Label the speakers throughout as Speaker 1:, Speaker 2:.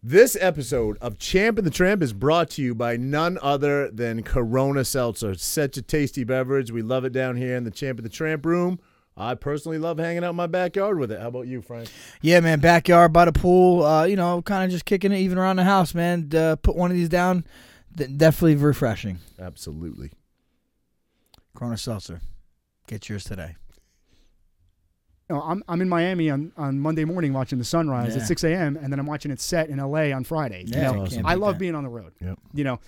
Speaker 1: This episode of Champ and the Tramp is brought to you by none other than Corona Seltzer. Such a tasty beverage. We love it down here in the Champ and the Tramp room. I personally love hanging out in my backyard with it. How about you, Frank?
Speaker 2: Yeah, man, backyard by the pool. Uh, you know, kind of just kicking it even around the house, man. Uh, put one of these down, th- definitely refreshing.
Speaker 1: Absolutely.
Speaker 2: Corona Seltzer, get yours today.
Speaker 3: you know, I'm, I'm in Miami on, on Monday morning watching the sunrise
Speaker 2: Yeah.
Speaker 3: at 6 a.m. and then I'm watching it set in LA on Friday. you
Speaker 2: Yeah,
Speaker 3: know?
Speaker 1: awesome.
Speaker 2: can't
Speaker 3: I
Speaker 2: beat
Speaker 3: love
Speaker 2: that.
Speaker 3: being on the road.
Speaker 1: Yep.
Speaker 3: You know,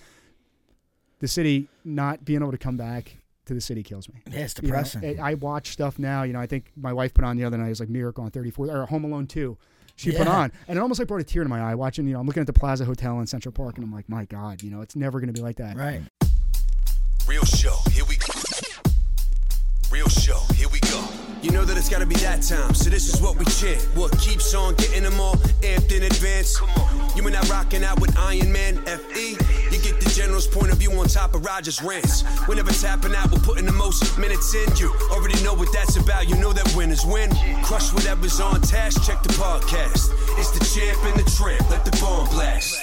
Speaker 3: the city not being able to come back to the city kills me.
Speaker 2: Yeah, it's
Speaker 3: You know,
Speaker 2: depressing.
Speaker 3: I- I watch stuff now. You know, I think my wife put on the other night it was like Miracle on 34th or Home Alone 2. She put
Speaker 2: Yeah.
Speaker 3: on, and it almost like brought a tear to my eye watching. You know, I'm looking at the Plaza Hotel in Central Park, and I'm like, my God, you know, it's never going to be like that.
Speaker 2: right.
Speaker 4: Real show, here we go. Real show, here we go. You know that it's gotta be that time, so this is what we chant. What keeps on getting them all amped in advance? Come on. You and I rocking out with Iron Man FE. You get the general's point of view on top of Rogers' rants. We're never tapping out, we're putting the most minutes in. You already know what that's about, you know that winners win. Crush whatever's on task, check the podcast. It's the champ and the tramp, let the bomb blast.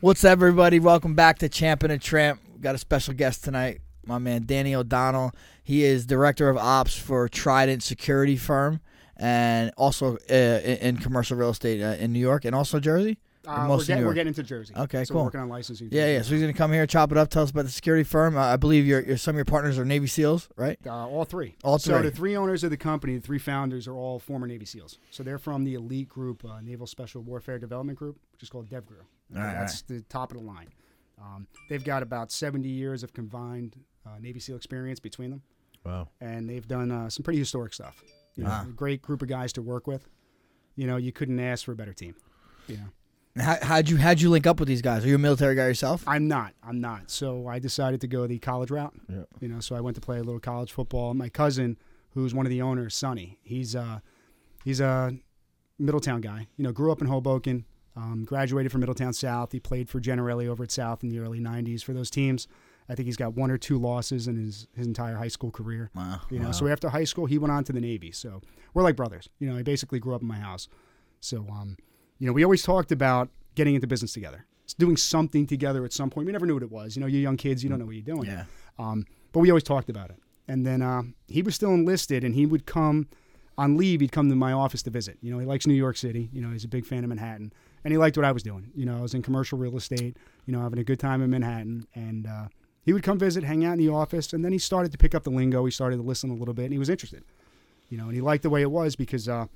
Speaker 2: What's up, everybody? Welcome back to Champ and a Tramp. We got a special guest tonight, my man Danny O'Donnell. He is director of ops for Trident Security Firm and also uh, in, in commercial real estate uh, in New York and also Jersey. Or
Speaker 3: Uh, we're,
Speaker 2: mostly
Speaker 3: get,
Speaker 2: New
Speaker 3: we're
Speaker 2: York?
Speaker 3: getting to Jersey.
Speaker 2: Okay,
Speaker 3: so
Speaker 2: cool.
Speaker 3: We're working on licensing.
Speaker 2: Yeah, yeah. So he's gonna come here, chop it up, tell us about the security firm. Uh, I believe your, your some of your partners are Navy SEALs, right?
Speaker 3: Uh, all three.
Speaker 2: All
Speaker 3: So
Speaker 2: three.
Speaker 3: the three owners of the company, the three founders, are all former Navy SEALs. So they're from the elite group, uh, Naval Special Warfare Development Group, which is called DevGru.
Speaker 2: right,
Speaker 3: That's the top of the line. Um, they've got about 70 years of combined uh, Navy SEAL experience between them,
Speaker 1: Wow.
Speaker 3: and they've done uh, some pretty historic stuff. You know,
Speaker 2: Ah.
Speaker 3: a Great group of guys to work with. You know, you couldn't ask for a better team. You know.
Speaker 2: And How, how'd you how'd you link up with these guys? Are you a military guy yourself?
Speaker 3: I'm not. I'm not. So I decided to go the college route.
Speaker 1: Yeah.
Speaker 3: You know, so I went to play a little college football. My cousin, who's one of the owners, Sonny, he's uh he's a Middletown guy. You know, grew up in Hoboken, um, graduated from Middletown South. He played for Generali over at South in the early '90s for those teams. I think he's got one or two losses in his his entire high school career.
Speaker 2: Wow.
Speaker 3: You know, so after high school, he went on to the Navy. So we're like brothers. You know, I basically grew up in my house. So, um, you know, we always talked about getting into business together, It's doing something together at some point. We never knew what it was. You know, you young kids, you don't know what you're doing.
Speaker 2: Yeah.
Speaker 3: Um, but we always talked about it. And then uh, he was still enlisted, and he would come on leave. He'd come to my office to visit. You know, he likes New York City. You know, he's a big fan of Manhattan, and he liked what I was doing. You know, I was in commercial real estate. You know, having a good time in Manhattan, and uh, he would come visit, hang out in the office, and then he started to pick up the lingo. He started to listen a little bit, and he was interested. You know, and he liked the way it was because uh,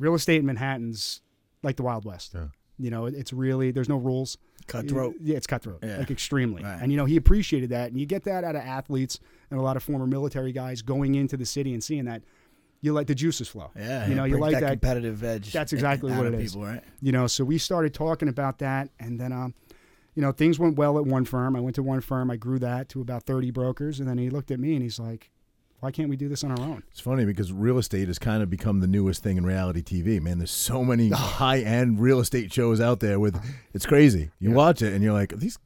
Speaker 3: real estate in Manhattan's like the Wild West.
Speaker 1: Yeah.
Speaker 3: You know, it- it's really there's no rules.
Speaker 2: Cutthroat.
Speaker 3: Yeah, it's cutthroat,
Speaker 2: Yeah.
Speaker 3: like extremely.
Speaker 2: Right.
Speaker 3: And you know, he appreciated that, and you get that out of athletes and a lot of former military guys going into the city and seeing that. You like the juices flow.
Speaker 2: Yeah.
Speaker 3: you know,
Speaker 2: it
Speaker 3: you
Speaker 2: brings
Speaker 3: like that.
Speaker 2: competitive edge.
Speaker 3: that's exactly
Speaker 2: out
Speaker 3: what
Speaker 2: of
Speaker 3: it is.
Speaker 2: people, Right.
Speaker 3: you know, so we started talking about that, and then um, you know, things went well at one firm. I went to one firm, I grew that to about thirty brokers, and then he looked at me and he's like, "Why can't we do this on our own?"
Speaker 1: It's funny because real estate has kind of become the newest thing in reality TV. Man, there's so many high end real estate shows out there. With it's crazy. You watch it and you're like, these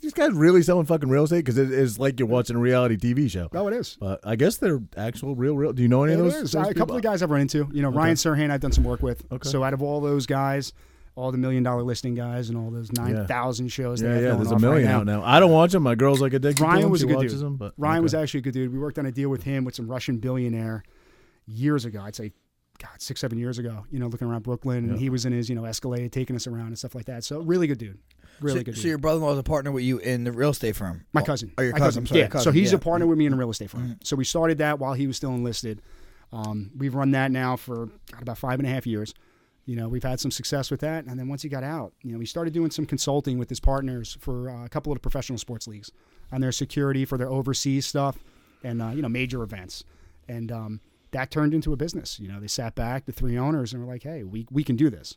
Speaker 1: these guys really selling fucking real estate because it is like you're watching a reality TV show.
Speaker 3: Oh, it is.
Speaker 1: But I guess they're actual real real. Do you know any
Speaker 3: It
Speaker 1: of those?
Speaker 3: is.
Speaker 1: those
Speaker 3: a couple of
Speaker 1: people?
Speaker 3: guys I've run into. You know, Ryan Serhan, I've done some work with.
Speaker 1: Okay.
Speaker 3: So out of all those guys, all the million dollar listing guys, and all those nine thousand shows.
Speaker 1: Yeah,
Speaker 3: they have
Speaker 1: yeah.
Speaker 3: going
Speaker 1: There's a
Speaker 3: off right
Speaker 1: million
Speaker 3: now.
Speaker 1: out now. I don't watch them. My girl's like addicted. to
Speaker 3: Ryan
Speaker 1: them.
Speaker 3: was
Speaker 1: she
Speaker 3: a good
Speaker 1: watches
Speaker 3: dude.
Speaker 1: them, but
Speaker 3: Ryan was
Speaker 1: okay.
Speaker 3: actually a good dude. We worked on a deal with him with some Russian billionaire years ago. I'd say, God, six seven years ago. You know, looking around Brooklyn, and he was in his you know Escalade, taking us around and stuff like that. So really good dude. Really
Speaker 2: so,
Speaker 3: good.
Speaker 2: so
Speaker 3: dude.
Speaker 2: your brother-in-law is a partner with you in the real estate firm.
Speaker 3: My cousin.
Speaker 2: Oh, your
Speaker 3: My
Speaker 2: cousin. I'm sorry,
Speaker 3: yeah.
Speaker 2: cousin,
Speaker 3: So he's
Speaker 2: yeah. Mm-hmm.
Speaker 3: a partner with me in a real estate firm. So we started that while he was still enlisted. Um, we've run that now for God, about five and a half years. You know, we've had some success with that. And then once he got out, you know, he started doing some consulting with his partners for uh, a couple of the professional sports leagues on their security for their overseas stuff and, uh, you know, major events. And um, that turned into a business. You know, they sat back, the three owners, and were like, hey, we, we can do this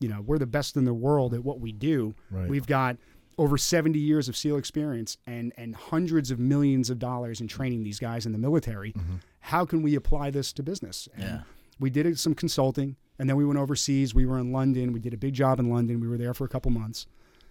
Speaker 3: you know we're the best in the world at what we do
Speaker 1: Right.
Speaker 3: we've got over 70 years of seal experience and and hundreds of millions of dollars in training these guys in the military how can we apply this to business and
Speaker 2: Yeah.
Speaker 3: we did some consulting and then we went overseas we were in london we did a big job in london we were there for a couple months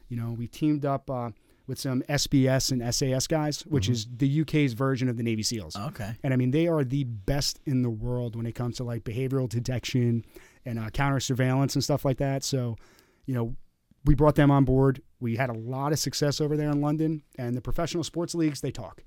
Speaker 3: you know we teamed up uh, with with some SBS and SAS guys, which is the UK's version of the Navy SEALs.
Speaker 2: Okay.
Speaker 3: And I mean, they are the best in the world when it comes to like behavioral detection and uh, counter surveillance and stuff like that. So, you know, we brought them on board. We had a lot of success over there in London, and the professional sports leagues, they talk.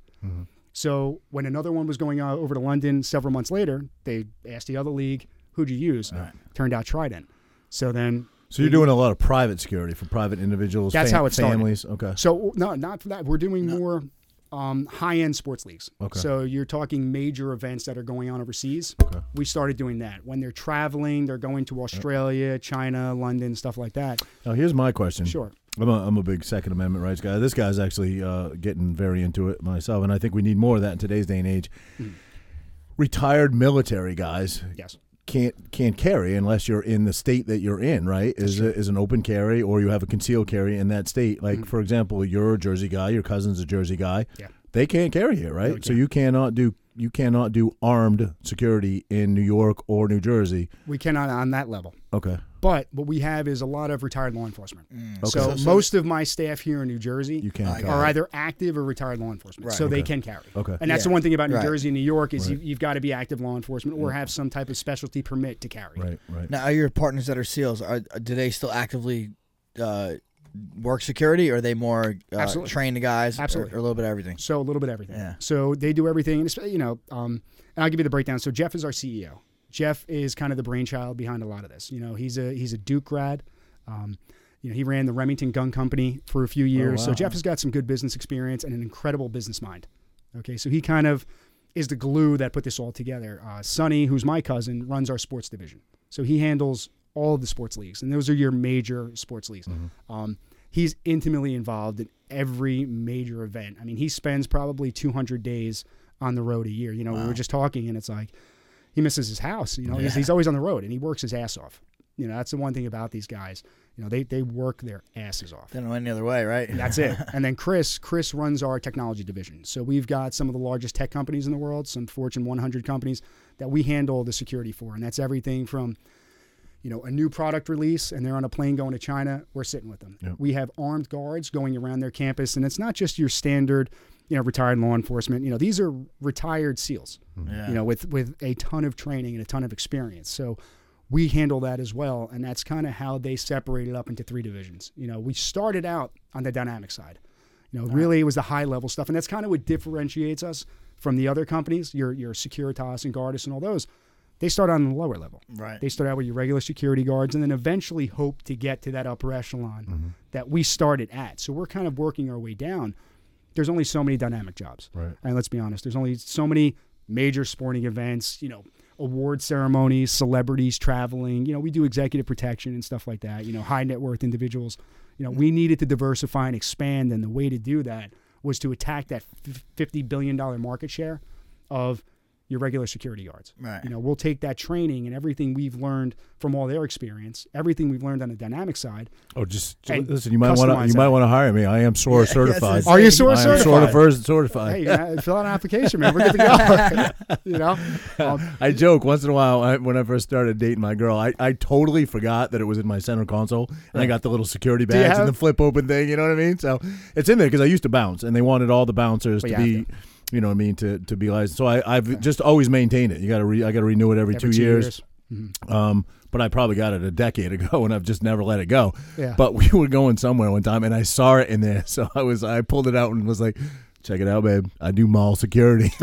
Speaker 3: So when another one was going uh, over to London several months later, they asked the other league, who'd you use? Turned out Trident. So then
Speaker 1: So you're doing a lot of private security for private individuals.
Speaker 3: That's
Speaker 1: fam-
Speaker 3: how it started.
Speaker 1: families. Okay.
Speaker 3: So no, not for that. We're doing more um, high-end sports leagues.
Speaker 1: Okay.
Speaker 3: So you're talking major events that are going on overseas. We started doing that when they're traveling. They're going to Australia, China, London, stuff like that.
Speaker 1: Now here's my question.
Speaker 3: Sure.
Speaker 1: I'm a, I'm a big Second Amendment rights guy. This guy's actually uh, getting very into it myself, and I think we need more of that in today's day and age.
Speaker 3: Hmm.
Speaker 1: Retired military guys
Speaker 3: Yes.
Speaker 1: can't can't carry unless you're in the state that you're in, right? Is a, is an open carry or you have a concealed carry in that state. Like for example, you're a Jersey guy, your cousin's a Jersey guy.
Speaker 3: Mm-hmm. Yeah.
Speaker 1: They can't carry it, right? So you cannot do you cannot do armed security in New York or New Jersey.
Speaker 3: We cannot on that level.
Speaker 1: Okay.
Speaker 3: But what we have is a lot of retired law enforcement. So,
Speaker 1: Okay.
Speaker 3: most of my staff here in New Jersey
Speaker 1: You can carry.
Speaker 3: are either active or retired law enforcement,
Speaker 2: Right.
Speaker 3: so they can carry.
Speaker 1: Okay.
Speaker 3: And that's the
Speaker 2: Yeah.
Speaker 3: one thing about New
Speaker 2: Right.
Speaker 3: Jersey and New York is you, you've got to be active law enforcement or have some type of specialty permit to carry.
Speaker 1: Right, right.
Speaker 2: Now, are your partners that are SEALs are do they still actively uh, work security, or are they more uh,
Speaker 3: Absolutely.
Speaker 2: train the guys, or-
Speaker 3: Absolutely.
Speaker 2: or, a little bit of everything?
Speaker 3: So a little bit of everything.
Speaker 2: Yeah.
Speaker 3: So they do everything, and it's, you know, um, and I'll give you the breakdown. So Jeff is our CEO. Jeff is kind of the brainchild behind a lot of this. You know, he's a he's a Duke grad. Um, you know, he ran the Remington Gun Company for a few years. So Jeff has got some good business experience and an incredible business mind. Okay, so he kind of is the glue that put this all together. Uh, Sonny, who's my cousin, runs our sports division. So he handles all of the sports leagues, and those are your major sports leagues. Um, he's intimately involved in every major event. I mean, he spends probably 200 days on the road a year. You know, we were just talking, and it's like he misses his house. You know, he's, he's always on the road, and he works his ass off. You know, that's the one thing about these guys. You know, they, they work their asses off.
Speaker 2: They don't go any other way, right?
Speaker 3: That's it. And then Chris, Chris runs our technology division. So we've got some of the largest tech companies in the world, some Fortune 100 companies that we handle the security for, and that's everything from, you know, a new product release, and they're on a plane going to China. We're sitting with them. We have armed guards going around their campus, and it's not just your standard, you know, retired law enforcement. You know, these are retired SEALs. You know, with with a ton of training and a ton of experience. So we handle that as well and that's kind of how they separated up into three divisions you know we started out on the dynamic side you know really it was the high level stuff and that's kind of what differentiates us from the other companies your your securitas and guardis and all those they start on the lower level
Speaker 2: Right.
Speaker 3: they start out with your regular security guards and then eventually hope to get to that upper echelon that we started at so we're kind of working our way down there's only so many dynamic jobs
Speaker 1: Right.
Speaker 3: and let's be honest, there's only so many major sporting events, you know, award ceremonies, celebrities traveling. You know, we do executive protection and stuff like that, you know, high net worth individuals. You know, we needed to diversify and expand. And the way to do that was to attack that f- $50 billion market share of your regular security guards.
Speaker 2: Right.
Speaker 3: You know, we'll take that training and everything we've learned from all their experience, everything we've learned on the dynamic side.
Speaker 1: Oh, just
Speaker 3: And
Speaker 1: listen. You might want to.
Speaker 3: customize
Speaker 1: You
Speaker 3: that.
Speaker 1: might want to hire me. I am SOAR certified.
Speaker 2: Are
Speaker 3: you SOAR
Speaker 1: I am
Speaker 3: certified?
Speaker 1: SOAR certified.
Speaker 3: Hey, you know, fill out an application, man. We're good to go. you know, Um,
Speaker 1: I joke once in a while I, when I first started dating my girl. I, I totally forgot that it was in my center console, and I got the little security
Speaker 3: you
Speaker 1: badge
Speaker 3: have-
Speaker 1: and the flip open thing. You know what I mean? So it's in there because I used to bounce, and they wanted all the bouncers
Speaker 3: But
Speaker 1: to
Speaker 3: you
Speaker 1: be,
Speaker 3: have
Speaker 1: you know what I mean, to, to be licensed. So I, I've just always maintained it. You got to re, I got to renew it every,
Speaker 3: every
Speaker 1: two, years. Um, but I probably got it a decade ago, and I've just never let it go.
Speaker 3: Yeah.
Speaker 1: But we were going somewhere one time, and I saw it in there, so I was I pulled it out and was like, "Check it out, babe. I do mall security."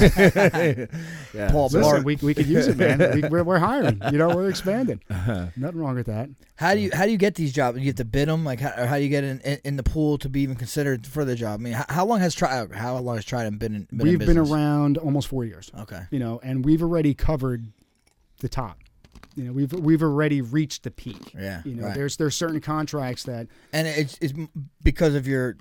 Speaker 1: yeah.
Speaker 2: Paul
Speaker 1: so-
Speaker 2: Blart.
Speaker 3: Listen, we, we could use it, man. We, we're, we're hiring. You know, we're expanding.
Speaker 2: Uh-huh.
Speaker 3: Nothing wrong with that.
Speaker 2: How do you how do you get these jobs? You have to bid them, like how, or how do you get in, in, in the pool to be even considered for the job? I mean, how, how long has try how long has Trident been? In, been in
Speaker 3: we've been
Speaker 2: business?
Speaker 3: around almost four years.
Speaker 2: Okay,
Speaker 3: You know, and we've already covered the top. You know, we've we've already reached the peak.
Speaker 2: Yeah,
Speaker 3: You know,
Speaker 2: right.
Speaker 3: there's there's certain contracts that
Speaker 2: and it's, it's because of your,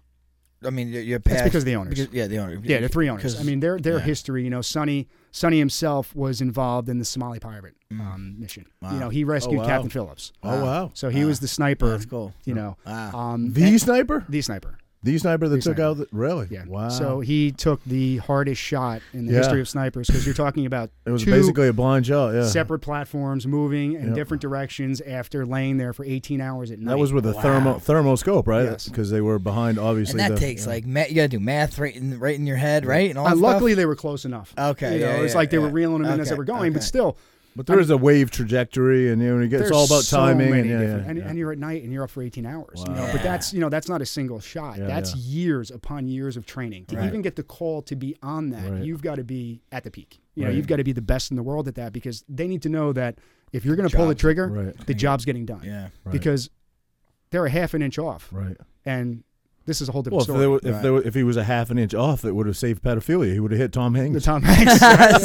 Speaker 2: I mean, your, your past.
Speaker 3: because of the owners.
Speaker 2: because- yeah, the owner.
Speaker 3: yeah, the three owners.
Speaker 2: 'Cause-
Speaker 3: I mean, their their
Speaker 2: yeah.
Speaker 3: history. You know, Sonny Sonny himself was involved in the Somali pirate um, mission. You know, he rescued
Speaker 1: Mm. wow.
Speaker 3: Captain Phillips.
Speaker 1: oh wow.
Speaker 3: So he was the sniper.
Speaker 2: that's cool.
Speaker 3: You know,
Speaker 2: Wow.
Speaker 3: um,
Speaker 1: The sniper?
Speaker 3: the sniper.
Speaker 1: The sniper that
Speaker 3: The
Speaker 1: took
Speaker 3: sniper.
Speaker 1: out the, really?
Speaker 3: Yeah.
Speaker 1: Wow.
Speaker 3: So he took the hardest shot in the
Speaker 1: Yeah.
Speaker 3: history of snipers because you're talking about
Speaker 1: it was
Speaker 3: two
Speaker 1: basically a blind shot. Yeah.
Speaker 3: separate platforms moving in
Speaker 1: Yep.
Speaker 3: different directions after laying there for 18 hours at night. Uh,
Speaker 1: that was with a
Speaker 2: Wow.
Speaker 1: thermo thermo scope, right?
Speaker 3: Yes.
Speaker 1: Because they were behind, obviously.
Speaker 2: and that
Speaker 1: the-
Speaker 2: takes
Speaker 1: yeah.
Speaker 2: like ma- you gotta do math right in right in your head, right? And all that
Speaker 3: Uh,
Speaker 2: stuff?
Speaker 3: luckily, they were close enough.
Speaker 2: Okay,
Speaker 3: you know,
Speaker 2: yeah,
Speaker 3: it's
Speaker 2: yeah,
Speaker 3: like they were
Speaker 2: yeah.
Speaker 3: reeling them in as
Speaker 2: Okay,
Speaker 3: they were going, but
Speaker 2: okay.
Speaker 3: still,
Speaker 1: But there is a wave trajectory, and you know, when you get, it's
Speaker 3: there's
Speaker 1: all about
Speaker 3: so
Speaker 1: timing.
Speaker 3: many
Speaker 1: And, yeah,
Speaker 3: different-
Speaker 1: yeah,
Speaker 3: and,
Speaker 1: yeah.
Speaker 3: and you're at night and you're up for 18 hours. You
Speaker 1: Wow.
Speaker 3: know,
Speaker 2: Yeah.
Speaker 3: but that's you know that's not a single shot.
Speaker 1: Yeah,
Speaker 3: that's
Speaker 1: yeah.
Speaker 3: years upon years of training. To
Speaker 2: Right.
Speaker 3: even get the call to be on that,
Speaker 1: Right.
Speaker 3: you've got to be at the peak. You know,
Speaker 1: Right.
Speaker 3: you've got to be the best in the world at that because they need to know that if you're going to pull the
Speaker 2: Job.
Speaker 3: trigger,
Speaker 1: Right.
Speaker 3: the job's getting done.
Speaker 2: yeah.
Speaker 1: Right.
Speaker 3: Because they're a half an inch off,
Speaker 1: right.
Speaker 3: and this is a whole different
Speaker 1: Well, if,
Speaker 3: story.
Speaker 1: they were, if,
Speaker 2: Right.
Speaker 1: they were, if he was a half an inch off, it would have saved pedophilia. He would have hit Tom
Speaker 3: the
Speaker 1: Hanks.
Speaker 3: Tom Hanks,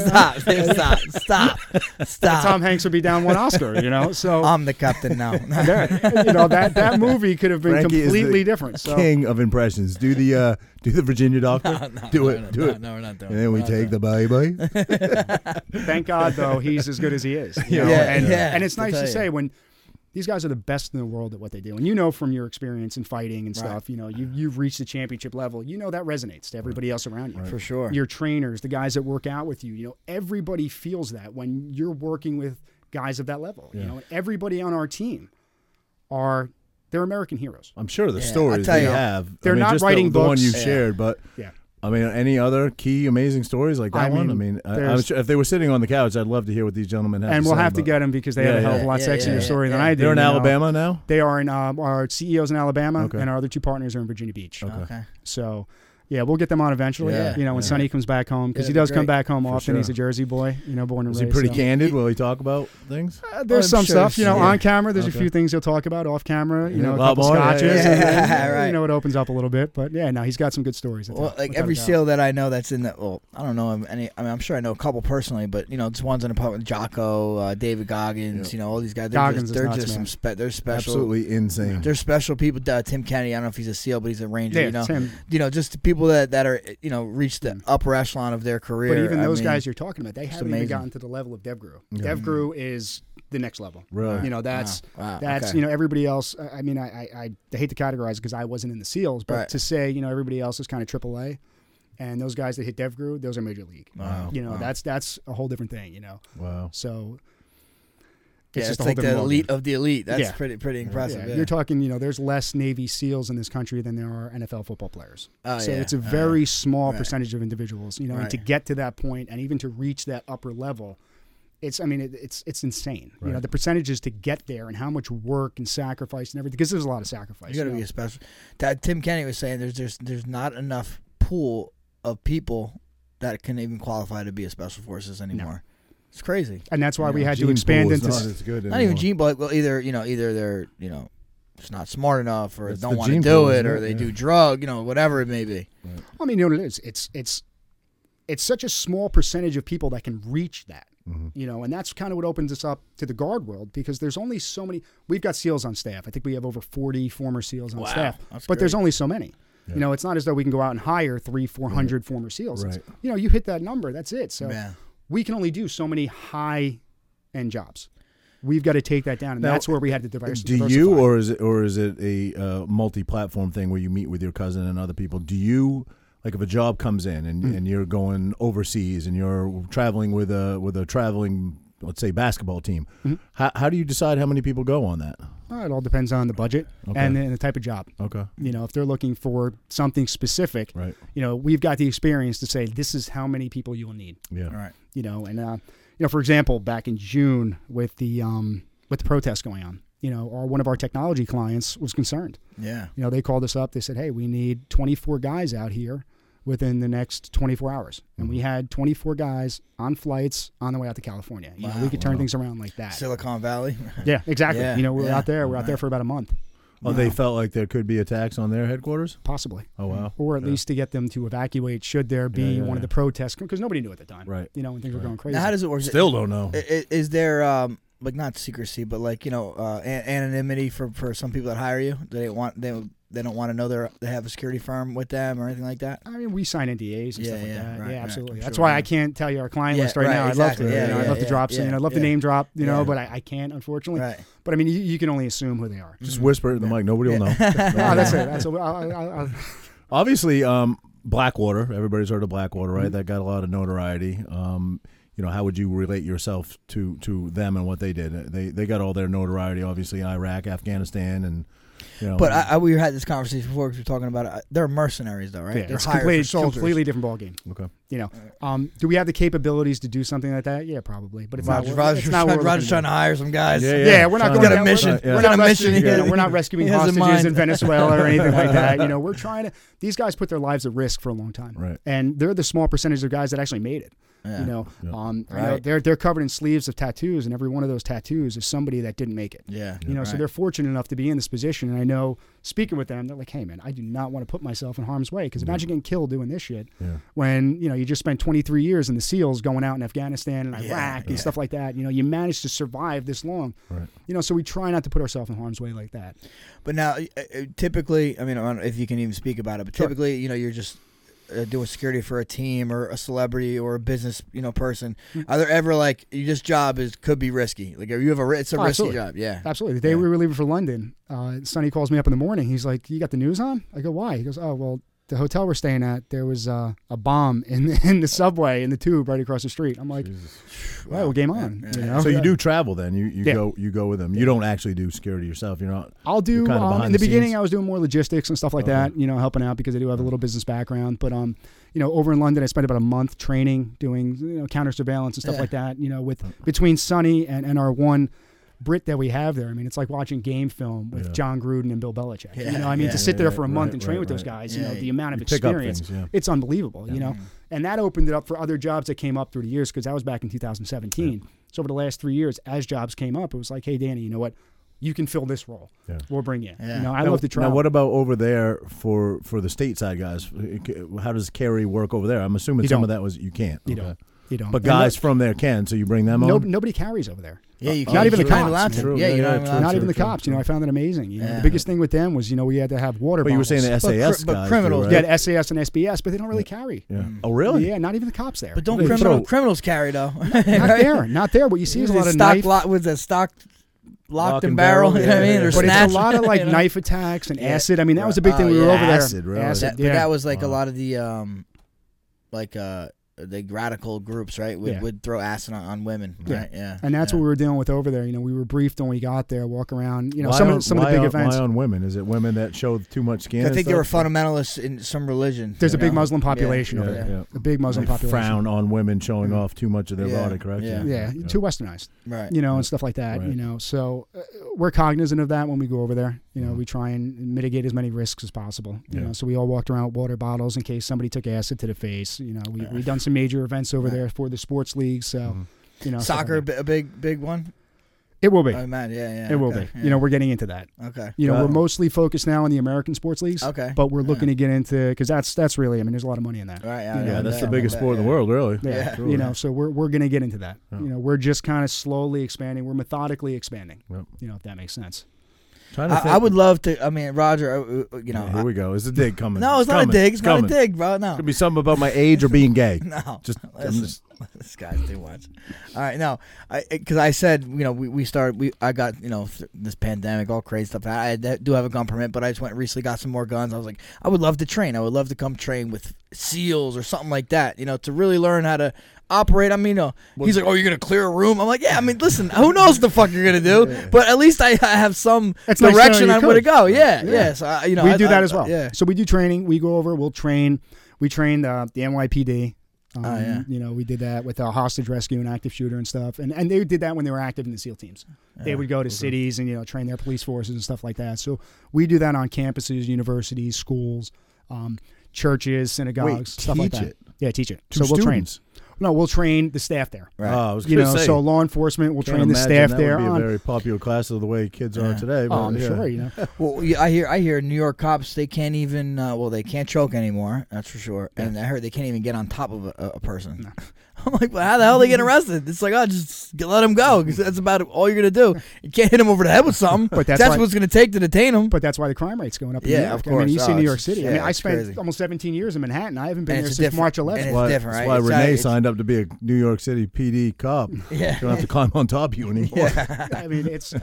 Speaker 2: stop, Dave, stop, stop, stop.
Speaker 3: Tom Hanks would be down one Oscar. You know, so
Speaker 1: Um,
Speaker 2: I'm the captain now.
Speaker 3: that, you know that that movie could have been
Speaker 1: Frankie is the
Speaker 3: completely different. So
Speaker 1: King of impressions. Do the uh, do the Virginia doctor. do
Speaker 2: no,
Speaker 1: it.
Speaker 2: No,
Speaker 1: do
Speaker 2: no,
Speaker 1: it.
Speaker 2: No, we're not doing
Speaker 1: And then we
Speaker 2: it.
Speaker 1: take the bye bye.
Speaker 3: thank God though he's as good as he is. you know?
Speaker 2: Yeah,
Speaker 3: and,
Speaker 2: yeah,
Speaker 3: and it's
Speaker 2: I'll
Speaker 3: nice
Speaker 2: tell
Speaker 3: to
Speaker 2: you.
Speaker 3: say when these guys are the best in the world at what they do, and you know from your experience in fighting and
Speaker 2: Right.
Speaker 3: stuff. You know you you've reached the championship level. You know that resonates to everybody else around you.
Speaker 2: for sure.
Speaker 3: Your trainers, the guys that work out with you, you know everybody feels that when you're working with guys of that level. You know and everybody on our team are they're American heroes.
Speaker 1: I'm sure the
Speaker 2: Yeah, I'll
Speaker 1: stories
Speaker 2: tell
Speaker 1: they
Speaker 2: you.
Speaker 1: have. I
Speaker 3: They're
Speaker 1: mean,
Speaker 3: not
Speaker 1: just
Speaker 3: writing
Speaker 1: the, the one
Speaker 3: books.
Speaker 1: you
Speaker 3: Yeah.
Speaker 1: shared, but
Speaker 3: Yeah.
Speaker 1: I mean, any other key amazing stories like that
Speaker 3: I
Speaker 1: one? I
Speaker 3: mean,
Speaker 1: mean, I, I'm
Speaker 3: there's-
Speaker 1: sure if they were sitting on the couch, I'd love to hear what these gentlemen have.
Speaker 3: and
Speaker 1: to
Speaker 3: we'll
Speaker 1: say
Speaker 3: have to
Speaker 1: about-
Speaker 3: get uh, them because they
Speaker 1: Yeah,
Speaker 3: had a hell of
Speaker 1: yeah.
Speaker 3: a lot
Speaker 2: Yeah,
Speaker 3: sexier
Speaker 2: yeah,
Speaker 3: story than
Speaker 2: yeah.
Speaker 3: I
Speaker 1: it.
Speaker 3: did.
Speaker 1: They're in
Speaker 3: you know.
Speaker 1: Alabama now.
Speaker 3: They are in um, our CEOs in Alabama,
Speaker 1: Okay.
Speaker 3: and our other two partners are in Virginia Beach.
Speaker 2: okay.
Speaker 3: So, yeah, we'll get them on eventually.
Speaker 2: Yeah.
Speaker 3: You know, when
Speaker 1: Yeah.
Speaker 3: Sonny comes back home because
Speaker 2: Yeah,
Speaker 3: he
Speaker 2: that'd
Speaker 3: does
Speaker 2: be
Speaker 3: come
Speaker 2: great.
Speaker 3: back home
Speaker 1: For
Speaker 3: often.
Speaker 1: sure.
Speaker 3: He's a Jersey boy, you know, born and
Speaker 1: Is he
Speaker 3: raised.
Speaker 1: pretty
Speaker 3: so-
Speaker 1: candid? Will he talk about things?
Speaker 3: Uh, there's
Speaker 2: I'm
Speaker 3: some
Speaker 2: sure
Speaker 3: stuff, you know,
Speaker 2: he's-
Speaker 3: on camera. There's
Speaker 1: Okay.
Speaker 3: a few things he'll talk about off camera. You
Speaker 1: Yeah,
Speaker 3: know,
Speaker 1: a
Speaker 3: a
Speaker 1: lot
Speaker 3: couple
Speaker 1: more, yeah,
Speaker 3: scotches.
Speaker 1: yeah,
Speaker 3: and
Speaker 2: yeah,
Speaker 3: then,
Speaker 2: yeah, right.
Speaker 3: You know, it opens up a little bit, but yeah, no, he's got some good stories.
Speaker 2: Well, like every
Speaker 3: seal.
Speaker 2: seal that I know that's in the well, I don't know of any. I mean, I'm sure I know a couple personally, but you know, it's ones in the public. Jocko, uh, David Goggins, you know, all these guys. They're
Speaker 3: Goggins
Speaker 2: just,
Speaker 3: is
Speaker 2: they're
Speaker 3: nuts,
Speaker 2: just some
Speaker 3: man.
Speaker 2: spe- they're special.
Speaker 1: Absolutely insane.
Speaker 2: They're special people. Uh, Tim Kennedy, I don't know if he's a seal, but he's a ranger.
Speaker 3: Yeah,
Speaker 2: you know,
Speaker 3: it's him.
Speaker 2: you know, just people that that are you know reach the upper echelon of their career.
Speaker 3: But even
Speaker 2: I
Speaker 3: those
Speaker 2: mean,
Speaker 3: guys you're talking about, they haven't
Speaker 2: amazing. Mm-hmm.
Speaker 3: even gotten to the level of DevGru. DevGru is the next level.
Speaker 1: Really?
Speaker 3: You know, that's
Speaker 2: Wow. Wow.
Speaker 3: that's
Speaker 2: Okay.
Speaker 3: you know everybody else. I- I mean, I I, I hate to categorize because I wasn't in the SEALs, but
Speaker 2: Right.
Speaker 3: to say you know everybody else is kind of AAA, and those guys that hit DevGru, those are major league.
Speaker 2: Wow.
Speaker 3: You know,
Speaker 2: Wow.
Speaker 3: that's that's a whole different thing. You know,
Speaker 1: wow.
Speaker 3: so
Speaker 2: yeah, it's
Speaker 3: just a whole
Speaker 2: like the
Speaker 3: different
Speaker 2: elite of the elite. That's
Speaker 3: Yeah.
Speaker 2: pretty pretty
Speaker 3: yeah,
Speaker 2: impressive. Yeah,
Speaker 3: you're talking. You know, there's less Navy SEALs in this country than there are NFL football players.
Speaker 2: Oh,
Speaker 3: so
Speaker 2: yeah.
Speaker 3: it's a
Speaker 2: Oh, yeah.
Speaker 3: very small
Speaker 2: Right.
Speaker 3: percentage of individuals. You know, and to
Speaker 2: Right.
Speaker 3: get to that point, and even to reach that upper level. It's, I mean, it, it's it's insane. You know,
Speaker 1: Right.
Speaker 3: the percentages to get there and how much work and sacrifice and everything. Because there's a lot of sacrifice.
Speaker 2: You got to
Speaker 3: know?
Speaker 2: be a special. That Tim Kennedy was saying there's there's there's not enough pool of people that can even qualify to be a special forces anymore. It's crazy.
Speaker 3: and that's why we
Speaker 1: Yeah,
Speaker 3: had
Speaker 1: gene
Speaker 3: to expand
Speaker 1: pool is
Speaker 3: into
Speaker 1: not as good
Speaker 2: Not even
Speaker 1: anymore.
Speaker 2: gene, but well, either you know either they're you know just not smart enough or
Speaker 1: It's
Speaker 2: don't
Speaker 1: the
Speaker 2: want to
Speaker 1: gene
Speaker 2: do
Speaker 1: pool,
Speaker 2: it
Speaker 1: isn't
Speaker 2: or
Speaker 1: it?
Speaker 2: they
Speaker 1: Yeah.
Speaker 2: do drug, you know whatever it may be.
Speaker 3: I mean, you know what it is? It's it's it's such a small percentage of people that can reach that.
Speaker 1: Mm-hmm.
Speaker 3: You know, and that's kind of what opens us up to the guard world because there's only so many. We've got SEALs on staff. I think we have over 40 former SEALs on
Speaker 2: Wow,
Speaker 3: staff,
Speaker 2: that's
Speaker 3: but there's
Speaker 2: great.
Speaker 3: only so many. You know, it's not as though we can go out and hire three, 400 former SEALs. It's-
Speaker 1: Right.
Speaker 3: You know, you hit that number, that's it. So
Speaker 2: Yeah.
Speaker 3: we can only do so many high end jobs. We've got to take that down, and
Speaker 1: Now,
Speaker 3: that's where we had to divers-
Speaker 1: do
Speaker 3: diversify.
Speaker 1: you or is it or is it a uh, multi-platform thing where you meet with your cousin and other people do you like if a job comes in and, and you're going overseas and you're traveling with a with a traveling let's say basketball team how, how do you decide how many people go on that
Speaker 3: Uh, it all depends on the budget
Speaker 1: Okay.
Speaker 3: and, and the type of job.
Speaker 1: okay
Speaker 3: You know, if they're looking for something specific,
Speaker 1: right
Speaker 3: you know, we've got the experience to say this is how many people you will need.
Speaker 1: yeah
Speaker 2: All right.
Speaker 3: You know, and uh, you know, for example, back in June with the um, with the protests going on, you know, our one of our technology clients was concerned.
Speaker 2: Yeah.
Speaker 3: You know, they called us up. They said, "Hey, we need 24 guys out here within the next 24 hours," and
Speaker 2: Mm-hmm.
Speaker 3: we had 24 guys on flights on the way out to California. You know, we could turn things around like that.
Speaker 2: Silicon Valley.
Speaker 3: yeah, exactly.
Speaker 2: Yeah,
Speaker 3: you know, we were
Speaker 2: yeah,
Speaker 3: out there. We We're out there
Speaker 2: right.
Speaker 3: for about a month,
Speaker 1: oh they felt like there could be attacks on their headquarters
Speaker 3: possibly.
Speaker 1: oh wow
Speaker 3: Or at
Speaker 1: Yeah.
Speaker 3: least to get them to evacuate should there be
Speaker 1: Yeah, yeah,
Speaker 3: one
Speaker 1: yeah.
Speaker 3: of the protests, because nobody knew at the time.
Speaker 1: Right.
Speaker 3: You know, when things were going crazy.
Speaker 2: now, how does it work? Is it-
Speaker 1: still don't know
Speaker 2: I- i- Is there um like not secrecy, but like you know uh, an- anonymity for for some people that hire you? They want they they don't want to know they they have a security firm with them or anything like that.
Speaker 3: I mean, we sign NDAs and
Speaker 2: Yeah,
Speaker 3: stuff like
Speaker 2: yeah,
Speaker 3: that.
Speaker 2: right,
Speaker 3: yeah,
Speaker 2: right.
Speaker 3: absolutely.
Speaker 2: I'm
Speaker 3: That's
Speaker 2: sure,
Speaker 3: why
Speaker 2: yeah.
Speaker 3: I can't tell you our client
Speaker 2: Yeah,
Speaker 3: list right,
Speaker 2: right,
Speaker 3: now.
Speaker 2: exactly.
Speaker 3: I'd love to.
Speaker 2: Yeah,
Speaker 3: you know, I'd
Speaker 2: yeah,
Speaker 3: love
Speaker 2: yeah,
Speaker 3: to drop some.
Speaker 2: yeah,
Speaker 3: I'd love
Speaker 2: yeah.
Speaker 3: to name drop. You know,
Speaker 2: Yeah.
Speaker 3: but I, I can't unfortunately.
Speaker 2: Right.
Speaker 3: But I mean, you, you can only assume who they are. Oh,
Speaker 1: just whisper it in the mic nobody will know
Speaker 3: Ah, that's it. That's a, I'll, I'll, I'll,
Speaker 1: obviously, um, Blackwater. Everybody's heard of Blackwater,
Speaker 3: Mm-hmm.
Speaker 1: right? That got a lot of notoriety. Um, you know, how would you relate yourself to to them and what they did? They they got all their notoriety, obviously, in Iraq, Afghanistan, and you know.
Speaker 2: But
Speaker 3: Oh,
Speaker 2: I, I, we had this conversation before because we were talking about it. They're mercenaries, though, right?
Speaker 3: Yeah,
Speaker 2: They're
Speaker 3: it's
Speaker 2: hired
Speaker 3: completely,
Speaker 2: for soldiers.
Speaker 3: completely different ballgame.
Speaker 1: okay.
Speaker 3: You know, um, do we have the capabilities to do something like that? Yeah, probably. But it's
Speaker 2: Roger,
Speaker 3: not.
Speaker 2: Roger's,
Speaker 3: it's not what we're
Speaker 2: Roger's
Speaker 3: looking
Speaker 2: trying to
Speaker 3: at.
Speaker 2: hire some guys.
Speaker 1: Yeah, yeah.
Speaker 3: Yeah, we're not
Speaker 1: Trying to-
Speaker 3: going
Speaker 2: got a
Speaker 3: down-
Speaker 2: mission.
Speaker 3: We're not,
Speaker 1: Yeah.
Speaker 3: we're
Speaker 2: Got
Speaker 3: not
Speaker 2: a mission
Speaker 3: rescuing,
Speaker 2: here.
Speaker 3: yeah, we're not rescuing
Speaker 2: He has a
Speaker 3: hostages
Speaker 2: mind.
Speaker 3: in Venezuela or anything like that. You know, we're trying to. These guys put their lives at risk for a long time,
Speaker 1: Right.
Speaker 3: And they're the small percentage of guys that actually made it. You know, um, I know
Speaker 2: Right.
Speaker 3: they're they're covered in sleeves of tattoos, and every one of those tattoos is somebody that didn't make it.
Speaker 2: Yeah.
Speaker 3: You know, so they're fortunate enough to be in this position. And I know speaking with them, they're like, hey, man, I do not want to put myself in harm's way because imagine getting killed doing this shit
Speaker 1: Yeah.
Speaker 3: when, you know, you just spent 23 years in the SEALs going out in Afghanistan and Iraq
Speaker 2: yeah.
Speaker 3: and stuff like that. You know, you managed to survive this long.
Speaker 1: Right.
Speaker 3: You know, so we try not to put ourselves in harm's way like that.
Speaker 2: But now, uh, uh, typically, I mean, I don't know if you can even speak about it, but typically, you know, you're just uh, doing security for a team or a celebrity or a business, you know, person.
Speaker 3: Hmm.
Speaker 2: Are there ever like you- this job is could be risky? Like, are you have a ri- it's a
Speaker 3: Oh,
Speaker 2: risky
Speaker 3: absolutely.
Speaker 2: job? Yeah.
Speaker 3: Absolutely. The day
Speaker 2: Yeah.
Speaker 3: we were leaving for London, uh, Sonny calls me up in the morning. He's like, you got the news on? I go, why? He goes, oh, well, the hotel we're staying at, there was uh, a bomb in the, in the subway, in the tube right across the street. I'm like, well, well, game on.
Speaker 2: Yeah,
Speaker 3: you
Speaker 2: yeah.
Speaker 3: know?
Speaker 1: So you do travel then. You you
Speaker 3: Yeah.
Speaker 1: go you go with them. You don't actually do security yourself. You're not.
Speaker 3: I'll do
Speaker 1: You're kind of
Speaker 3: um, in
Speaker 1: behind
Speaker 3: the,
Speaker 1: the
Speaker 3: beginning.
Speaker 1: scenes.
Speaker 3: I was doing more logistics and stuff like
Speaker 1: Okay.
Speaker 3: that, you know, helping out because I do have a little business background. But um, you know, over in London, I spent about a month training, doing you know counter surveillance and stuff
Speaker 2: Yeah.
Speaker 3: like that. You know, with between Sonny and, and our one Brit that we have there. I mean, it's like watching game film with
Speaker 1: Yeah.
Speaker 3: John Gruden and Bill Belichick.
Speaker 2: Yeah,
Speaker 3: you know, I mean,
Speaker 2: yeah,
Speaker 3: to sit
Speaker 1: yeah,
Speaker 3: there
Speaker 1: yeah,
Speaker 3: for a month
Speaker 1: right,
Speaker 3: and train
Speaker 1: right,
Speaker 3: with those
Speaker 1: right.
Speaker 3: guys,
Speaker 2: Yeah,
Speaker 3: you know, the
Speaker 2: you-
Speaker 3: amount of
Speaker 1: You pick up
Speaker 3: experience.
Speaker 1: things. Yeah. Mm.
Speaker 3: It's unbelievable, you know. And that opened it up for other jobs that came up through the years because that was back in 2017. So over the last three years, as jobs came up, it was like, hey, Danny, you know what? You can fill this role.
Speaker 1: Yeah.
Speaker 3: We'll bring you.
Speaker 2: Yeah.
Speaker 3: You know, I
Speaker 1: now,
Speaker 3: love to travel.
Speaker 1: Now, what about over there for for the stateside guys? How does carry work over there? I'm assuming
Speaker 3: You
Speaker 1: some
Speaker 3: don't.
Speaker 1: of that was you can't.
Speaker 3: You
Speaker 1: okay.
Speaker 3: don't. You don't.
Speaker 1: But
Speaker 3: And no-
Speaker 1: guys from there can, so you bring them
Speaker 3: no,
Speaker 1: on.
Speaker 3: nobody carries over there.
Speaker 2: Yeah, you
Speaker 3: Oh, Not even the
Speaker 2: you're not
Speaker 3: cops,
Speaker 2: allowed
Speaker 3: man.
Speaker 2: to.
Speaker 1: True,
Speaker 2: Yeah,
Speaker 1: yeah,
Speaker 2: you're not
Speaker 1: yeah,
Speaker 2: even
Speaker 1: true,
Speaker 2: allowed
Speaker 1: true.
Speaker 3: Not
Speaker 2: to.
Speaker 3: even the cops. You know, I found that amazing. You know,
Speaker 2: Yeah.
Speaker 3: The biggest thing with them was, you know, we had to have water
Speaker 1: but you were saying the
Speaker 3: bottles.
Speaker 2: But cri-
Speaker 1: SAS
Speaker 2: but
Speaker 1: guys,
Speaker 2: criminals
Speaker 1: too,
Speaker 2: that-
Speaker 1: right?
Speaker 3: yeah, SAS and SBS, but they don't really carry.
Speaker 1: Yeah. Oh, really?
Speaker 3: Yeah, not even the cops there.
Speaker 2: But don't
Speaker 1: They
Speaker 2: criminal,
Speaker 1: throw-
Speaker 2: criminals carry though?
Speaker 3: not there. Not there. What you see is a lot of
Speaker 2: stock
Speaker 3: knife.
Speaker 2: lot with the stock locked
Speaker 1: Lock
Speaker 2: and
Speaker 1: and
Speaker 2: barrel.
Speaker 1: barrel,
Speaker 2: you know what I
Speaker 1: yeah,
Speaker 2: mean?
Speaker 1: yeah,
Speaker 2: Or
Speaker 1: yeah.
Speaker 3: but it's a
Speaker 2: snatch.
Speaker 3: lot of like
Speaker 2: you know?
Speaker 3: knife attacks and
Speaker 2: Yeah.
Speaker 3: acid. I mean, that was a big
Speaker 1: Oh,
Speaker 3: thing. We were
Speaker 2: yeah.
Speaker 3: over there.
Speaker 1: Acid, really.
Speaker 3: Acid,
Speaker 2: That,
Speaker 3: yeah.
Speaker 2: But that was like a
Speaker 1: Wow.
Speaker 2: lot of the um, like uh, the radical groups, right? Would
Speaker 3: Yeah.
Speaker 2: would throw acid on, on women,
Speaker 3: Yeah.
Speaker 2: right? Yeah,
Speaker 3: and that's
Speaker 2: yeah.
Speaker 3: what we were dealing with over there. You know, we were briefed when we got there. Walk around. You know,
Speaker 1: Why
Speaker 3: some
Speaker 1: on-
Speaker 3: of, some of the
Speaker 1: why
Speaker 3: big
Speaker 1: on-
Speaker 3: events.
Speaker 1: Why on women? Is it women that showed too much skin?
Speaker 2: I
Speaker 1: and
Speaker 2: think they were
Speaker 1: stuff?
Speaker 2: fundamentalists in some religion.
Speaker 3: There's a
Speaker 2: you
Speaker 3: big
Speaker 2: know?
Speaker 3: Muslim
Speaker 2: Yeah.
Speaker 3: population over
Speaker 1: Yeah,
Speaker 3: there.
Speaker 1: yeah.
Speaker 3: A big Muslim
Speaker 1: They
Speaker 3: population. Mm.
Speaker 1: frown on women showing off too much of their
Speaker 2: Yeah,
Speaker 1: body, correct?
Speaker 2: yeah.
Speaker 3: Yeah, too westernized.
Speaker 2: Right.
Speaker 3: you know, and stuff like that. You
Speaker 1: Right.
Speaker 3: know, so uh, we're cognizant of that when we go over there. You know, we try and mitigate as many risks as possible. You
Speaker 1: Yeah.
Speaker 3: know, so we all walked around with water bottles in case somebody took acid to the face. You know, we we done some major events over there for the sports league. So,
Speaker 1: Mm-hmm.
Speaker 3: you know, stuff like
Speaker 2: Soccer,
Speaker 3: that.
Speaker 2: bi- a big big one.
Speaker 3: It will be.
Speaker 2: Oh man, yeah, yeah.
Speaker 3: it will
Speaker 2: okay,
Speaker 3: be.
Speaker 2: Yeah.
Speaker 3: You know, we're getting into that.
Speaker 2: Okay.
Speaker 3: You know,
Speaker 1: Wow.
Speaker 3: we're mostly focused now on the American sports leagues.
Speaker 2: Okay.
Speaker 3: But we're looking to get into because that's that's really. I mean, there's a lot of money in that.
Speaker 2: Right.
Speaker 3: you
Speaker 1: Yeah,
Speaker 3: know,
Speaker 1: that's the
Speaker 3: yeah.
Speaker 1: biggest sport in the world, really.
Speaker 3: Yeah,
Speaker 2: Yeah.
Speaker 1: Sure.
Speaker 3: you know, so we're we're gonna get into that.
Speaker 1: Yeah.
Speaker 3: You know, we're just kind of slowly expanding. We're methodically expanding.
Speaker 1: Yep.
Speaker 3: You know, if that makes sense.
Speaker 1: Trying to
Speaker 2: I,
Speaker 1: think.
Speaker 2: I would love to. I mean, Roger. uh, uh, You know.
Speaker 1: Yeah, Here
Speaker 2: I-
Speaker 1: we go. It's a dig coming.
Speaker 2: no, it's not a
Speaker 1: coming.
Speaker 2: dig. It's not a
Speaker 1: coming.
Speaker 2: dig, bro. No.
Speaker 1: Could be something about my age or being gay.
Speaker 2: No.
Speaker 1: Just, I'm
Speaker 2: Listen.
Speaker 1: just
Speaker 2: this guy's too much. All right, no, because I, said you know we, we started we I got you know th- this pandemic all crazy stuff. I, I do have a gun permit, but I just went recently got some more guns. I was like, I would love to train. I would love to come train with seals or something like that. You know, to really learn how to operate. I mean, you know, he's like, oh, you're gonna clear a room. I'm like, yeah. I mean, listen, who knows what the fuck you're gonna do? But at least I, I have some
Speaker 3: It's nice to know
Speaker 2: direction
Speaker 3: you
Speaker 2: on where to
Speaker 3: could.
Speaker 2: go. Yeah, yeah.
Speaker 3: Yeah.
Speaker 2: So I, you know,
Speaker 3: we
Speaker 2: I-
Speaker 3: do that
Speaker 2: I-
Speaker 3: as well.
Speaker 2: Yeah.
Speaker 3: So we do training. We go over. We'll train. We trained uh, the NYPD. Um,
Speaker 2: Oh, yeah.
Speaker 3: You know, we did that with uh, hostage rescue and active shooter and stuff. And and they did that when they were active in the SEAL teams. They would go to cities and you know train their police forces and stuff like that. So we do that on campuses, universities, schools, um, churches, synagogues, stuff like
Speaker 1: teach
Speaker 3: that.
Speaker 1: it?
Speaker 3: Yeah, teach it.
Speaker 1: To
Speaker 3: so we'll
Speaker 1: students?
Speaker 3: train. No, we'll train the staff there.
Speaker 2: Right.
Speaker 1: Oh, I was
Speaker 3: You
Speaker 1: gonna
Speaker 3: know,
Speaker 1: say,
Speaker 3: so law enforcement will
Speaker 1: can't
Speaker 3: train the
Speaker 1: imagine
Speaker 3: staff
Speaker 1: that
Speaker 3: there
Speaker 1: Would be
Speaker 3: on.
Speaker 1: a very popular class of the way kids are today. But
Speaker 3: oh, I'm
Speaker 1: yeah.
Speaker 3: sure. You know.
Speaker 2: Well, yeah, I hear I hear New York cops they can't even uh, well they can't choke anymore. That's for sure. And I heard they can't even get on top of a, a- a person. I'm like, well, how the hell they get arrested? It's like, oh, just Get- Let him go 'cause that's about all you're gonna do. You can't hit him over the head with something.
Speaker 3: But that's why-
Speaker 2: what it's gonna take to detain him.
Speaker 3: But that's why the crime rate's going up. in
Speaker 2: Yeah,
Speaker 3: New York.
Speaker 2: of
Speaker 3: I mean,
Speaker 2: course.
Speaker 3: you see
Speaker 2: Oh,
Speaker 3: New
Speaker 2: it's-
Speaker 3: York City. I mean,
Speaker 2: yeah,
Speaker 3: I
Speaker 2: it's
Speaker 3: spent
Speaker 2: crazy.
Speaker 3: almost 17 years in Manhattan. I haven't been
Speaker 2: And
Speaker 3: there
Speaker 2: it's
Speaker 3: since
Speaker 2: different-
Speaker 3: March
Speaker 2: and
Speaker 3: 11th.
Speaker 2: it's
Speaker 1: Why-
Speaker 2: different,
Speaker 1: That's
Speaker 2: right?
Speaker 1: why
Speaker 2: It's-
Speaker 1: Renee
Speaker 2: it's-
Speaker 1: signed up to be a New York City PD cop.
Speaker 2: Yeah.
Speaker 1: She don't have to climb on top of you anymore.
Speaker 2: yeah.
Speaker 3: I mean, it's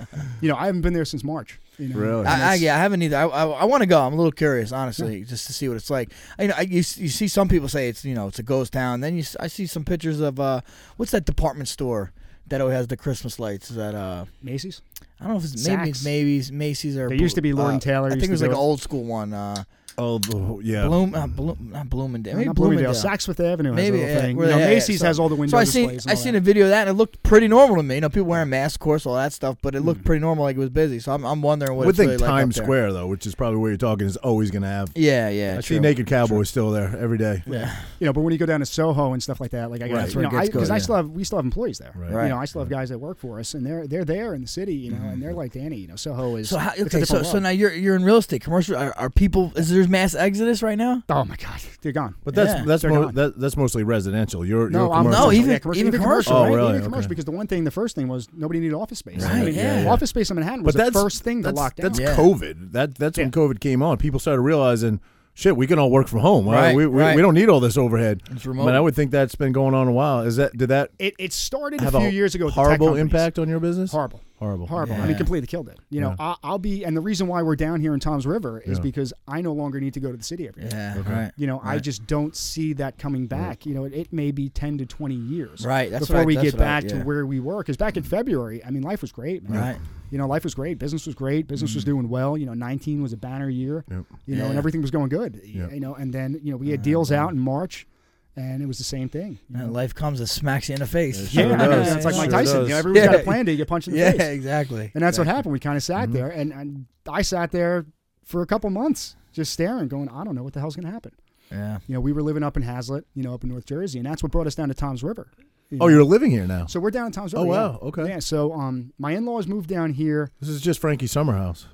Speaker 3: you know I haven't been there since March. You know?
Speaker 1: Really?
Speaker 3: And
Speaker 2: I, I,
Speaker 3: it's-
Speaker 2: yeah, I haven't either. I, I, I want to go. I'm a little curious, honestly, just to see what it's like. I, you know, I, you, s- you see some people say it's you know it's a ghost town. Then you, s- I see some pictures of uh, what's that department store that always has the Christmas lights? Is that uh,
Speaker 3: Macy's.
Speaker 2: I don't know if it's maybe it's
Speaker 3: Saks.
Speaker 2: Macy's, Macy's or
Speaker 3: There used to be Lord
Speaker 2: uh,
Speaker 3: and Taylor
Speaker 2: I think
Speaker 3: used
Speaker 2: it was
Speaker 3: to
Speaker 2: like
Speaker 3: do
Speaker 2: an
Speaker 3: it.
Speaker 2: old school one. Uh,
Speaker 1: Oh, the- yeah.
Speaker 2: Bloom, uh, Bloom, not Bloomingdale, maybe
Speaker 3: Not
Speaker 2: Bloomingdale.
Speaker 3: Bloomingdale. Saks Fifth Avenue
Speaker 2: Maybe,
Speaker 3: has
Speaker 2: yeah,
Speaker 3: a little thing.
Speaker 2: where
Speaker 3: You know,
Speaker 2: they- yeah,
Speaker 3: Macy's
Speaker 2: so-
Speaker 3: has all the window
Speaker 2: So I seen
Speaker 3: displays. and
Speaker 2: I
Speaker 3: all
Speaker 2: seen
Speaker 3: that.
Speaker 2: a video of that and it looked pretty normal to me. You know, people wearing masks, of course, all that stuff, but it
Speaker 3: Hmm.
Speaker 2: looked pretty normal, like it was busy. So I'm, I'm wondering what
Speaker 1: would
Speaker 2: it's
Speaker 1: think
Speaker 2: really like up
Speaker 1: Times
Speaker 2: there.
Speaker 1: Square though, which is probably where you're talking, is always going to have.
Speaker 2: Yeah, yeah.
Speaker 1: I
Speaker 2: true.
Speaker 1: see naked cowboys still there every day.
Speaker 3: Yeah. you know, but when you go down to Soho and stuff like that, like I
Speaker 1: Right.
Speaker 3: got
Speaker 1: That's
Speaker 3: you
Speaker 2: where
Speaker 3: know,
Speaker 2: it gets
Speaker 3: I, because
Speaker 2: good,
Speaker 3: I
Speaker 2: yeah.
Speaker 3: still have we still have employees there.
Speaker 1: Right.
Speaker 2: Right.
Speaker 3: You know, I still have guys that work for us, and they're they're there in the city. You know, and they're like Danny. You know, Soho is
Speaker 2: So how,
Speaker 3: it's a
Speaker 2: okay, so,
Speaker 3: different
Speaker 2: so
Speaker 3: world.
Speaker 2: now you're you're in real estate, commercial. Are, are people? Is there mass exodus right now?
Speaker 3: Oh my God, they're gone.
Speaker 1: But that's
Speaker 2: Yeah.
Speaker 1: that's
Speaker 3: They're
Speaker 1: more,
Speaker 3: not.
Speaker 1: that, that's mostly residential. You're,
Speaker 3: No,
Speaker 1: you're
Speaker 3: I'm
Speaker 1: commercial.
Speaker 2: No, even-
Speaker 3: yeah, commercial,
Speaker 2: even commercial.
Speaker 1: Oh,
Speaker 3: right?
Speaker 1: really?
Speaker 3: Even commercial,
Speaker 1: Okay.
Speaker 3: because the one thing, the first thing was nobody needed office space.
Speaker 2: Right,
Speaker 3: I mean,
Speaker 2: yeah,
Speaker 1: yeah.
Speaker 3: office space in Manhattan was
Speaker 1: But
Speaker 3: the
Speaker 1: that's-
Speaker 3: first thing to
Speaker 1: that's,
Speaker 3: lock down.
Speaker 1: That's
Speaker 2: Yeah.
Speaker 1: COVID. That that's when
Speaker 3: Yeah.
Speaker 1: COVID came on. People started realizing, shit, we can all work from home. Wow,
Speaker 2: Right,
Speaker 1: we, we,
Speaker 2: right.
Speaker 1: we don't need all this overhead.
Speaker 2: It's
Speaker 1: I
Speaker 2: remote.
Speaker 1: mean, I would think that's been going on a while. Is that did that
Speaker 3: it, it started a
Speaker 1: have
Speaker 3: few years ago. with the tech
Speaker 1: horrible
Speaker 3: companies.
Speaker 1: impact on your business?
Speaker 3: Horrible.
Speaker 1: Horrible.
Speaker 3: Horrible. I
Speaker 2: Yeah.
Speaker 3: mean, completely killed it. You know, I, I'll be, and the reason why we're down here in Tom's River is
Speaker 1: Yeah.
Speaker 3: because I no longer need to go to the city every day.
Speaker 2: yeah, right.
Speaker 3: You know, I
Speaker 2: Right. Mm.
Speaker 3: just don't see that coming back. You know, it, it may be 10 to 20 years
Speaker 2: Right, that's what
Speaker 3: before
Speaker 2: I-
Speaker 3: we
Speaker 2: that's
Speaker 3: get
Speaker 2: what I-
Speaker 3: back to
Speaker 2: yeah. Mm.
Speaker 3: where we were. Because back in February, I mean, life was great, man.
Speaker 2: Right. Mm.
Speaker 3: You know, life was great. Business was great. Business was doing well. You know, 19 was a banner year.
Speaker 1: Yep.
Speaker 3: You know,
Speaker 2: Yeah.
Speaker 3: and everything was going good.
Speaker 1: Yeah.
Speaker 3: You know, and then, you know, we had deals out in March, and it was the same thing. you know.
Speaker 2: And life comes and smacks you in the face.
Speaker 1: sure
Speaker 3: yeah, I know,
Speaker 1: does.
Speaker 3: it's like
Speaker 1: Sure
Speaker 3: Mike Tyson. You
Speaker 1: does.
Speaker 3: know, everyone's got
Speaker 2: Yeah.
Speaker 3: a plan to get punched in the
Speaker 2: Yeah,
Speaker 3: face.
Speaker 2: exactly.
Speaker 3: And
Speaker 2: exactly. Mm-hmm.
Speaker 3: that's what happened. We kind of sat there, and, and I sat there for a couple months, just staring, going, I don't know what the hell's going to happen.
Speaker 2: Yeah.
Speaker 3: You know, we were living up in Hazlet, you know, up in North Jersey, and that's what brought us down to Tom's River. you
Speaker 1: Oh,
Speaker 3: know.
Speaker 1: you're living here now.
Speaker 3: so we're down in Tom's
Speaker 1: Oh,
Speaker 3: River. yeah.
Speaker 1: wow. Okay.
Speaker 3: Yeah. So um, my in-laws moved down here.
Speaker 1: This is just Frankie Summerhouse.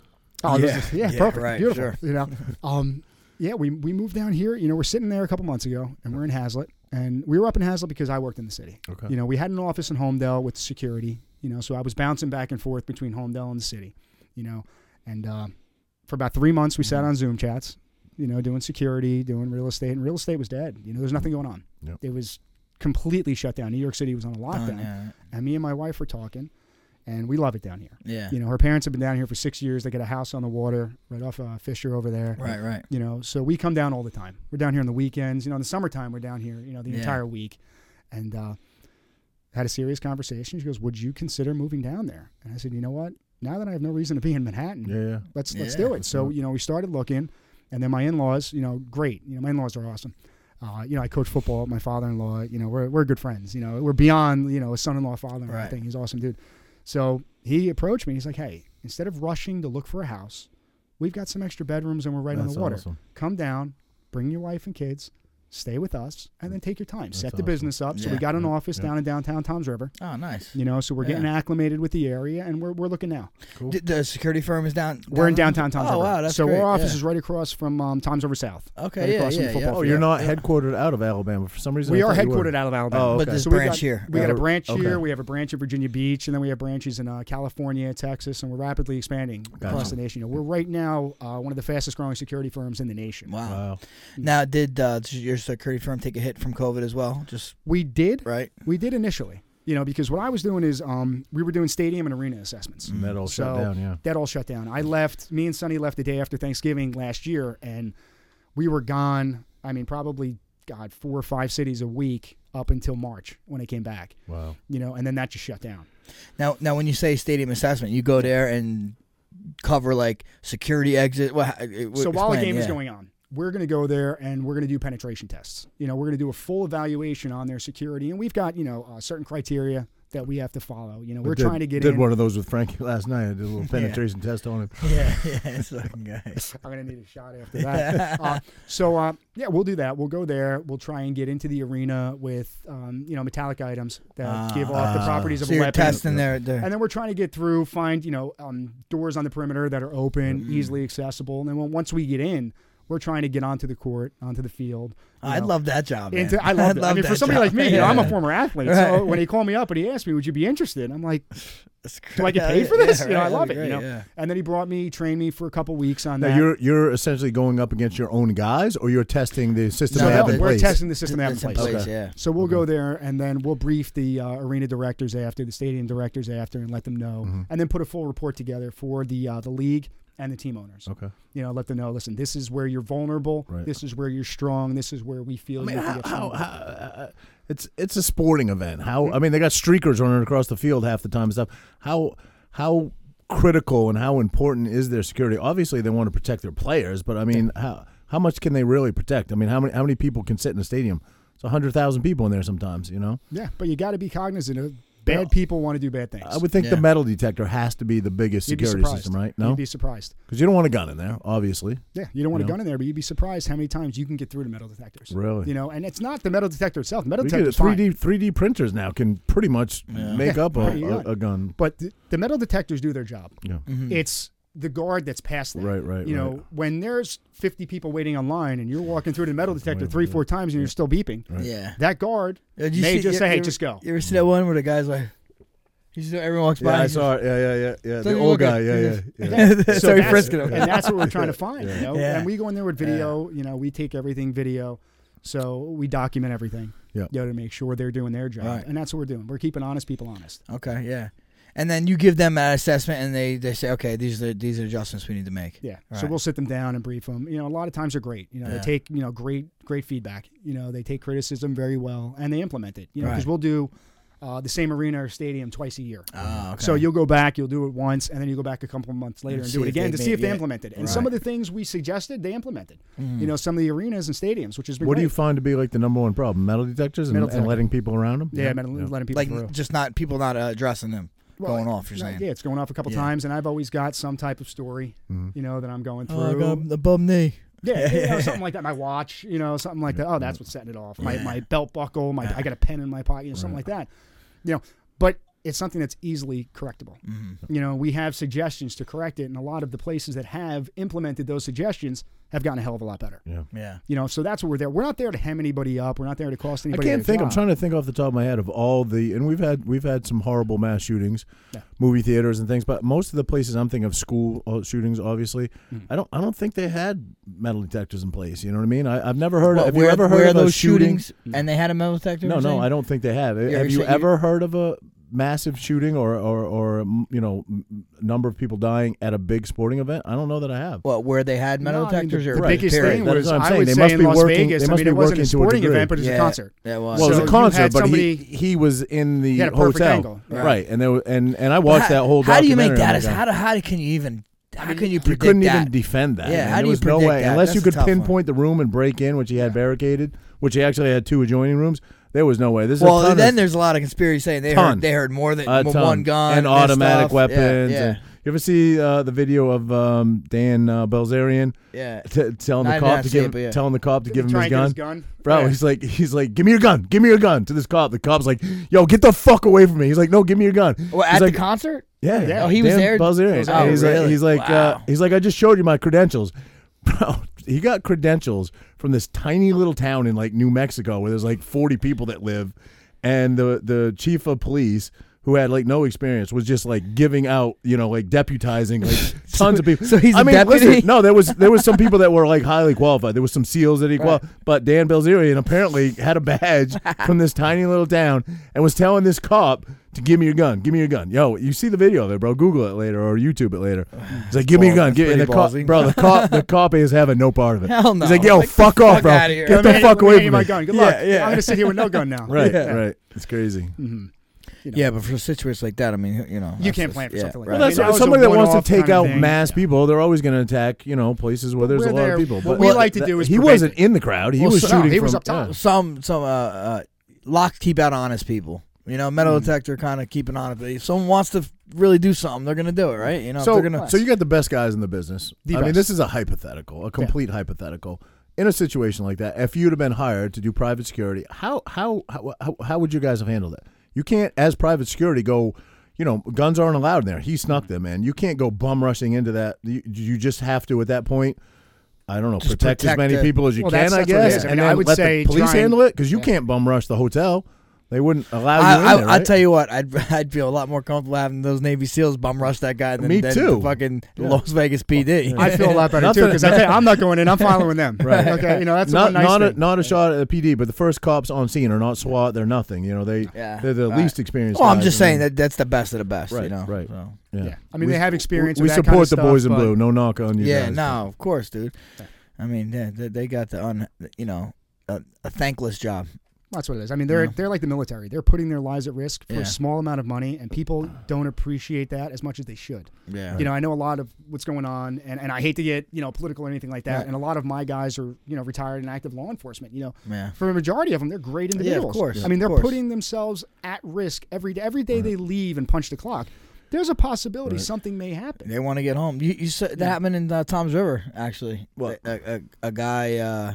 Speaker 3: Oh, yeah.
Speaker 2: Yeah.
Speaker 3: This is, yeah,
Speaker 2: Yeah,
Speaker 3: Perfect.
Speaker 2: right,
Speaker 3: Beautiful.
Speaker 2: sure.
Speaker 3: You know. Um, yeah. We we moved down here. You know, we're sitting there a couple months ago, and we're in Hazlet, and we were up in Hazlet because I worked in the city.
Speaker 1: Okay.
Speaker 3: You know, we had an office in Homedale with security. You know, so I was bouncing back and forth between Homedale and the city. You know, and uh, for about three months we
Speaker 1: Mm-hmm.
Speaker 3: sat on Zoom chats. You know, doing security, doing real estate, and real estate was dead. You know, there's nothing going on.
Speaker 1: Yep.
Speaker 3: It was completely shut down. New York City was on a
Speaker 2: Done,
Speaker 3: lockdown,
Speaker 2: Oh, yeah.
Speaker 3: and me and my wife were talking, and we love it down here.
Speaker 2: Yeah.
Speaker 3: You know, her parents have been down here for six years. They got a house on the water right off uh, Fisher over there.
Speaker 2: Right. Right.
Speaker 3: You know, so we come down all the time. We're down here on the weekends. You know, in the summertime, we're down here, you know, the
Speaker 2: Yeah.
Speaker 3: entire week. And uh, had a serious conversation. She goes, Would you consider moving down there? And I said, You know what? Now that I have no reason to be in Manhattan,
Speaker 1: Yeah, yeah.
Speaker 3: let's let's
Speaker 2: Yeah,
Speaker 3: do it. So you know, we started looking, and then my in-laws, you know, great. You know, my in-laws are awesome. Uh, you know, I coach football. My father-in-law, you know, we're we're good friends. You know, we're beyond you know a son-in-law, father-in-law
Speaker 2: Right.
Speaker 3: thing. He's an awesome dude. So he approached me. He's like, hey, instead of rushing to look for a house, we've got some extra bedrooms and we're right on
Speaker 1: That's
Speaker 3: the water.
Speaker 1: awesome.
Speaker 3: Come down, bring your wife and kids. Stay with us and then take your time. Set the
Speaker 1: awesome.
Speaker 3: business up. So we
Speaker 2: Yeah.
Speaker 3: got an office
Speaker 1: Yeah.
Speaker 3: down in downtown Toms River,
Speaker 2: Oh, nice.
Speaker 3: you know, so we're getting acclimated with the area and we're, we're looking now.
Speaker 2: D- the security firm is down.
Speaker 3: We're in
Speaker 2: down-
Speaker 3: downtown Tom's
Speaker 2: Oh
Speaker 3: River.
Speaker 2: wow, that's
Speaker 3: so
Speaker 2: great,
Speaker 3: our office
Speaker 2: yeah.
Speaker 3: is right across from um, Tom's River South.
Speaker 2: Okay,
Speaker 3: right
Speaker 2: yeah,
Speaker 3: across from
Speaker 2: yeah,
Speaker 3: the
Speaker 2: yeah.
Speaker 3: football
Speaker 1: Oh,
Speaker 3: field.
Speaker 1: you're
Speaker 2: yeah.
Speaker 1: not headquartered out of Alabama for some reason.
Speaker 3: We
Speaker 1: I
Speaker 3: are
Speaker 1: thought you were.
Speaker 3: headquartered out of Alabama.
Speaker 1: Oh,
Speaker 2: But
Speaker 1: okay.
Speaker 2: there's
Speaker 3: we
Speaker 2: branch
Speaker 3: got,
Speaker 2: here.
Speaker 3: We got a
Speaker 1: Okay.
Speaker 3: branch
Speaker 1: Okay.
Speaker 3: here. We have a branch in Virginia Beach, and then we have branches in uh, California, Texas, and we're rapidly expanding across
Speaker 1: Gotcha.
Speaker 3: the nation. You know, we're right now uh, one of the fastest growing security firms in the nation.
Speaker 2: Wow.
Speaker 1: Wow.
Speaker 2: Now, did uh, did your security firm take a hit from COVID as well? Just
Speaker 3: We did,
Speaker 2: right.
Speaker 3: we did initially, you know, because what I was doing is um, we were doing stadium and arena assessments.
Speaker 1: And that all shut
Speaker 3: So,
Speaker 1: down. Yeah.
Speaker 3: That all shut down. I left. Me and Sonny left the day after Thanksgiving last year, and we were gone. I mean, probably God, four or five cities a week up until March when I came back.
Speaker 1: Wow.
Speaker 3: You know, and then that just shut down.
Speaker 2: Now, now, when you say stadium assessment, you go there and cover like security exit. Well, uh, so
Speaker 3: so while
Speaker 2: the
Speaker 3: a game is going on, we're going to go there and we're going to do penetration tests. You know, we're going to do a full evaluation on their security, and we've got you know uh, certain criteria that we have to follow. You know, we're
Speaker 1: did,
Speaker 3: trying to get
Speaker 1: did
Speaker 3: in.
Speaker 1: one of those with Frankie last night. I did a little penetration test on him.
Speaker 2: yeah, yeah, it's fucking guys.
Speaker 3: I'm going to need a shot after that. uh, so uh, yeah, we'll do that. We'll go there. We'll try and get into the arena with um, you know metallic items that uh, give off the
Speaker 2: Ah.
Speaker 3: properties of
Speaker 2: So
Speaker 3: a
Speaker 2: you're
Speaker 3: weapon.
Speaker 2: testing their, their
Speaker 3: And then we're trying to get through,
Speaker 2: Mm.
Speaker 3: find you know um, doors on the perimeter that are open, easily accessible, and then when- once we get in, We're trying to get onto the court, onto the field. you
Speaker 2: I'd
Speaker 3: know.
Speaker 2: love that job. Man.
Speaker 3: Into, I love
Speaker 2: I'd
Speaker 3: that. I mean, for
Speaker 2: that
Speaker 3: somebody
Speaker 2: job.
Speaker 3: like me, you know, I'm a
Speaker 2: Yeah.
Speaker 3: former athlete.
Speaker 2: Right.
Speaker 3: So when he called me up and he asked me, "Would you be interested?" I'm like, "Do I get paid for this?"
Speaker 2: Yeah,
Speaker 3: you know, I
Speaker 2: right,
Speaker 3: love it.
Speaker 2: that'd be
Speaker 3: you know.
Speaker 2: great, yeah.
Speaker 3: And then he brought me, he trained me for a couple weeks on
Speaker 1: Now
Speaker 3: that.
Speaker 1: you're you're essentially going up against your own guys, or you're testing the system
Speaker 2: No,
Speaker 1: they
Speaker 3: no,
Speaker 1: have
Speaker 2: no,
Speaker 1: in
Speaker 3: we're
Speaker 1: place.
Speaker 3: testing the system they have in
Speaker 2: It's in
Speaker 3: place.
Speaker 2: place,
Speaker 1: Okay.
Speaker 2: yeah.
Speaker 3: So we'll go
Speaker 1: Mm-hmm.
Speaker 3: there and then we'll brief the uh, arena directors after, the stadium directors after, and let them know,
Speaker 1: Mm-hmm.
Speaker 3: and then put a full report together for the uh, the league and the team owners.
Speaker 1: okay.
Speaker 3: You know, let them know. Listen, this is where you're vulnerable.
Speaker 1: Right.
Speaker 3: This is where you're strong. This is where we feel
Speaker 1: I mean,
Speaker 3: you can
Speaker 1: how,
Speaker 3: get
Speaker 1: how,
Speaker 3: strong.
Speaker 1: how, uh, it's it's a sporting event. How I mean, they got streakers running across the field half the time and stuff. How how critical and how important is their security? Obviously, they want to protect their players, but I mean, how how much can they really protect? I mean, how many how many people can sit in a stadium? It's hundred thousand people in there sometimes. You know,
Speaker 3: yeah, but you got to be cognizant of bad people want to do bad things.
Speaker 1: I would think the
Speaker 2: Yeah.
Speaker 1: metal detector has to be the biggest
Speaker 3: You'd be
Speaker 1: security
Speaker 3: surprised.
Speaker 1: system, right? No,
Speaker 3: You'd be
Speaker 1: because
Speaker 3: surprised.
Speaker 1: you don't want a gun in there, obviously.
Speaker 3: Yeah, you don't want
Speaker 1: You
Speaker 3: a
Speaker 1: know?
Speaker 3: gun in there, but you'd be surprised how many times you can get through to metal detectors.
Speaker 1: Really?
Speaker 3: You know, and it's not the metal detector itself. The metal
Speaker 1: We get
Speaker 3: detector
Speaker 1: three D three D printers now can pretty much make
Speaker 3: Yeah,
Speaker 1: up a,
Speaker 3: pretty
Speaker 1: a,
Speaker 3: good.
Speaker 1: a gun.
Speaker 3: but the, the metal detectors do their job.
Speaker 1: Yeah.
Speaker 2: Mm-hmm.
Speaker 3: It's the guard that's past that.
Speaker 1: Right, right,
Speaker 3: You
Speaker 1: right.
Speaker 3: know, when there's 50 people waiting online and you're walking through the metal detector three, four times and you're still beeping,
Speaker 2: Yeah.
Speaker 3: that guard
Speaker 2: Did
Speaker 3: may
Speaker 2: see-
Speaker 3: just say,
Speaker 2: you-
Speaker 3: hey,
Speaker 2: you-
Speaker 3: just go.
Speaker 2: You ever see that one where the guy's like, he's everyone walks by.
Speaker 1: Yeah, I
Speaker 2: he's
Speaker 1: saw it. Yeah, yeah, yeah, yeah.
Speaker 2: So
Speaker 1: The
Speaker 2: you
Speaker 1: old
Speaker 2: look
Speaker 1: guy.
Speaker 2: at-
Speaker 1: Yeah, yeah, yeah.
Speaker 2: just- so he
Speaker 3: that's-
Speaker 2: frisking him.
Speaker 3: And that's what we're trying to find, you know?
Speaker 2: Yeah.
Speaker 3: And we go in there with video, you know, we take everything video. So we document everything,
Speaker 1: Yeah.
Speaker 3: you know, to make sure they're doing their job.
Speaker 2: Right.
Speaker 3: And that's what we're doing. We're keeping honest people honest.
Speaker 2: Okay, yeah. And then you give them that assessment, and they, they say, okay, these are these are adjustments we need to make.
Speaker 3: Yeah. So
Speaker 2: Right.
Speaker 3: we'll sit them down and brief them. You know, a lot of times they're great. You know,
Speaker 2: Yeah.
Speaker 3: they take, you know, great, great feedback. You know, they take criticism very well and they implement it, you know, because
Speaker 2: Right.
Speaker 3: we'll do uh, the same arena or stadium twice a year.
Speaker 2: Ah, okay.
Speaker 3: So you'll go back, you'll do it once, and then you go back a couple of months later
Speaker 2: And
Speaker 3: and,
Speaker 2: see
Speaker 3: do it
Speaker 2: if they
Speaker 3: again to
Speaker 2: made-
Speaker 3: see if they
Speaker 2: yeah.
Speaker 3: implemented. And some
Speaker 2: Right. Mm.
Speaker 3: of the things we suggested, they implemented. You know, some of the arenas and stadiums, which has been
Speaker 1: What do
Speaker 3: great.
Speaker 1: you find to be like the number one problem? Metal detectors and,
Speaker 3: Metal
Speaker 1: and
Speaker 3: detector.
Speaker 1: letting people around them.
Speaker 3: yeah, man, letting people
Speaker 2: like
Speaker 3: through.
Speaker 2: just not people not uh, addressing them
Speaker 3: Well,
Speaker 2: going off. You're
Speaker 3: no,
Speaker 2: saying,
Speaker 3: Yeah, it's going off a couple
Speaker 2: Yeah. Mm-hmm.
Speaker 3: times, and I've always got some type of story, you know, that I'm going
Speaker 2: Oh,
Speaker 1: Oh,
Speaker 3: through.
Speaker 2: the bum knee.
Speaker 3: Yeah, you know, something like that. My watch, you know, something like that. Oh, that's what's setting it off. My,
Speaker 2: Yeah.
Speaker 3: my belt buckle. My I got a pen in my pocket. You know, something like that. You know, but it's something that's easily correctable.
Speaker 1: Mm-hmm.
Speaker 3: You know, we have suggestions to correct it, and a lot of the places that have implemented those suggestions have gotten a hell of a lot better.
Speaker 1: Yeah.
Speaker 2: Yeah,
Speaker 3: You know, so that's what we're there. We're not there to hem anybody up. We're not there to cost
Speaker 1: I
Speaker 3: anybody.
Speaker 1: can't
Speaker 3: their
Speaker 1: think. I'm
Speaker 3: job.
Speaker 1: trying to think off the top of my head of all the, and we've had we've had some horrible mass shootings,
Speaker 3: Yeah.
Speaker 1: movie theaters and things. But most of the places I'm thinking of, school uh, shootings, obviously,
Speaker 2: Hmm.
Speaker 1: I don't I don't think they had metal detectors in place. You know what I mean? I, I've never heard.
Speaker 2: Well,
Speaker 1: of, have you ever heard
Speaker 2: where
Speaker 1: of a
Speaker 2: those
Speaker 1: shooting?
Speaker 2: shootings? And they had a metal detector.
Speaker 1: No,
Speaker 2: you're
Speaker 1: no,
Speaker 2: saying?
Speaker 1: I don't think they have.
Speaker 2: you're
Speaker 1: have you
Speaker 2: saying-
Speaker 1: ever heard of a massive shooting or or or mm, you know m- number of people dying at a big sporting event? I don't know that I have.
Speaker 2: What where they had metal
Speaker 3: No, I mean, the-
Speaker 2: detectors
Speaker 3: the
Speaker 2: or
Speaker 3: biggest
Speaker 2: period?
Speaker 3: thing
Speaker 1: That is
Speaker 3: was
Speaker 1: what I'm
Speaker 3: I
Speaker 1: saying.
Speaker 3: would
Speaker 1: They
Speaker 3: say
Speaker 1: must
Speaker 3: in
Speaker 1: be
Speaker 3: Las
Speaker 1: working-
Speaker 3: Vegas.
Speaker 1: they
Speaker 3: I
Speaker 1: must
Speaker 3: mean,
Speaker 1: be
Speaker 3: it wasn't
Speaker 1: working
Speaker 3: a
Speaker 1: to a
Speaker 3: sporting
Speaker 1: degree.
Speaker 3: event, but it was
Speaker 2: yeah,
Speaker 3: a concert.
Speaker 2: That was.
Speaker 1: Well, it
Speaker 3: So
Speaker 1: was a
Speaker 3: you
Speaker 1: concert,
Speaker 3: had
Speaker 1: but he,
Speaker 3: somebody-
Speaker 1: he was in the
Speaker 3: He had a perfect
Speaker 1: hotel,
Speaker 3: angle.
Speaker 1: right.
Speaker 2: Right.
Speaker 1: And there were, and and I watched that whole.
Speaker 2: How do you make
Speaker 1: documentary
Speaker 2: that? Oh
Speaker 1: on
Speaker 2: As
Speaker 1: guy.
Speaker 2: how do, how do- can you even? How can you
Speaker 1: you
Speaker 2: predict
Speaker 1: couldn't
Speaker 2: that?
Speaker 1: even defend that.
Speaker 2: Yeah,
Speaker 1: man.
Speaker 2: how
Speaker 1: there
Speaker 2: do you
Speaker 1: was no
Speaker 2: predict
Speaker 1: way
Speaker 2: that?
Speaker 1: unless
Speaker 2: That's
Speaker 1: you
Speaker 2: a
Speaker 1: could
Speaker 2: tough one.
Speaker 1: pinpoint the room and break in, which he had barricaded, which he actually had two adjoining rooms. There was no way. This is a
Speaker 2: well,
Speaker 1: ton
Speaker 2: then
Speaker 1: of,
Speaker 2: there's a lot of conspiracy saying they
Speaker 1: Ton.
Speaker 2: heard they heard more than
Speaker 1: a
Speaker 2: one
Speaker 1: ton.
Speaker 2: gun
Speaker 1: and
Speaker 2: this
Speaker 1: automatic
Speaker 2: stuff.
Speaker 1: weapons.
Speaker 2: Yeah, yeah.
Speaker 1: and- you ever see uh, the video of um, Dan uh, Belzerian
Speaker 2: Yeah.
Speaker 1: t- telling
Speaker 2: I
Speaker 1: the
Speaker 2: did
Speaker 1: cop
Speaker 2: not
Speaker 1: to
Speaker 2: see
Speaker 1: give
Speaker 2: it, but yeah.
Speaker 1: telling the cop to give him
Speaker 3: Try
Speaker 1: his
Speaker 3: and get
Speaker 1: gun?
Speaker 3: gun.
Speaker 1: Bro,
Speaker 3: Yeah.
Speaker 1: he's like, he's like, give me your gun, give me your gun to this cop. The cop's like, yo, get the fuck away from me. He's like, no, give me your gun.
Speaker 2: Well,
Speaker 1: he's
Speaker 2: at
Speaker 1: like,
Speaker 2: the concert.
Speaker 1: yeah,
Speaker 2: Yeah. Oh, he was
Speaker 1: Dan
Speaker 2: there?
Speaker 1: Bilzerian.
Speaker 2: Oh,
Speaker 1: And he's like,
Speaker 2: really?
Speaker 1: he's like, uh,
Speaker 2: Wow.
Speaker 1: he's like, I just showed you my credentials, bro. He got credentials from this tiny little town in like New Mexico where there's like 40 people that live, and the the chief of police. Who had like no experience was just like giving out, you know, like deputizing like tons of people.
Speaker 2: so he's
Speaker 1: I
Speaker 2: a
Speaker 1: mean,
Speaker 2: deputy?
Speaker 1: listen, no, there was there was some people that were like highly qualified. There was some seals that he qual- but Dan Bilzerian apparently had a badge from this tiny little town and was telling this cop to give me your gun, give me your gun. Yo, you see the video of it, bro? Google it later or YouTube it later. He's like, give me your gun,
Speaker 2: That's
Speaker 1: give and the
Speaker 2: pretty
Speaker 1: cop,
Speaker 2: ballsy.
Speaker 1: bro. The cop, the cop is having no part of it.
Speaker 2: Hell no.
Speaker 1: He's like, yo,
Speaker 2: Get the
Speaker 1: fuck, off,
Speaker 2: fuck
Speaker 1: bro.
Speaker 2: outta here.
Speaker 1: Get the
Speaker 3: Man,
Speaker 1: fuck
Speaker 3: let me
Speaker 1: away
Speaker 3: get
Speaker 1: from
Speaker 3: my
Speaker 1: me.
Speaker 3: gun. Good
Speaker 2: Yeah,
Speaker 3: luck.
Speaker 2: yeah.
Speaker 3: I'm gonna sit here with no gun now.
Speaker 1: Right,
Speaker 2: Yeah.
Speaker 1: right. It's crazy.
Speaker 3: Mm-hmm.
Speaker 2: Yeah, but for situations like that, I mean, you know, that's
Speaker 3: You can't
Speaker 2: just-
Speaker 3: plan for
Speaker 2: yeah,
Speaker 3: something like
Speaker 2: right.
Speaker 1: Well,
Speaker 3: that.
Speaker 1: that's
Speaker 3: I mean, that was
Speaker 1: somebody
Speaker 3: a
Speaker 1: that wants to
Speaker 3: one-off
Speaker 1: take
Speaker 3: kind of
Speaker 1: out
Speaker 3: thing.
Speaker 1: mass
Speaker 3: Yeah.
Speaker 1: people. They're always going to attack, you know, places where there's
Speaker 3: We're
Speaker 1: a lot
Speaker 3: there-
Speaker 1: of people.
Speaker 3: what
Speaker 1: But
Speaker 3: we like to
Speaker 1: that-
Speaker 3: do is
Speaker 1: he
Speaker 3: prevent
Speaker 1: wasn't in the crowd. He
Speaker 2: Well,
Speaker 1: was
Speaker 2: so-
Speaker 1: shooting.
Speaker 3: he
Speaker 1: from,
Speaker 3: was up top.
Speaker 1: yeah.
Speaker 2: some some uh, uh locks keep out honest people. You know, metal detector kind of keep an eye. on it. If someone wants to really do something, they're gonna do it, right? You know, if
Speaker 1: So,
Speaker 2: they're gonna.
Speaker 1: so you got the best guys in the business.
Speaker 3: The
Speaker 1: I mean,
Speaker 3: best.
Speaker 1: this is a hypothetical, a complete hypothetical. In a situation like that, if you'd have been hired to do private security, how how how, how, how would you guys have handled it? You can't, as private security, go. You know, guns aren't allowed in there. He snuck them in. You can't go bum rushing into that. You, you just have to, at that point, I don't know,
Speaker 2: Just
Speaker 1: protect, as
Speaker 2: protect
Speaker 1: many
Speaker 2: the-
Speaker 1: people as you
Speaker 3: Well,
Speaker 1: can,
Speaker 3: that's-
Speaker 1: I
Speaker 3: that's what it
Speaker 1: guess.
Speaker 3: is. I
Speaker 1: and
Speaker 3: mean, I
Speaker 1: then
Speaker 3: would
Speaker 1: let
Speaker 3: say
Speaker 1: the police
Speaker 3: try and-
Speaker 1: handle it because you can't bum rush the hotel. They wouldn't allow Oh, you in
Speaker 2: I, I,
Speaker 1: there,
Speaker 2: I'll
Speaker 1: right?
Speaker 2: tell you what, I'd I'd feel a lot more comfortable having those Navy SEALs bum rush that guy than,
Speaker 1: Me
Speaker 2: than
Speaker 1: too.
Speaker 2: the fucking
Speaker 1: Yeah.
Speaker 2: Las Vegas PD.
Speaker 3: I feel a lot better too
Speaker 1: Nothing-
Speaker 3: because I'm not going in. I'm following them.
Speaker 1: Right.
Speaker 3: Okay. You know that's the
Speaker 1: not
Speaker 3: one nice
Speaker 1: not
Speaker 3: thing.
Speaker 1: a, not a shot at the PD, but the first cops on scene are not SWAT. They're nothing. You know they
Speaker 2: Yeah.
Speaker 1: they're the
Speaker 2: Right.
Speaker 1: least experienced.
Speaker 2: well, I'm
Speaker 1: guys,
Speaker 2: just
Speaker 1: and
Speaker 2: saying
Speaker 1: then-
Speaker 2: that that's the best of the best.
Speaker 1: Right,
Speaker 2: you know.
Speaker 1: right.
Speaker 2: So.
Speaker 1: Yeah.
Speaker 3: Yeah. I mean, they have experience.
Speaker 1: We
Speaker 3: with that
Speaker 1: support
Speaker 3: kind of
Speaker 1: the
Speaker 3: stuff,
Speaker 1: boys in
Speaker 3: but-
Speaker 1: blue. No knock on you.
Speaker 2: Yeah,
Speaker 1: guys.
Speaker 2: no, of course, dude. I mean, yeah, they, they got the un, you know, a, a thankless job.
Speaker 3: That's what it is. I mean, they're
Speaker 2: Yeah.
Speaker 3: they're like the military. They're putting their lives at risk for
Speaker 2: Yeah.
Speaker 3: a small amount of money, and people don't appreciate that as much as they should.
Speaker 2: Yeah.
Speaker 3: You know, I know a lot of what's going on, and, and I hate to get you know political or anything like that.
Speaker 2: Right.
Speaker 3: And a lot of my guys are you know retired and active law enforcement. You know,
Speaker 2: Yeah.
Speaker 3: for a majority of them, they're great
Speaker 2: of
Speaker 3: individuals.
Speaker 2: course,
Speaker 3: I mean,
Speaker 2: of
Speaker 3: they're
Speaker 2: course.
Speaker 3: putting themselves at risk every day. Every day they leave and punch the clock. There's a possibility something may happen.
Speaker 2: They want to get home. You, you said that happened in uh, Tom's River, actually.
Speaker 1: What?
Speaker 2: A, a, a guy uh,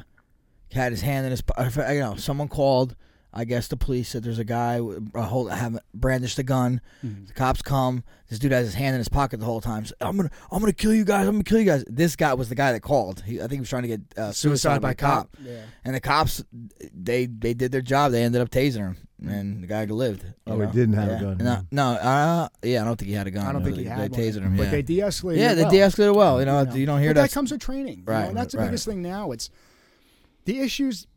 Speaker 2: had his hand in his. po- You know, someone called. I guess the police said there's a guy with- uh, hold, have brandished a gun. The cops come. This dude has his hand in his pocket the whole time. So, I'm gonna, I'm gonna kill you guys. I'm gonna kill you guys. This guy was the guy that called. He, I think he was trying to get uh, suicide, by cop.
Speaker 3: Yeah.
Speaker 2: And the cops, they they did their job. They ended up tasing him, and the guy lived. you
Speaker 1: Oh, he didn't have a gun.
Speaker 2: No, no, uh, yeah, I don't think he had a gun.
Speaker 3: I don't
Speaker 2: No,
Speaker 3: think he
Speaker 2: they,
Speaker 3: had
Speaker 2: They
Speaker 3: one,
Speaker 2: tasered him.
Speaker 3: But
Speaker 2: yeah.
Speaker 3: they de-escalated.
Speaker 2: Yeah,
Speaker 3: it
Speaker 2: they
Speaker 3: well.
Speaker 2: de-escalated well. You know,
Speaker 3: You
Speaker 2: you,
Speaker 3: know.
Speaker 2: don't hear
Speaker 3: but that
Speaker 2: that.
Speaker 3: comes with training. you know,
Speaker 2: Right,
Speaker 3: and that's the
Speaker 2: right.
Speaker 3: biggest thing now. It's the issues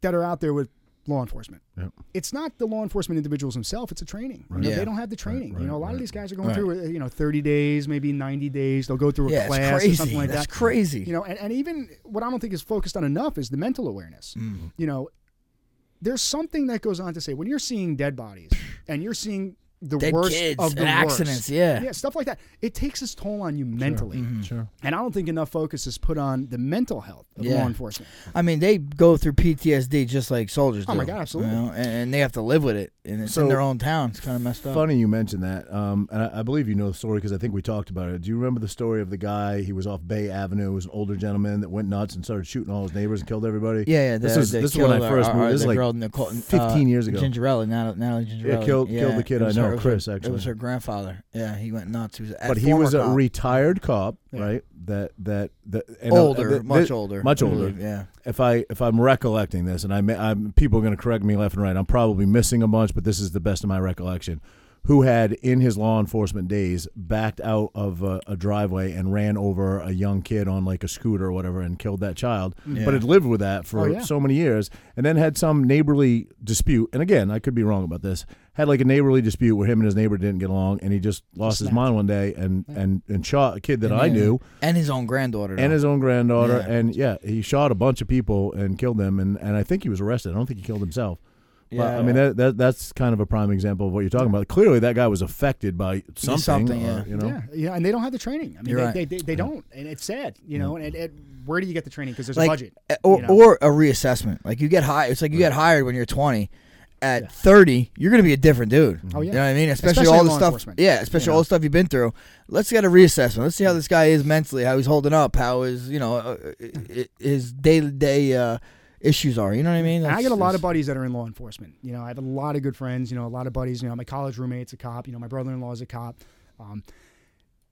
Speaker 3: that are out there with law enforcement.
Speaker 1: Yep.
Speaker 3: It's not the law enforcement individuals themselves. It's a training. You
Speaker 1: Right.
Speaker 3: know,
Speaker 2: Yeah.
Speaker 3: They don't have the training.
Speaker 1: right,
Speaker 3: you know, a lot
Speaker 1: right.
Speaker 3: of these guys are going
Speaker 2: Right.
Speaker 3: through, uh, you know, 30 days, maybe 90 days. They'll go through a
Speaker 2: yeah,
Speaker 3: class
Speaker 2: it's
Speaker 3: or
Speaker 2: crazy.
Speaker 3: something like
Speaker 2: That's
Speaker 3: that.
Speaker 2: crazy.
Speaker 3: You know, and, and even what I don't think is focused on enough is the mental awareness. You know, there's something that goes on to say when you're seeing dead bodies and you're seeing the
Speaker 2: Dead
Speaker 3: worst
Speaker 2: kids
Speaker 3: of the
Speaker 2: and
Speaker 3: worst.
Speaker 2: accidents, yeah.
Speaker 3: yeah, stuff like that. It takes its toll on you mentally.
Speaker 1: Sure. Mm-hmm.
Speaker 3: And I don't think enough focus is put on the mental health of
Speaker 2: Yeah.
Speaker 3: law enforcement.
Speaker 2: I mean, they go through PTSD just like soldiers
Speaker 3: Oh
Speaker 2: do.
Speaker 3: my God, absolutely.
Speaker 2: You know, and, and they have to live with it, and it's
Speaker 1: So-
Speaker 2: in their own town. It's kind of messed up.
Speaker 1: Funny you mentioned that. Um, and I, I believe you know the story because I think we talked about it. Do you remember the story of the guy? He was off Bay Avenue. He was an older gentleman that went nuts and started shooting all his neighbors and killed everybody.
Speaker 2: Yeah, yeah.
Speaker 1: This
Speaker 2: the,
Speaker 1: is
Speaker 2: the
Speaker 1: this is when I
Speaker 2: killer,
Speaker 1: first
Speaker 2: or-
Speaker 1: moved.
Speaker 2: or
Speaker 1: This is
Speaker 2: the
Speaker 1: like
Speaker 2: girl Nicole, uh,
Speaker 1: 15 years ago.
Speaker 2: Gingerella, now now Gingerella.
Speaker 1: killed- killed the kid
Speaker 2: it
Speaker 1: I
Speaker 2: was
Speaker 1: know,
Speaker 2: it was
Speaker 1: Chris,
Speaker 2: Her, it
Speaker 1: actually.
Speaker 2: was her grandfather. Yeah, he went nuts. He was a
Speaker 1: but he was a
Speaker 2: former cop.
Speaker 1: retired cop,
Speaker 3: Yeah.
Speaker 1: right? That that that and, uh,
Speaker 2: older,
Speaker 1: th-
Speaker 2: much
Speaker 1: th-
Speaker 2: older, Mm-hmm.
Speaker 1: much
Speaker 2: I
Speaker 1: older.
Speaker 2: believe, Yeah.
Speaker 1: If I if I'm recollecting this, and I may, I'm people are going to correct me left and right. I'm probably missing a bunch, but this is the best of my recollection. Who had in his law enforcement days backed out of a, a driveway and ran over a young kid on like a scooter or whatever and killed that child, but had lived with that for
Speaker 3: Oh, yeah.
Speaker 1: so many years, and then had some neighborly dispute. And again, I could be wrong about this. Had like a neighborly dispute where him and his neighbor didn't get along, and he just lost his
Speaker 3: snapped.
Speaker 1: mind one day and and and shot a kid that
Speaker 2: And
Speaker 1: I
Speaker 2: he-
Speaker 1: knew
Speaker 2: and his own granddaughter.
Speaker 1: and
Speaker 2: though.
Speaker 1: his own granddaughter
Speaker 2: Yeah.
Speaker 1: and yeah he shot a bunch of people and killed them and, and i think he was arrested i don't think he killed himself but
Speaker 2: Yeah,
Speaker 1: i mean
Speaker 2: yeah.
Speaker 1: that, that that's kind of a prime example of what you're talking about clearly that guy was affected by something,
Speaker 2: Something,
Speaker 1: or,
Speaker 2: yeah.
Speaker 1: you know
Speaker 3: Yeah, yeah, and they don't have the training. I mean,
Speaker 2: You're
Speaker 3: they,
Speaker 2: right.
Speaker 3: they, they, they don't, and it's sad, you know. And it, it, where do you get the training? Because there's
Speaker 2: like
Speaker 3: a budget,
Speaker 2: uh, or,
Speaker 3: you know?
Speaker 2: or a reassessment. Like you get hired. It's like you get hired when you're 20. At 30, you're gonna be a different dude.
Speaker 3: Oh, yeah.
Speaker 2: you know what I mean. Especially,
Speaker 3: Especially
Speaker 2: all
Speaker 3: in
Speaker 2: the
Speaker 3: law
Speaker 2: stuff.
Speaker 3: enforcement,
Speaker 2: Yeah, especially all the stuff you've been through. Let's get a reassessment. Let's see how this guy is mentally, how he's holding up, how his you know uh, uh, uh, his day to day issues are. You know what I mean?
Speaker 3: And I
Speaker 2: That's-
Speaker 3: get a lot of
Speaker 2: that's-
Speaker 3: buddies that are in law enforcement. You know, I have a lot of good friends. You know, a lot of buddies. You know, my college roommate's a cop. You know, my brother-in-law is a cop. Um,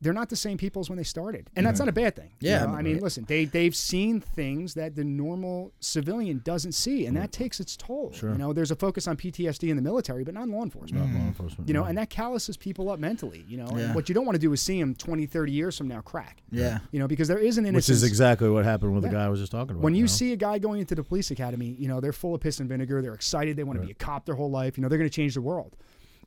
Speaker 3: they're not the same people as when they started, and that's not a bad thing. you
Speaker 2: Yeah,
Speaker 3: know?
Speaker 2: I
Speaker 3: I mean,
Speaker 2: mean-
Speaker 3: listen, they they've seen things that the normal civilian doesn't see, and that takes its toll. You know, there's a focus on PTSD in the military, but not in law enforcement.
Speaker 1: Law enforcement,
Speaker 3: Hmm. You know,
Speaker 1: yeah.
Speaker 3: and that calluses people up mentally. You know,
Speaker 2: Mm. Yeah.
Speaker 3: and what you don't want to do is see them 20, 30 years from now crack.
Speaker 2: yeah.
Speaker 3: You know, because there is an
Speaker 1: which
Speaker 3: innocence.
Speaker 1: is exactly what happened with the
Speaker 3: Yeah.
Speaker 1: guy i was just talking about
Speaker 3: when you
Speaker 1: know?
Speaker 3: see a guy going into the police academy, you know, they're full of piss and vinegar. They're excited. They want to be a cop their whole life. You know, they're going to change the world.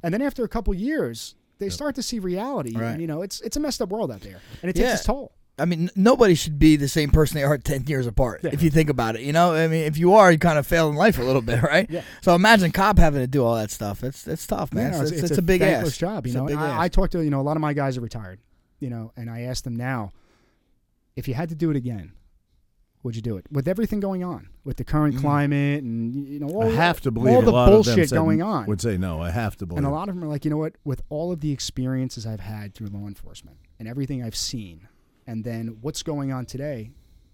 Speaker 3: And then after a couple years, they start to see reality.
Speaker 2: Right.
Speaker 3: And, you know, it's it's a messed up world out there, and it takes
Speaker 2: Yeah.
Speaker 3: its toll.
Speaker 2: I mean, n- nobody should be the same person they are 10 years apart, if you think about it. You know, I mean, if you are, you kind of fail in life a little bit, right?
Speaker 3: Yeah.
Speaker 2: So imagine Cobb having to do all that stuff. It's, it's tough,
Speaker 3: You
Speaker 2: man.
Speaker 3: know,
Speaker 2: it's, it's, it's a, big
Speaker 3: thankless
Speaker 2: ass
Speaker 3: job. You
Speaker 2: It's a
Speaker 3: know,
Speaker 2: big
Speaker 3: And I,
Speaker 2: ass.
Speaker 3: I talked to you know a lot of my guys are retired, you know, and I asked them now, if you had to do it again, would you do it? With everything going on, with the current climate, and you know, all
Speaker 1: i have to believe
Speaker 3: all
Speaker 1: a
Speaker 3: the
Speaker 1: lot
Speaker 3: bullshit
Speaker 1: of them said-
Speaker 3: going on.
Speaker 1: would say no i have to believe
Speaker 3: And a lot of them are like, you know what? With all of the experiences I've had through law enforcement and everything I've seen, and then what's going on today,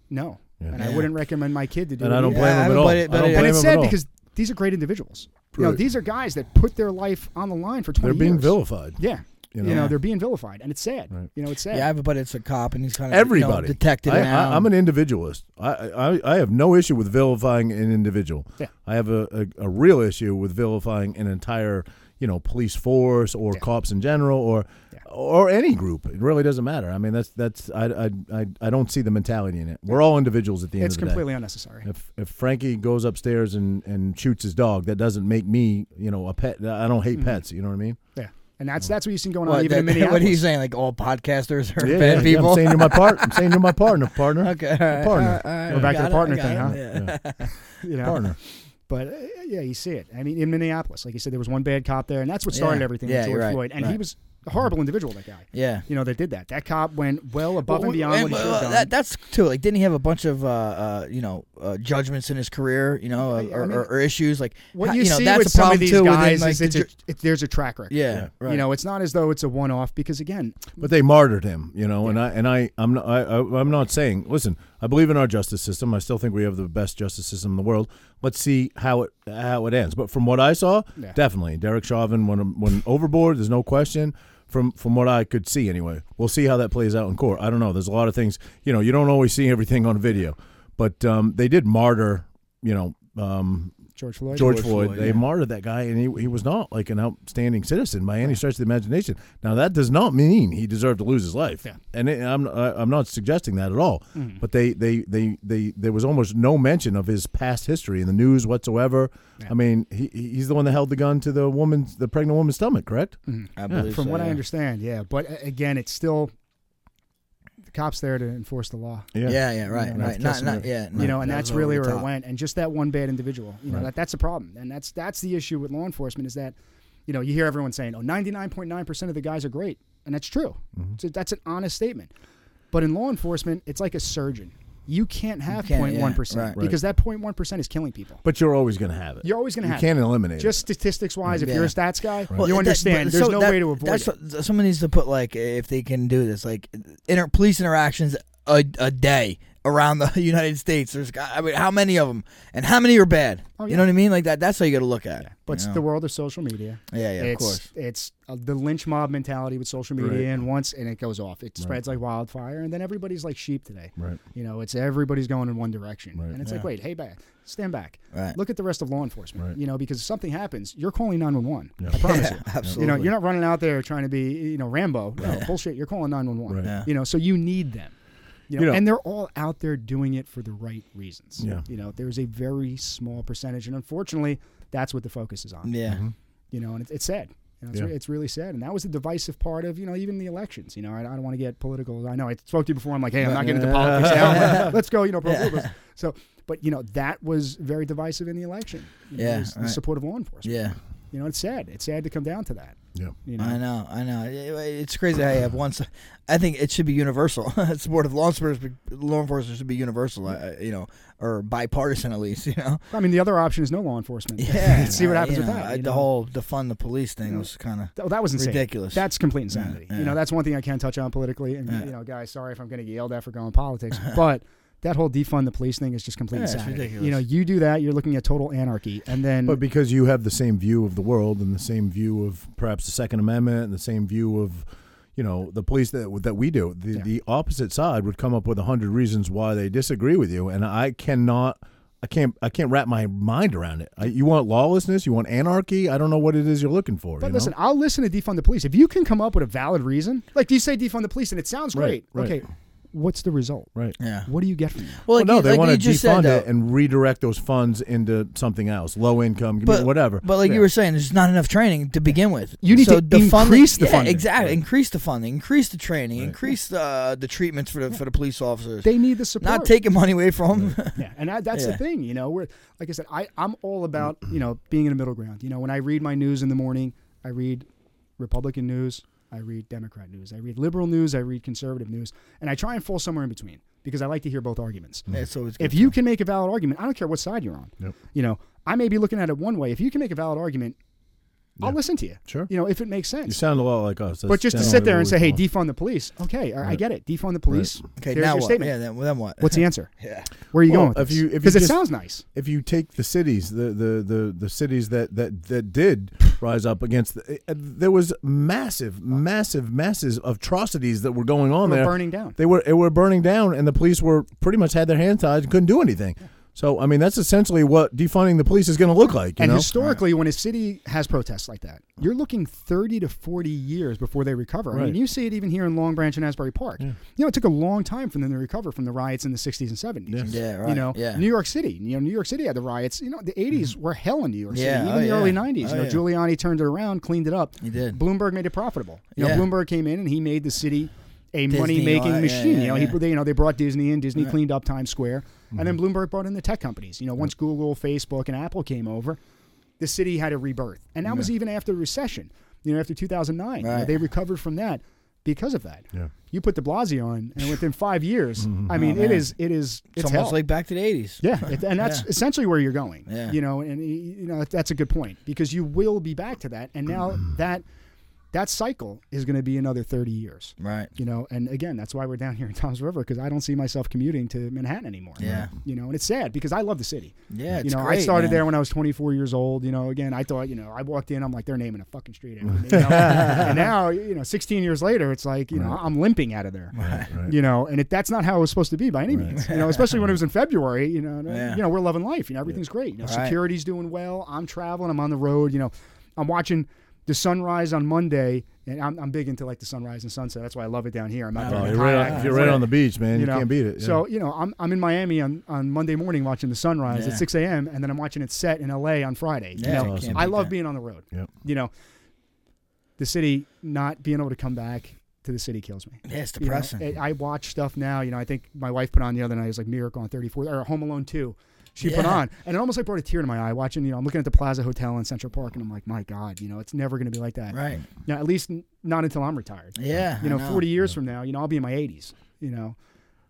Speaker 3: no.
Speaker 1: Yeah.
Speaker 3: And I
Speaker 2: Yeah.
Speaker 3: wouldn't recommend my kid to do
Speaker 1: and
Speaker 3: it.
Speaker 1: i don't
Speaker 3: either.
Speaker 1: blame
Speaker 2: Yeah,
Speaker 1: him at all
Speaker 2: but it-
Speaker 1: I
Speaker 2: but
Speaker 1: don't
Speaker 2: it-
Speaker 1: blame
Speaker 3: And
Speaker 1: him
Speaker 3: it's
Speaker 1: at
Speaker 3: sad
Speaker 1: all.
Speaker 3: because these are great individuals. You know,
Speaker 1: Right.
Speaker 3: these are guys that put their life on the line for 20
Speaker 1: they're being
Speaker 3: years.
Speaker 1: vilified
Speaker 3: Yeah.
Speaker 1: You know,
Speaker 3: You know, they're being vilified, and it's sad. You know, it's sad.
Speaker 2: Yeah, but it's a cop, and he's kind of
Speaker 1: everybody
Speaker 2: detective
Speaker 1: I,
Speaker 2: now.
Speaker 1: I, am an individualist. I, I I have no issue with vilifying an individual.
Speaker 3: Yeah.
Speaker 1: I have a, a, a real issue with vilifying an entire you know police force or cops in general or or any group. It really doesn't matter. I mean that's that's I I I, I don't see the mentality in it. We're all individuals at the end
Speaker 3: it's
Speaker 1: of the
Speaker 3: completely
Speaker 1: day.
Speaker 3: unnecessary.
Speaker 1: If, if Frankie goes upstairs and, and shoots his dog, that doesn't make me, you know, a pet. I don't
Speaker 2: Mm-hmm.
Speaker 1: hate pets. You know what I mean?
Speaker 3: Yeah, and that's that's what you see going on
Speaker 2: What,
Speaker 3: even in
Speaker 2: that- what
Speaker 3: Minneapolis.
Speaker 2: he's saying, like all podcasters are
Speaker 1: Yeah,
Speaker 2: bad
Speaker 1: yeah,
Speaker 2: people.
Speaker 1: I'm saying you're my partner. I'm saying you're my partner, partner.
Speaker 2: okay, all right,
Speaker 1: Partner.
Speaker 2: all right, all right,
Speaker 3: We're back to
Speaker 2: got
Speaker 3: the
Speaker 2: it,
Speaker 3: partner
Speaker 2: got
Speaker 3: thing,
Speaker 2: it,
Speaker 3: huh?
Speaker 2: yeah.
Speaker 3: you know?
Speaker 1: Partner.
Speaker 3: But uh, yeah, you see it. I mean, in Minneapolis, like you said, there was one bad cop there, and that's what started
Speaker 2: Yeah.
Speaker 3: everything
Speaker 2: Yeah,
Speaker 3: with George
Speaker 2: you're right.
Speaker 3: Floyd. And he
Speaker 2: Right.
Speaker 3: was a horrible individual. That guy.
Speaker 2: Yeah.
Speaker 3: You know, that did that. That cop went well above and beyond what he
Speaker 2: well,
Speaker 3: should have done.
Speaker 2: that, that's too. Like, didn't he have a bunch of uh, uh, you know uh, judgments in his career? You know,
Speaker 3: I- I
Speaker 2: or,
Speaker 3: mean,
Speaker 2: or, or issues like
Speaker 3: what
Speaker 2: how-
Speaker 3: you,
Speaker 2: know,
Speaker 3: see
Speaker 2: that's
Speaker 3: with
Speaker 2: a
Speaker 3: some
Speaker 2: problem
Speaker 3: of these
Speaker 2: too
Speaker 3: guys
Speaker 2: within,
Speaker 3: is
Speaker 2: like,
Speaker 3: it's
Speaker 2: the
Speaker 3: a, it, there's a track record.
Speaker 2: Yeah, right.
Speaker 3: You know, it's not as though it's a one-off because again,
Speaker 1: But they martyred him, you know, and I and I I'm not I, I, I'm not saying. Listen, I believe in our justice system. I still think we have the best justice system in the world. Let's see how it how it ends. But from what I saw,
Speaker 3: Yeah.
Speaker 1: definitely Derek Chauvin went went overboard. There's no question. From from what I could see, anyway, we'll see how that plays out in court. I don't know. There's a lot of things, you know. You don't always see everything on video, but um, they did martyr, you know, um,
Speaker 3: George Floyd.
Speaker 1: George Floyd. they martyred that guy, and he, he was not like an outstanding citizen by any stretch of the imagination. Now that does not mean he deserved to lose his life,
Speaker 3: Yeah. Mm.
Speaker 1: and it, I'm I- I'm not suggesting that at all. But they, they they they there was almost no mention of his past history in the news whatsoever. I mean, he he's the one that held the gun to the woman's the pregnant woman's stomach, correct?
Speaker 3: Mm.
Speaker 2: I believe
Speaker 3: From
Speaker 2: so,
Speaker 3: what I
Speaker 2: yeah.
Speaker 3: understand, yeah. But uh, again, it's still the cops there to enforce the law.
Speaker 2: Yeah, yeah, right,
Speaker 3: know,
Speaker 2: right.
Speaker 3: that's
Speaker 2: Not, not,
Speaker 1: definitely-
Speaker 2: yeah.
Speaker 3: you know, and that's really where it
Speaker 2: went.
Speaker 3: went. And just that one bad individual, you know, that, that's a problem. And that's that's the issue with law enforcement is that, you know, you hear everyone saying, "Oh, 99.9% of the guys are great," and that's true.
Speaker 2: Mm-hmm.
Speaker 3: So that's an honest statement. But in law enforcement, it's like a surgeon. You can't have
Speaker 2: can't,
Speaker 3: point one percent
Speaker 2: yeah, right.
Speaker 3: because that point one percent is killing people.
Speaker 1: But you're always going to have it.
Speaker 3: You're always going to
Speaker 1: you
Speaker 3: have
Speaker 1: can't
Speaker 3: it.
Speaker 1: eliminate
Speaker 3: just statistics wise. If
Speaker 2: Yeah.
Speaker 3: you're a stats guy,
Speaker 2: Well,
Speaker 3: you
Speaker 2: that-
Speaker 3: understand.
Speaker 2: but
Speaker 3: There's
Speaker 2: so
Speaker 3: no
Speaker 2: that-
Speaker 3: way to avoid
Speaker 2: that's
Speaker 3: it.
Speaker 2: What, someone needs to put like if they can do this, like inter- police interactions a, a day around the United States. There's, got- I mean, how many of them, and how many are bad? You
Speaker 3: Oh, yeah.
Speaker 2: know what I mean? Like that. That's how you got to look at. it.
Speaker 3: But it's
Speaker 2: you know?
Speaker 3: the world of social media.
Speaker 2: Yeah, yeah, of
Speaker 3: it's,
Speaker 2: course.
Speaker 3: It's uh, the lynch mob mentality with social media,
Speaker 1: Right.
Speaker 3: and once and it goes off, it spreads like wildfire, and then everybody's like sheep today.
Speaker 1: Right.
Speaker 3: You know, it's everybody's going in one direction,
Speaker 1: Right.
Speaker 3: and it's like, wait, hey, back, stand back,
Speaker 2: Right.
Speaker 3: look at the rest of law enforcement.
Speaker 1: Right.
Speaker 3: You know, because if something happens, you're calling nine one one.
Speaker 1: Yeah.
Speaker 3: I promise
Speaker 2: Yeah,
Speaker 3: you.
Speaker 2: absolutely.
Speaker 3: You know, you're not running out there trying to be, you know, Rambo. No, bullshit. You're calling nine one
Speaker 1: Right.
Speaker 3: one.
Speaker 1: Yeah.
Speaker 3: You know, so you need them. You know,
Speaker 1: You know-
Speaker 3: and they're all out there doing it for the right reasons.
Speaker 1: Yeah.
Speaker 3: You know, there's a very small percentage, and unfortunately, that's what the focus is on
Speaker 2: yeah.
Speaker 3: you know, and it's, it's sad. You know, it's,
Speaker 1: Yeah.
Speaker 3: re- it's really sad, and that was the divisive part of you know even the elections. You know, I, I don't want to get political. I know I spoke to you before. I'm like, hey, I'm not getting into politics now. Let's go. You know, pro- so but you know that was very divisive in the election. You know,
Speaker 2: Yeah,
Speaker 3: was the
Speaker 2: right.
Speaker 3: support of law enforcement.
Speaker 2: Yeah.
Speaker 3: You know, it's sad. It's sad to come down to that.
Speaker 1: Yeah.
Speaker 3: You know,
Speaker 2: I know, I know. It- It's crazy how you have one. si- I think it should be universal. Support of law enforcement, law enforcement should be universal. I- I- You know, or bipartisan at least. You know.
Speaker 3: I mean, the other option is no law enforcement.
Speaker 2: Yeah.
Speaker 3: see what
Speaker 2: uh,
Speaker 3: happens
Speaker 2: you
Speaker 3: with
Speaker 2: know,
Speaker 3: that.
Speaker 2: I-
Speaker 3: you
Speaker 2: The
Speaker 3: know?
Speaker 2: whole defund the police thing was kind of.
Speaker 3: Th- Oh, that was insane.
Speaker 2: Ridiculous.
Speaker 3: That's complete insanity.
Speaker 2: Yeah,
Speaker 3: You
Speaker 2: yeah.
Speaker 3: know, that's one thing I can't touch on politically. And
Speaker 2: Yeah.
Speaker 3: you know, guys, sorry if I'm going to get yelled at for going politics, but that whole defund the police thing is just complete
Speaker 2: Yeah, it's
Speaker 3: insanity.
Speaker 2: ridiculous.
Speaker 3: You know, you do that, you're looking at total anarchy, and then
Speaker 1: But because you have the same view of the world and the same view of perhaps the Second Amendment and the same view of, you know, the police that that we do, the,
Speaker 3: Yeah.
Speaker 1: the opposite side would come up with a hundred reasons why they disagree with you, and I cannot. I can't. I can't wrap my mind around it. I, you want lawlessness? You want anarchy? I don't know what it is you're looking for.
Speaker 3: But
Speaker 1: you know?
Speaker 3: listen, I'll listen to defund the police if you can come up with a valid reason. Like you say, defund the police, and it sounds
Speaker 1: Right,
Speaker 3: great.
Speaker 1: right.
Speaker 3: Okay, what's the result?
Speaker 1: right?
Speaker 2: Yeah.
Speaker 3: What do you get from that?
Speaker 1: Well,
Speaker 2: like
Speaker 1: no,
Speaker 2: you-
Speaker 1: they
Speaker 2: like
Speaker 1: want
Speaker 2: you
Speaker 1: to
Speaker 2: just said,
Speaker 1: defund
Speaker 2: though.
Speaker 1: it and redirect those funds into something else, low income,
Speaker 2: but
Speaker 1: whatever.
Speaker 2: But like
Speaker 1: Yeah.
Speaker 2: you were saying, there's not enough training to begin with.
Speaker 3: You need
Speaker 2: so
Speaker 3: to
Speaker 2: the funding-
Speaker 3: increase the
Speaker 2: yeah,
Speaker 3: funding.
Speaker 2: Exactly, increase the funding, increase the training, increase the the treatments for the for the police officers.
Speaker 3: They need the support.
Speaker 2: not taking money away from them.
Speaker 3: Yeah, and I, that's
Speaker 2: Yeah.
Speaker 3: the thing, you know. We're like I said, I I'm all about
Speaker 1: Mm.
Speaker 3: you know being in the middle ground. You know, when I read my news in the morning, I read Republican news, I read Democrat news, I read liberal news, I read conservative news, and I try and fall somewhere in between because I like to hear both arguments.
Speaker 2: it's always good.
Speaker 3: If you can make a valid argument, I don't care what side you're on.
Speaker 1: Yep.
Speaker 3: You know, I may be looking at it one way. If you can make a valid argument, I'll listen to you.
Speaker 1: Sure.
Speaker 3: You know, if it makes
Speaker 1: you
Speaker 3: sense.
Speaker 1: sound a lot like us.
Speaker 3: But
Speaker 1: That's
Speaker 3: just to
Speaker 1: generally
Speaker 3: sit there and
Speaker 1: what
Speaker 3: say,
Speaker 1: we
Speaker 3: "Hey,
Speaker 1: want.
Speaker 3: defund the police," okay, all right, I get it. Defund the police.
Speaker 2: okay,
Speaker 3: There's
Speaker 2: now
Speaker 3: your
Speaker 2: what?
Speaker 3: statement.
Speaker 2: Yeah, then, then what?
Speaker 3: What's the answer?
Speaker 2: yeah.
Speaker 3: Where are you
Speaker 1: Well,
Speaker 3: going with
Speaker 1: if
Speaker 3: this?
Speaker 1: you- if you
Speaker 3: Because it
Speaker 1: just-
Speaker 3: sounds nice.
Speaker 1: if you take the cities, the the the, the cities that, that that did rise up against. The, uh, there was massive, massive, massive atrocities that were going on
Speaker 3: They were
Speaker 1: there.
Speaker 3: burning down.
Speaker 1: They were it were burning down, and the police were pretty much had their hands tied and couldn't do anything. So I mean, that's essentially what defunding the police is going to look like. You
Speaker 3: and
Speaker 1: know,
Speaker 3: historically, when a city has protests like that, you're looking 30 to 40 years before they recover. I
Speaker 1: Right.
Speaker 3: mean, you see it even here in Long Branch and Asbury Park. You know, it took a long time for them to recover from the riots in the 60s and 70s.
Speaker 2: Yeah, right,
Speaker 3: You know,
Speaker 2: yeah.
Speaker 3: New York City. You know, New York City had the riots. You know, the 80s
Speaker 1: Mm-hmm.
Speaker 3: were hell in New York City.
Speaker 2: Yeah,
Speaker 3: even
Speaker 2: oh
Speaker 3: the
Speaker 2: yeah.
Speaker 3: early 90s.
Speaker 2: Oh
Speaker 3: you know,
Speaker 2: yeah.
Speaker 3: Giuliani turned it around, cleaned it up. He
Speaker 2: did.
Speaker 3: Bloomberg made it profitable. You know,
Speaker 2: Yeah.
Speaker 3: Bloomberg came in and he made the city a
Speaker 2: Disney, all
Speaker 3: money-making
Speaker 2: that, yeah,
Speaker 3: machine.
Speaker 2: yeah,
Speaker 3: you know,
Speaker 2: yeah.
Speaker 3: he they, you know, they brought Disney in. Disney cleaned up Times Square, and then
Speaker 2: Mm-hmm.
Speaker 3: Bloomberg brought in the tech companies. You know, once Google, Facebook, and Apple came over, the city had a rebirth, and that was even after the recession. You know, after 2009, you know,
Speaker 2: Right.
Speaker 3: they recovered from that because of that.
Speaker 1: Yeah.
Speaker 3: You put the Blasio on, and within five years, I mean, it is, it is, it's,
Speaker 2: Mm-hmm. Oh, It's, almost
Speaker 3: hell.
Speaker 2: like back to the '80s.
Speaker 3: Yeah, it- and that's essentially where you're going.
Speaker 2: Yeah.
Speaker 3: You know, and y- you know that's a good point because you will be back to that, and now that that cycle is going to be another 30 years.
Speaker 2: Right.
Speaker 3: You know, and again, that's why we're down here in Tom's River because I don't see myself commuting to Manhattan anymore.
Speaker 2: Yeah.
Speaker 3: You know, and it's sad because I love the city.
Speaker 2: Yeah,
Speaker 3: you
Speaker 2: it's
Speaker 3: know, I
Speaker 2: great,
Speaker 3: started
Speaker 2: man.
Speaker 3: there when I was 24 years old. You know, again, I thought, you know, I walked in, I'm like, they're naming a fucking street after me. you know? and now, you know, 16 years later, it's like, you know, I'm limping out of there.
Speaker 1: right.
Speaker 3: You know, and it, that's not how it was supposed to be by any means. You know, especially when it was in February. You know, and, uh,
Speaker 2: Yeah.
Speaker 3: you know, we're loving life. You know, everything's great. You know,
Speaker 2: Right.
Speaker 3: security's doing well. I'm traveling. I'm on the road. You know, I'm watching the sunrise on Monday, and I'm, I'm big into like the sunrise and sunset. That's why I love it down here. I'm not.
Speaker 1: Oh,
Speaker 3: going
Speaker 1: you're right,
Speaker 3: kayak.
Speaker 1: you're right on the beach, man. You,
Speaker 3: know?
Speaker 1: can't beat it.
Speaker 3: So you know, I'm, I'm in Miami on, on Monday morning watching the sunrise
Speaker 2: Yeah.
Speaker 3: at 6 a.m. and then I'm watching it set in L.A. on Friday. You
Speaker 2: Yeah,
Speaker 3: know,
Speaker 2: you can't
Speaker 3: I
Speaker 2: beat
Speaker 3: love
Speaker 2: that.
Speaker 3: being on the road.
Speaker 1: Yep.
Speaker 3: You know, the city not being able to come back to the city kills me.
Speaker 2: Yeah, it's
Speaker 3: You know,
Speaker 2: depressing.
Speaker 3: I I watch stuff now. You know, I think my wife put on the other night it was like Miracle on 34th or Home Alone 2. She put
Speaker 2: Yeah.
Speaker 3: on, and it almost like brought a tear to my eye watching. You know, I'm looking at the Plaza Hotel in Central Park, and I'm like, my God, you know, it's never going to be like that.
Speaker 2: right.
Speaker 3: Now, at least n- not until I'm retired.
Speaker 2: Yeah.
Speaker 3: You
Speaker 2: I
Speaker 3: know, 40 years from now, you know, I'll be in my 80s. You know,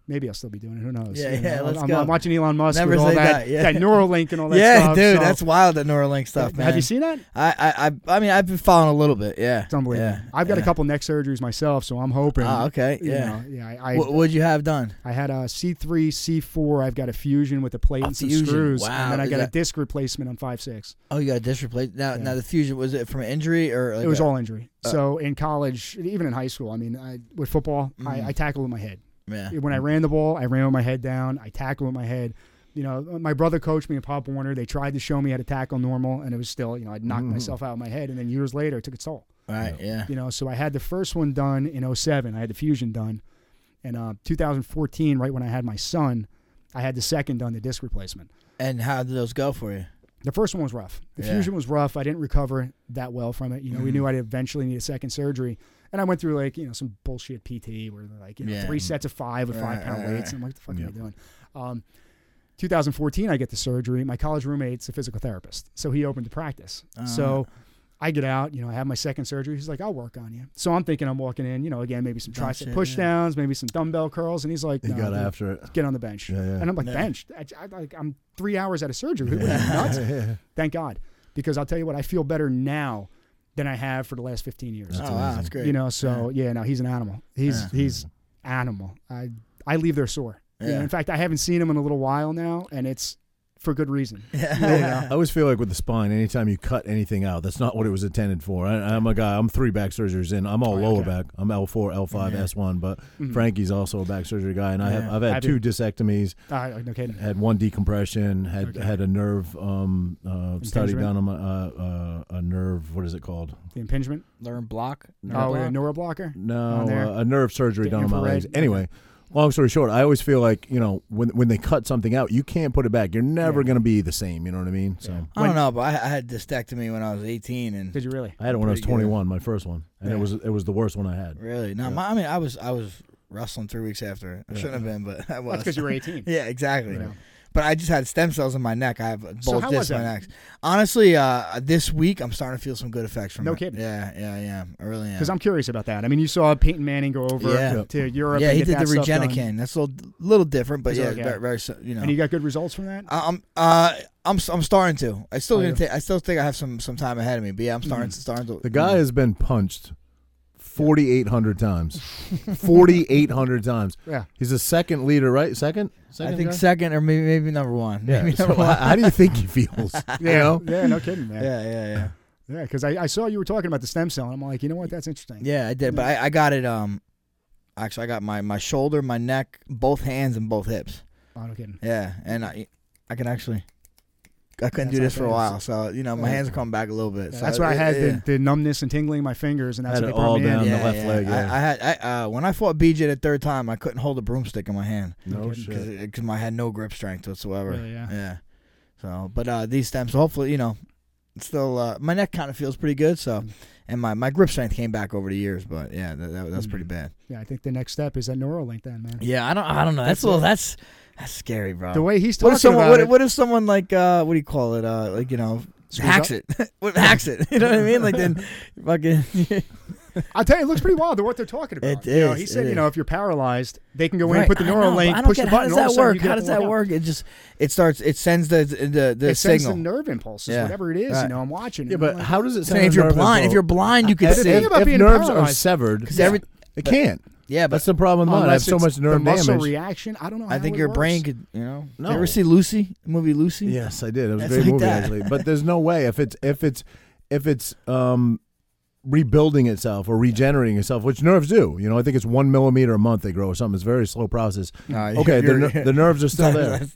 Speaker 3: maybe I'll still be doing it. Who knows?
Speaker 2: Yeah,
Speaker 3: You know,
Speaker 2: yeah, let's
Speaker 3: I'm,
Speaker 2: go.
Speaker 3: I'm watching Elon Musk
Speaker 2: Never
Speaker 3: with all
Speaker 2: say
Speaker 3: that,
Speaker 2: that, yeah.
Speaker 3: that Neuralink and all that
Speaker 2: Yeah,
Speaker 3: stuff.
Speaker 2: dude,
Speaker 3: so-
Speaker 2: that's wild. That Neuralink stuff, man.
Speaker 3: Have you seen that?
Speaker 2: I, I, I I mean, I've been following a little bit. Yeah.
Speaker 3: It's unbelievable.
Speaker 2: Yeah.
Speaker 3: I've got a
Speaker 2: yeah.
Speaker 3: couple neck surgeries myself, so I'm hoping.
Speaker 2: Ah, okay,
Speaker 3: you
Speaker 2: yeah.
Speaker 3: know, yeah. I, I,
Speaker 2: What would you have done?
Speaker 3: I had a C three, C four. I've got a fusion with a plate
Speaker 2: A
Speaker 3: and some
Speaker 2: fusion,
Speaker 3: screws,
Speaker 2: wow,
Speaker 3: and then I
Speaker 2: is
Speaker 3: got a
Speaker 2: that-
Speaker 3: disc replacement on five six.
Speaker 2: Oh, you got a disc replaced. Now,
Speaker 3: Yeah.
Speaker 2: now the fusion was it from an injury or? Like Uh,
Speaker 3: it was
Speaker 2: a-
Speaker 3: all injury. so in college, even in high school, I mean, I, with football,
Speaker 2: Mm.
Speaker 3: I, I tackled with my head.
Speaker 2: Yeah.
Speaker 3: When I ran the ball, I ran with my head down. I tackled with my head. You know, my brother coached me in Pop Warner. They tried to show me how to tackle normal, and it was still, you know, I'd
Speaker 2: Mm.
Speaker 3: knocked myself out with my head, and then years later, it took its toll.
Speaker 2: Right. Yeah.
Speaker 3: You know, so I had the first one done in 07. I had the fusion done. And uh, 2014, right when I had my son, I had the second done, the disc replacement.
Speaker 2: And how did those go for you?
Speaker 3: The first one was rough. The
Speaker 2: Yeah.
Speaker 3: fusion was rough. I didn't recover that well from it. You know, we
Speaker 1: Mm-hmm.
Speaker 3: knew I'd eventually need a second surgery. And I went through like, you know, some bullshit PT where they're like, you know,
Speaker 2: Yeah.
Speaker 3: three sets of five with five
Speaker 2: Right,
Speaker 3: pound
Speaker 2: right,
Speaker 3: weights. And I'm like, the fuck am I doing? Um, 2014, I get the surgery. My college roommate's a physical therapist. So he opened the practice.
Speaker 1: Uh-huh.
Speaker 3: So I get out, you know, I have my second surgery. He's like, I'll work on you. So I'm thinking I'm walking in, you know, again, maybe some
Speaker 2: That's
Speaker 3: tricep
Speaker 2: it,
Speaker 3: push
Speaker 2: yeah.
Speaker 3: downs, maybe some dumbbell curls. And he's like,
Speaker 1: he
Speaker 3: no,
Speaker 1: got
Speaker 3: dude,
Speaker 1: after it.
Speaker 3: get on the bench.
Speaker 1: Yeah, yeah.
Speaker 3: And I'm like, bench? I, I, like, I'm three hours out of surgery. What are you, nuts? Thank God. Because I'll tell you what, I feel better now than I have for the last 15 years.
Speaker 2: oh wow, that's great.
Speaker 3: You know, so yeah, no, he's an animal. He's he's animal. I I leave there sore. You know,
Speaker 2: Yeah.
Speaker 3: in fact, I haven't seen him in a little while now, and it's for good reason.
Speaker 1: I always feel like with the spine, anytime you cut anything out, that's not what it was intended for. I, I'm a guy. I'm three back surgeries in. I'm all
Speaker 3: Oh,
Speaker 1: lower back. I'm L4, L5, S1. But
Speaker 3: Mm-hmm. Hmm.
Speaker 1: Frankie's also a back surgery guy, and I have I've had
Speaker 3: Have
Speaker 1: two
Speaker 3: you?
Speaker 1: disectomies,
Speaker 3: Uh, no kidding.
Speaker 1: had one decompression, had had a nerve um uh, study
Speaker 3: Impingement?
Speaker 1: done on my uh, uh, a nerve. What is it called?
Speaker 3: The impingement.
Speaker 2: Learn block.
Speaker 3: Oh, yeah, neuroblocker.
Speaker 1: No,
Speaker 3: there?
Speaker 1: uh, a nerve surgery
Speaker 3: The
Speaker 1: done on my
Speaker 3: infrared?
Speaker 1: legs. Anyway, long story short, I always feel like you know when when they cut something out, you can't put it back. You're never going to be the same. You know what I mean? So.
Speaker 2: I don't know, but I, I had dystectomy when I was 18, and
Speaker 3: Did you really?
Speaker 1: I had it when I was
Speaker 2: Pretty good.
Speaker 1: 21, my first one, and it was it was the worst one I had.
Speaker 2: Really? No, my, I mean, I was I was wrestling three weeks after. it. I shouldn't have been, but I was.
Speaker 3: That's because you were 18.
Speaker 2: yeah, exactly. But I just had stem cells in my neck. I have both
Speaker 3: So how was
Speaker 2: discs in my
Speaker 3: that?
Speaker 2: neck. Honestly, uh, this week I'm starting to feel some good effects from
Speaker 3: No
Speaker 2: it.
Speaker 3: kidding.
Speaker 2: Yeah, yeah, yeah. I really am.
Speaker 3: Because I'm curious about that. I mean, you saw Peyton Manning go over
Speaker 2: Yeah.
Speaker 3: to Europe.
Speaker 2: yeah,
Speaker 3: and
Speaker 2: he
Speaker 3: get
Speaker 2: did the
Speaker 3: that stuff done,
Speaker 2: Regenicane. That's a little, little different, but
Speaker 3: Is
Speaker 2: yeah,
Speaker 3: that okay?
Speaker 2: very, very, so- you know.
Speaker 3: and you got good results from that.
Speaker 2: I- I'm uh I'm s- I'm starting to. I still
Speaker 3: Are
Speaker 2: gonna
Speaker 3: you?
Speaker 2: take. I still think I have some some time ahead of me. But yeah, I'm
Speaker 3: Hmm.
Speaker 2: starting to starting to.
Speaker 1: The guy has been punched 4,800 times. 4,800 times.
Speaker 3: Yeah.
Speaker 1: He's the second leader, right? Second? second
Speaker 2: I think
Speaker 1: guy?
Speaker 2: second or maybe maybe number one.
Speaker 1: Yeah.
Speaker 2: Maybe
Speaker 1: So
Speaker 2: number
Speaker 1: how,
Speaker 2: one.
Speaker 1: how do you think he feels?
Speaker 3: yeah, yeah, no kidding, man.
Speaker 2: Yeah, yeah, yeah.
Speaker 3: Yeah, because I, I saw you were talking about the stem cell, and I'm like, you know what? That's interesting.
Speaker 2: Yeah, I did, but I, I got it. Um, actually, I got my my shoulder, my neck, both hands, and both hips.
Speaker 3: Oh, no kidding.
Speaker 2: Yeah, and I I can actually. I couldn't
Speaker 3: That's
Speaker 2: do this
Speaker 3: how
Speaker 2: for a
Speaker 3: bad it
Speaker 2: while, so you know my
Speaker 3: Yeah.
Speaker 2: hands are coming back a little bit. so
Speaker 3: that's what I
Speaker 2: it-
Speaker 3: had
Speaker 2: yeah.
Speaker 3: the, the numbness and tingling in my fingers, and that's
Speaker 1: Had
Speaker 3: what
Speaker 1: it
Speaker 3: they brought
Speaker 1: all
Speaker 3: me
Speaker 1: down
Speaker 3: in.
Speaker 1: the left leg,
Speaker 2: I-
Speaker 1: yeah.
Speaker 2: I, had I, uh, when I fought BJ the third time, I couldn't hold a broomstick in my hand
Speaker 1: No
Speaker 3: kidding.
Speaker 1: shit.
Speaker 2: because I had no grip strength whatsoever.
Speaker 3: Really, yeah.
Speaker 2: So, but uh, these stems, hopefully, you know, it's still uh, my neck kind of feels pretty good. So,
Speaker 3: Mm.
Speaker 2: and my, my grip strength came back over the years, but yeah, that, that, that's
Speaker 3: Mm.
Speaker 2: pretty bad.
Speaker 3: Yeah, I think the next step is that Neuralink, then, man.
Speaker 2: Yeah, I don't I don't know. That's a little that's that's scary, bro.
Speaker 3: The way he's talking
Speaker 2: what if someone
Speaker 3: about
Speaker 2: what,
Speaker 3: it,
Speaker 2: what if someone like uh what do you call it uh like you know
Speaker 3: Screws
Speaker 2: hacks it what hacks it you know what I mean like then fucking
Speaker 3: I'll tell you, it looks pretty wild. to What they're talking about.
Speaker 2: It
Speaker 3: You know,
Speaker 2: is,
Speaker 3: he said,
Speaker 2: it
Speaker 3: you know, if you're paralyzed, they can go in,
Speaker 2: Right,
Speaker 3: put the
Speaker 2: I don't know,
Speaker 3: neural
Speaker 2: but
Speaker 3: link,
Speaker 2: I don't
Speaker 3: push
Speaker 2: get
Speaker 3: the
Speaker 2: it.
Speaker 3: button.
Speaker 2: How
Speaker 3: and all
Speaker 2: does that
Speaker 3: of a sudden
Speaker 2: work?
Speaker 3: you get
Speaker 2: How
Speaker 3: the
Speaker 2: does
Speaker 3: work
Speaker 2: that
Speaker 3: out.
Speaker 2: work? It just it starts it sends the the the
Speaker 3: It sends the
Speaker 2: signal.
Speaker 3: nerve impulses,
Speaker 2: Yeah.
Speaker 3: whatever it is.
Speaker 2: Right.
Speaker 3: You know, I'm watching.
Speaker 1: Yeah,
Speaker 3: and
Speaker 1: but
Speaker 3: I'm like,
Speaker 1: how does it
Speaker 2: So
Speaker 1: sound?
Speaker 2: if you're
Speaker 1: nerve
Speaker 2: blind, if
Speaker 1: impulse?
Speaker 2: you're blind, you can
Speaker 1: And the
Speaker 2: see.
Speaker 1: thing about
Speaker 3: If
Speaker 1: being
Speaker 3: nerves
Speaker 1: nerves
Speaker 3: are
Speaker 1: are severed,
Speaker 2: yeah. every-
Speaker 1: it can't.
Speaker 2: yeah, but
Speaker 1: That's the problem. With mine. I have
Speaker 3: unless
Speaker 1: so
Speaker 3: it's
Speaker 1: much
Speaker 3: the
Speaker 1: nerve
Speaker 3: muscle
Speaker 1: damage.
Speaker 3: reaction. I don't know.
Speaker 2: I
Speaker 3: how
Speaker 2: think
Speaker 3: it
Speaker 2: your
Speaker 3: works.
Speaker 2: brain could, you know.
Speaker 1: No.
Speaker 2: You ever see Lucy? The movie Lucy?
Speaker 1: Yes, I did. It was
Speaker 2: That's
Speaker 1: a great
Speaker 2: like
Speaker 1: movie
Speaker 2: that.
Speaker 1: actually. But there's no way if it's if it's if it's um rebuilding itself or regenerating itself, which nerves do. You know, I think it's one millimeter a month they grow or something. It's a very slow process.
Speaker 2: Nah,
Speaker 1: Okay, the,
Speaker 2: you're-
Speaker 1: ner- the nerves are still there.
Speaker 2: That's,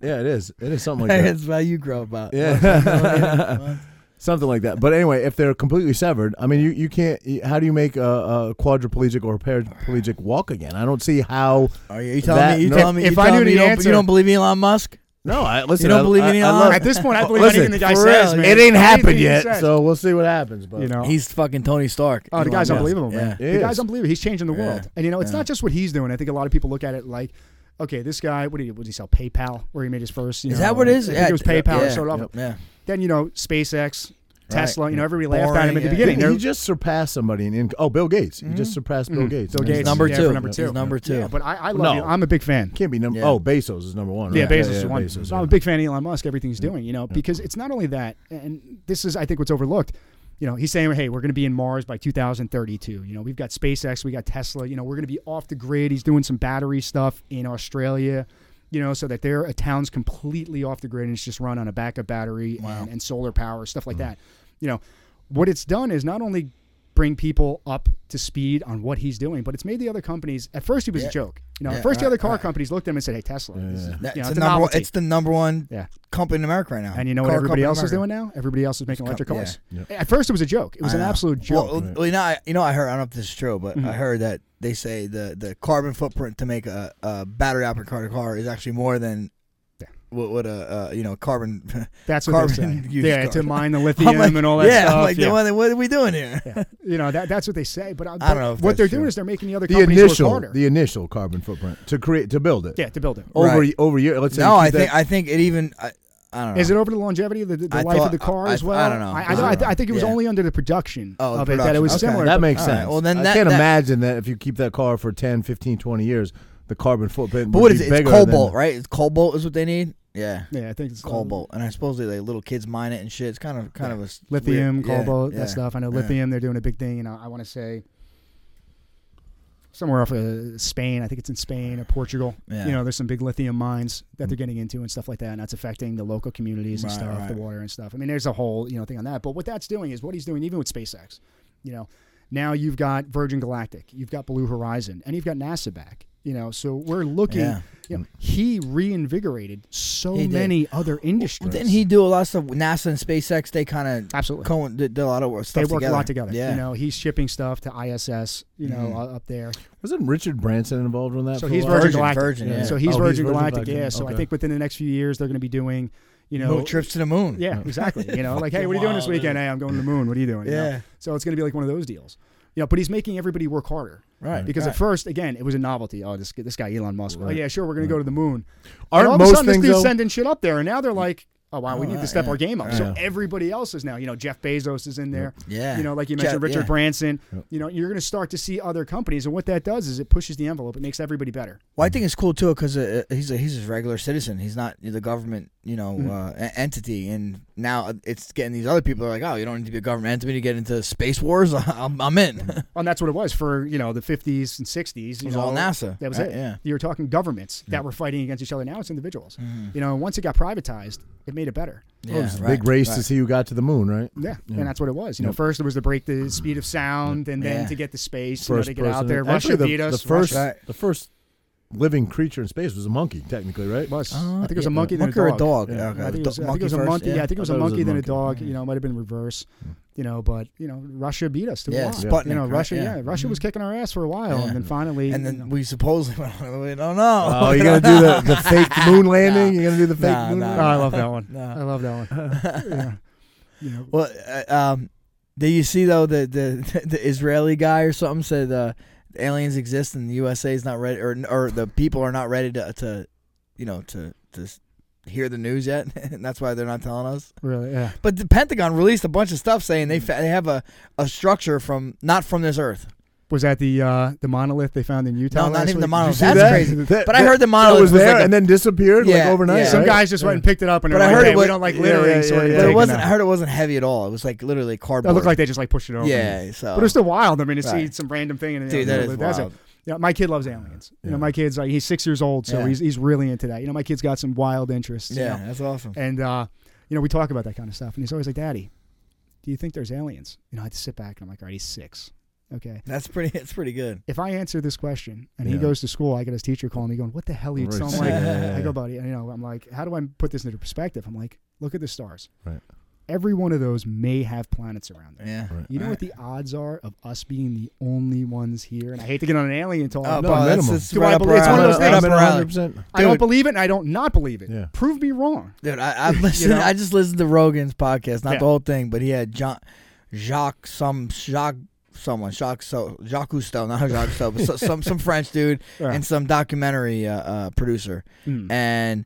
Speaker 1: Yeah, it is. It is something like that.
Speaker 2: that's how you grow about.
Speaker 1: Yeah. something like that. But anyway, if they're completely severed, I mean, you, you can't. you- How do you make a, a quadriplegic or a paraplegic walk again? I don't see how.
Speaker 2: Are Oh, you telling
Speaker 1: That
Speaker 2: me? You
Speaker 1: ner-
Speaker 2: telling me?
Speaker 3: If
Speaker 2: you
Speaker 3: I
Speaker 2: telling me
Speaker 3: knew the
Speaker 2: you don't,
Speaker 3: answer-
Speaker 2: you don't believe Elon Musk?
Speaker 1: No, I listen.
Speaker 2: You don't
Speaker 1: I-
Speaker 2: believe
Speaker 1: I,
Speaker 2: in
Speaker 1: I
Speaker 2: Elon?
Speaker 1: love,
Speaker 3: At this point, I believe
Speaker 1: Listen,
Speaker 3: anything the guy
Speaker 2: for
Speaker 3: says,
Speaker 2: real,
Speaker 3: man.
Speaker 1: it ain't happened
Speaker 3: Anything he
Speaker 1: yet,
Speaker 3: says.
Speaker 1: so we'll see what happens. But
Speaker 3: you know,
Speaker 2: He's fucking Tony Stark.
Speaker 3: Oh, the
Speaker 2: Elon
Speaker 3: guy's
Speaker 2: Musk.
Speaker 3: unbelievable, man.
Speaker 1: Yeah.
Speaker 3: The
Speaker 1: He
Speaker 3: guy's
Speaker 1: is.
Speaker 3: unbelievable. He's changing the world. And you know, it's not just what he's doing. I think a lot of people look at it like, okay, this guy, what did he, what did he sell? PayPal, where he made his first. You
Speaker 2: Is
Speaker 3: know,
Speaker 2: that what it is?
Speaker 3: I think it was
Speaker 2: Yeah.
Speaker 3: PayPal.
Speaker 2: Yeah.
Speaker 3: Yeah. Sort of.
Speaker 1: Yep.
Speaker 2: Yeah.
Speaker 3: Then you know, SpaceX, Tesla. You know, everybody laughed at
Speaker 2: Boring,
Speaker 3: him at the
Speaker 2: yeah.
Speaker 3: beginning.
Speaker 1: He,
Speaker 3: They're-
Speaker 1: he just surpassed somebody in income. Oh, Bill Gates. He just surpassed Bill Gates.
Speaker 3: Mm-hmm.
Speaker 1: in
Speaker 3: Bill Gates.
Speaker 1: income.
Speaker 2: Number
Speaker 3: yeah,
Speaker 2: two.
Speaker 3: for number two.
Speaker 2: He's number two.
Speaker 3: yeah, but I, I
Speaker 1: No.
Speaker 3: love you. I'm a big fan.
Speaker 1: Can't be number.
Speaker 2: Yeah.
Speaker 1: Oh, Bezos is number one.
Speaker 3: Yeah,
Speaker 1: right?
Speaker 3: Bezos is one. Oh,
Speaker 1: Bezos,
Speaker 3: so I'm a
Speaker 1: yeah.
Speaker 3: big fan of Elon Musk. Everything he's doing, you know, because it's not only that, and this is I think what's overlooked. You know, he's saying, "Hey, we're going to be in Mars by 2032." You know, we've got SpaceX, we got Tesla. You know, we're going to be off the grid. He's doing some battery stuff in Australia. You know, so that their a town's completely off the grid and it's just run on a backup battery and, and solar power stuff like that. You know, what it's done is not only bring people up to speed on what he's doing, but it's made the other companies. At first, he was a joke. You know,
Speaker 2: Yeah,
Speaker 3: at first the
Speaker 2: right,
Speaker 3: other car
Speaker 2: right.
Speaker 3: companies looked at him and said, "Hey, Tesla, this is,
Speaker 2: That's
Speaker 3: you
Speaker 2: the
Speaker 3: know, it's
Speaker 2: number
Speaker 3: a
Speaker 2: one,
Speaker 3: novelty."
Speaker 2: it's the number one
Speaker 3: Yeah.
Speaker 2: company in America right now.
Speaker 3: And you know what
Speaker 2: Car company
Speaker 3: everybody
Speaker 2: in
Speaker 3: else is
Speaker 2: America.
Speaker 3: doing now? Everybody else is making
Speaker 2: It's
Speaker 3: electric
Speaker 2: com-
Speaker 3: cars. At first, it was a joke. It was
Speaker 2: I
Speaker 3: an
Speaker 2: know.
Speaker 3: absolute joke. Mm-hmm.
Speaker 2: Well, well, you know, I, you know, I heard. I don't know if this is true, but I heard that they say the, the carbon footprint to make a, a battery operated car to car is actually more than
Speaker 3: Yeah.
Speaker 2: what, what a uh, you know carbon.
Speaker 3: That's what
Speaker 2: carbon
Speaker 3: they say.
Speaker 2: used
Speaker 3: Yeah,
Speaker 2: cars.
Speaker 3: to mine the
Speaker 2: I'm
Speaker 3: lithium
Speaker 2: like,
Speaker 3: and all that
Speaker 2: yeah, I'm
Speaker 3: stuff.
Speaker 2: like,
Speaker 3: yeah.
Speaker 2: what, what are we doing here?
Speaker 3: Yeah. You know that that's what they say. But, I,
Speaker 2: I don't
Speaker 3: but
Speaker 2: know if
Speaker 3: what
Speaker 2: that's
Speaker 3: they're
Speaker 2: true.
Speaker 3: doing is they're making the other
Speaker 1: The
Speaker 3: companies work
Speaker 1: initial,
Speaker 3: harder.
Speaker 1: the initial carbon footprint to create to build it.
Speaker 3: yeah, to build it.
Speaker 1: Over
Speaker 2: Right.
Speaker 1: over year. Let's say
Speaker 2: No,
Speaker 1: you
Speaker 2: I
Speaker 1: keep
Speaker 2: think
Speaker 1: that-
Speaker 2: I think it even. I, I don't know.
Speaker 3: Is it over the longevity, the, the
Speaker 2: I
Speaker 3: life
Speaker 2: thought-
Speaker 3: of the car
Speaker 2: I-
Speaker 3: as well?
Speaker 2: I don't know. I
Speaker 3: I, I, know, I,
Speaker 2: don't
Speaker 3: I think it was
Speaker 2: know. Yeah.
Speaker 3: only under the production
Speaker 2: Oh, the
Speaker 3: of it that it was
Speaker 2: production. Okay.
Speaker 3: similar.
Speaker 1: that
Speaker 3: but-
Speaker 1: makes
Speaker 2: all right,
Speaker 1: sense.
Speaker 2: well, then
Speaker 1: I
Speaker 2: that-
Speaker 1: can't
Speaker 2: that-
Speaker 1: imagine that if you keep that car for 10, 15, 20 years, the carbon footprint.
Speaker 2: But
Speaker 1: would
Speaker 2: what
Speaker 1: be
Speaker 2: is it? It's
Speaker 1: bigger than-
Speaker 2: cobalt, right? It's cobalt is what they need. Yeah.
Speaker 3: Yeah, I think it's
Speaker 2: Cobalt, and I suppose they like little kids mine it and shit. It's kind of kind of a s-
Speaker 3: lithium,
Speaker 2: weird- yeah,
Speaker 3: cobalt,
Speaker 2: yeah,
Speaker 3: that stuff. I know
Speaker 2: yeah.
Speaker 3: lithium, they're doing a big thing. You know, I want to say somewhere off of Spain. I think it's in Spain or Portugal.
Speaker 2: Yeah. Mm.
Speaker 3: You know, there's some big lithium mines that they're getting into and stuff like that, and that's affecting the local communities and
Speaker 2: Right,
Speaker 3: stuff, the
Speaker 2: right.
Speaker 3: water and stuff. I mean, there's a whole you know thing on that. But what that's doing is what he's doing, even with SpaceX. You know, now you've got Virgin Galactic, you've got Blue Horizon, and you've got NASA back. You know, so we're looking.
Speaker 2: Yeah.
Speaker 3: You know, he reinvigorated so
Speaker 2: He did.
Speaker 3: many other industries.
Speaker 2: Didn't he do a lot of stuff? with NASA and SpaceX, they kind of
Speaker 3: Absolutely.
Speaker 2: co- did, did a lot of work- stuff
Speaker 3: they work
Speaker 2: together.
Speaker 3: a lot together.
Speaker 2: Yeah,
Speaker 3: You know, he's shipping stuff to ISS, you know,
Speaker 2: Mhm.
Speaker 3: uh, up there.
Speaker 1: Wasn't Richard Branson involved in that? for
Speaker 3: So
Speaker 1: a
Speaker 3: he's
Speaker 1: while?
Speaker 3: Virgin,
Speaker 2: Virgin,
Speaker 3: Galactic.
Speaker 2: Virgin, yeah.
Speaker 3: So he's
Speaker 1: Oh, he's
Speaker 3: Virgin
Speaker 1: Virgin
Speaker 3: Galactic,
Speaker 1: Galactic,
Speaker 3: yeah. So I
Speaker 1: okay.
Speaker 3: think within the next few years they're going to be doing, you know,
Speaker 2: Little trips to the moon.
Speaker 3: Yeah, exactly. You know, like, hey, what are you doing this
Speaker 2: Fucking wild,
Speaker 3: weekend? Hey, I'm going to the moon. What are you doing? You know?
Speaker 2: Yeah.
Speaker 3: So it's going to be like one of those deals. You know, but he's making everybody work harder.
Speaker 2: Right,
Speaker 3: Because
Speaker 2: right.
Speaker 3: at first, again, it was a novelty. Oh, this this guy Elon Musk. Oh
Speaker 1: Right.
Speaker 3: yeah, sure, we're going to go to the moon.
Speaker 1: Aren't
Speaker 3: and all of a
Speaker 1: most
Speaker 3: sudden,
Speaker 1: things,
Speaker 3: this dude's
Speaker 1: though-
Speaker 3: sending shit up there, and now they're like, oh wow, we
Speaker 2: Oh,
Speaker 3: need
Speaker 2: right,
Speaker 3: to step
Speaker 2: yeah.
Speaker 3: our game up. So
Speaker 1: Yeah.
Speaker 3: everybody else is now. You know, Jeff Bezos is in there.
Speaker 2: Yeah.
Speaker 3: You know, like you
Speaker 2: Jeff-
Speaker 3: mentioned, Richard
Speaker 2: yeah.
Speaker 3: Branson. You know, you're going to start to see other companies, and what that does is it pushes the envelope. It makes everybody better.
Speaker 2: Well, I think it's cool too because uh, uh, he's a he's a regular citizen. He's not the government, you know,
Speaker 3: Hmm.
Speaker 2: uh, en- entity. And now uh, it's getting these other people are like, oh, you don't need to be a government entity to get into space wars. I'm, I'm in.
Speaker 3: And that's what it was for, you know, the 50s and 60s. You
Speaker 2: was
Speaker 3: know,
Speaker 2: all NASA,
Speaker 3: That was
Speaker 2: right?
Speaker 3: it.
Speaker 2: Yeah. Mm-hmm.
Speaker 3: You were talking governments that were fighting against each other. Now it's individuals. You know, and once it got privatized, it made made it better.
Speaker 1: Well, it was a
Speaker 2: right,
Speaker 1: big race
Speaker 2: right.
Speaker 1: to see who got to the moon, right?
Speaker 3: Yeah,
Speaker 1: Yeah.
Speaker 3: and that's what it was. You know,
Speaker 1: Yep.
Speaker 3: first it was to break the speed of sound, and then
Speaker 2: Yeah.
Speaker 3: to get the space, you know,
Speaker 1: First
Speaker 3: to get out
Speaker 1: person-
Speaker 3: there. Russia
Speaker 1: Actually, the,
Speaker 3: beat us.
Speaker 1: the first
Speaker 3: Russia-
Speaker 1: the first living creature in space was a monkey, technically, right?
Speaker 3: it was.
Speaker 2: Uh,
Speaker 3: I think it was
Speaker 2: yeah,
Speaker 3: a monkey, then
Speaker 2: monkey or a dog.
Speaker 1: Yeah.
Speaker 2: Yeah, okay.
Speaker 3: I think it
Speaker 2: Do-
Speaker 3: was, I think it was a
Speaker 2: first,
Speaker 3: monkey. Yeah, I think it was
Speaker 1: I
Speaker 3: a
Speaker 1: thought it was
Speaker 3: monkey,
Speaker 1: a
Speaker 3: then a
Speaker 1: monkey.
Speaker 3: dog.
Speaker 2: Yeah.
Speaker 3: You know, it might have been reverse. You know, but you know, Russia beat us to
Speaker 2: Yeah,
Speaker 3: a lot.
Speaker 2: Sputnik,
Speaker 3: You know,
Speaker 2: right?
Speaker 3: Russia.
Speaker 2: Yeah. Mm-hmm.
Speaker 3: Yeah, Russia was kicking our ass for a while,
Speaker 2: Yeah.
Speaker 3: and then finally,
Speaker 2: And
Speaker 3: you
Speaker 2: then
Speaker 3: know,
Speaker 2: we supposedly went on the way. No, no.
Speaker 1: Oh, you're gonna do the, the fake moon landing? You're gonna do the fake
Speaker 2: Nah,
Speaker 1: moon?
Speaker 2: nah,
Speaker 1: landing?
Speaker 3: Oh, I love that one.
Speaker 2: No.
Speaker 3: I love that one. yeah. You know,
Speaker 2: Well, uh, um, did you see though the the the Israeli guy or something said uh, aliens exist and the USA is not ready or or the people are not ready to to you know to to s- hear the news yet and that's why they're not telling us.
Speaker 3: really, yeah.
Speaker 2: But the Pentagon released a bunch of stuff saying
Speaker 3: Hmm.
Speaker 2: they fa- they have a, a structure from not from this earth.
Speaker 3: Was that the uh, the monolith they found in Utah?
Speaker 2: No, not
Speaker 3: last
Speaker 2: even the
Speaker 3: week? Did you
Speaker 2: monolith.
Speaker 3: see
Speaker 2: That's
Speaker 3: that?
Speaker 2: crazy.
Speaker 1: That-
Speaker 2: But I
Speaker 1: that-
Speaker 2: heard
Speaker 1: that
Speaker 2: the monolith
Speaker 1: was there
Speaker 2: like a-
Speaker 1: and then disappeared like
Speaker 2: Yeah,
Speaker 1: overnight.
Speaker 2: yeah.
Speaker 3: Some
Speaker 1: right?
Speaker 3: guys just went and picked it up, and
Speaker 2: But
Speaker 3: they're
Speaker 2: I
Speaker 3: like,
Speaker 2: heard
Speaker 3: "Hey,
Speaker 2: it
Speaker 3: we
Speaker 2: was-
Speaker 3: don't like
Speaker 1: yeah,
Speaker 3: littering,
Speaker 1: yeah,
Speaker 3: so we're
Speaker 1: yeah,
Speaker 3: gonna
Speaker 1: yeah.
Speaker 2: but
Speaker 3: take
Speaker 2: it wasn't.
Speaker 3: out."
Speaker 2: I heard it wasn't heavy at all. It was like literally
Speaker 3: That
Speaker 2: cardboard.
Speaker 3: looked like they just like pushed it over.
Speaker 2: yeah. So
Speaker 3: But it's still wild. I mean, to see
Speaker 2: Right.
Speaker 3: some random thing in the
Speaker 2: dude, that is
Speaker 3: that's it.
Speaker 2: wild.
Speaker 3: Yeah, my kid loves aliens. You know,
Speaker 1: Yeah.
Speaker 3: my kid's like he's six years old, so
Speaker 2: Yeah.
Speaker 3: he's he's really into that. You know, my kid's got some wild interests. you
Speaker 2: Yeah,
Speaker 3: know?
Speaker 2: that's awesome.
Speaker 3: and uh, you know, we talk about that kind of stuff, and he's always like, "Daddy, do you think there's aliens?" You know, I had to sit back and I'm like, "All right, he's six. Okay."
Speaker 2: That's pretty. It's pretty good.
Speaker 3: If I answer this question and he
Speaker 1: Yeah.
Speaker 3: goes to school, I get his teacher calling me, going, "What the hell are you?" So I'm
Speaker 1: Right.
Speaker 3: like,
Speaker 2: Yeah, yeah,
Speaker 3: I
Speaker 1: yeah.
Speaker 3: go, buddy, and, you know, I'm like, how do I put this into perspective? I'm like, look at the stars.
Speaker 1: Right.
Speaker 3: Every one of those may have planets around them.
Speaker 2: Yeah.
Speaker 1: Right.
Speaker 3: You know
Speaker 2: Right.
Speaker 3: what the odds are of us being the only ones here? And I hate to get on an alien talk.
Speaker 2: Oh,
Speaker 1: No,
Speaker 2: bro, that's,
Speaker 1: minimum.
Speaker 2: that's
Speaker 3: Do
Speaker 2: right
Speaker 3: I
Speaker 2: up
Speaker 3: believe- it's
Speaker 2: our
Speaker 3: one of
Speaker 2: alley.
Speaker 3: those
Speaker 1: I'm in-
Speaker 2: Right
Speaker 1: I'm
Speaker 2: up
Speaker 1: in
Speaker 2: our
Speaker 1: 100%.
Speaker 3: I don't
Speaker 2: dude.
Speaker 3: believe it and I don't not believe it.
Speaker 1: Yeah.
Speaker 3: Prove me wrong.
Speaker 2: alley. Dude, I, I've listened.
Speaker 3: know?
Speaker 2: I just listened to Rogan's podcast, not
Speaker 3: Yeah.
Speaker 2: the whole thing, but he had John, Jacques, some Jacques, someone, Jacques, so Jacques Cousteau, not Jacques Cousteau, but so, some some French dude
Speaker 3: Yeah.
Speaker 2: and some documentary uh, uh, producer,
Speaker 3: Mm.
Speaker 2: and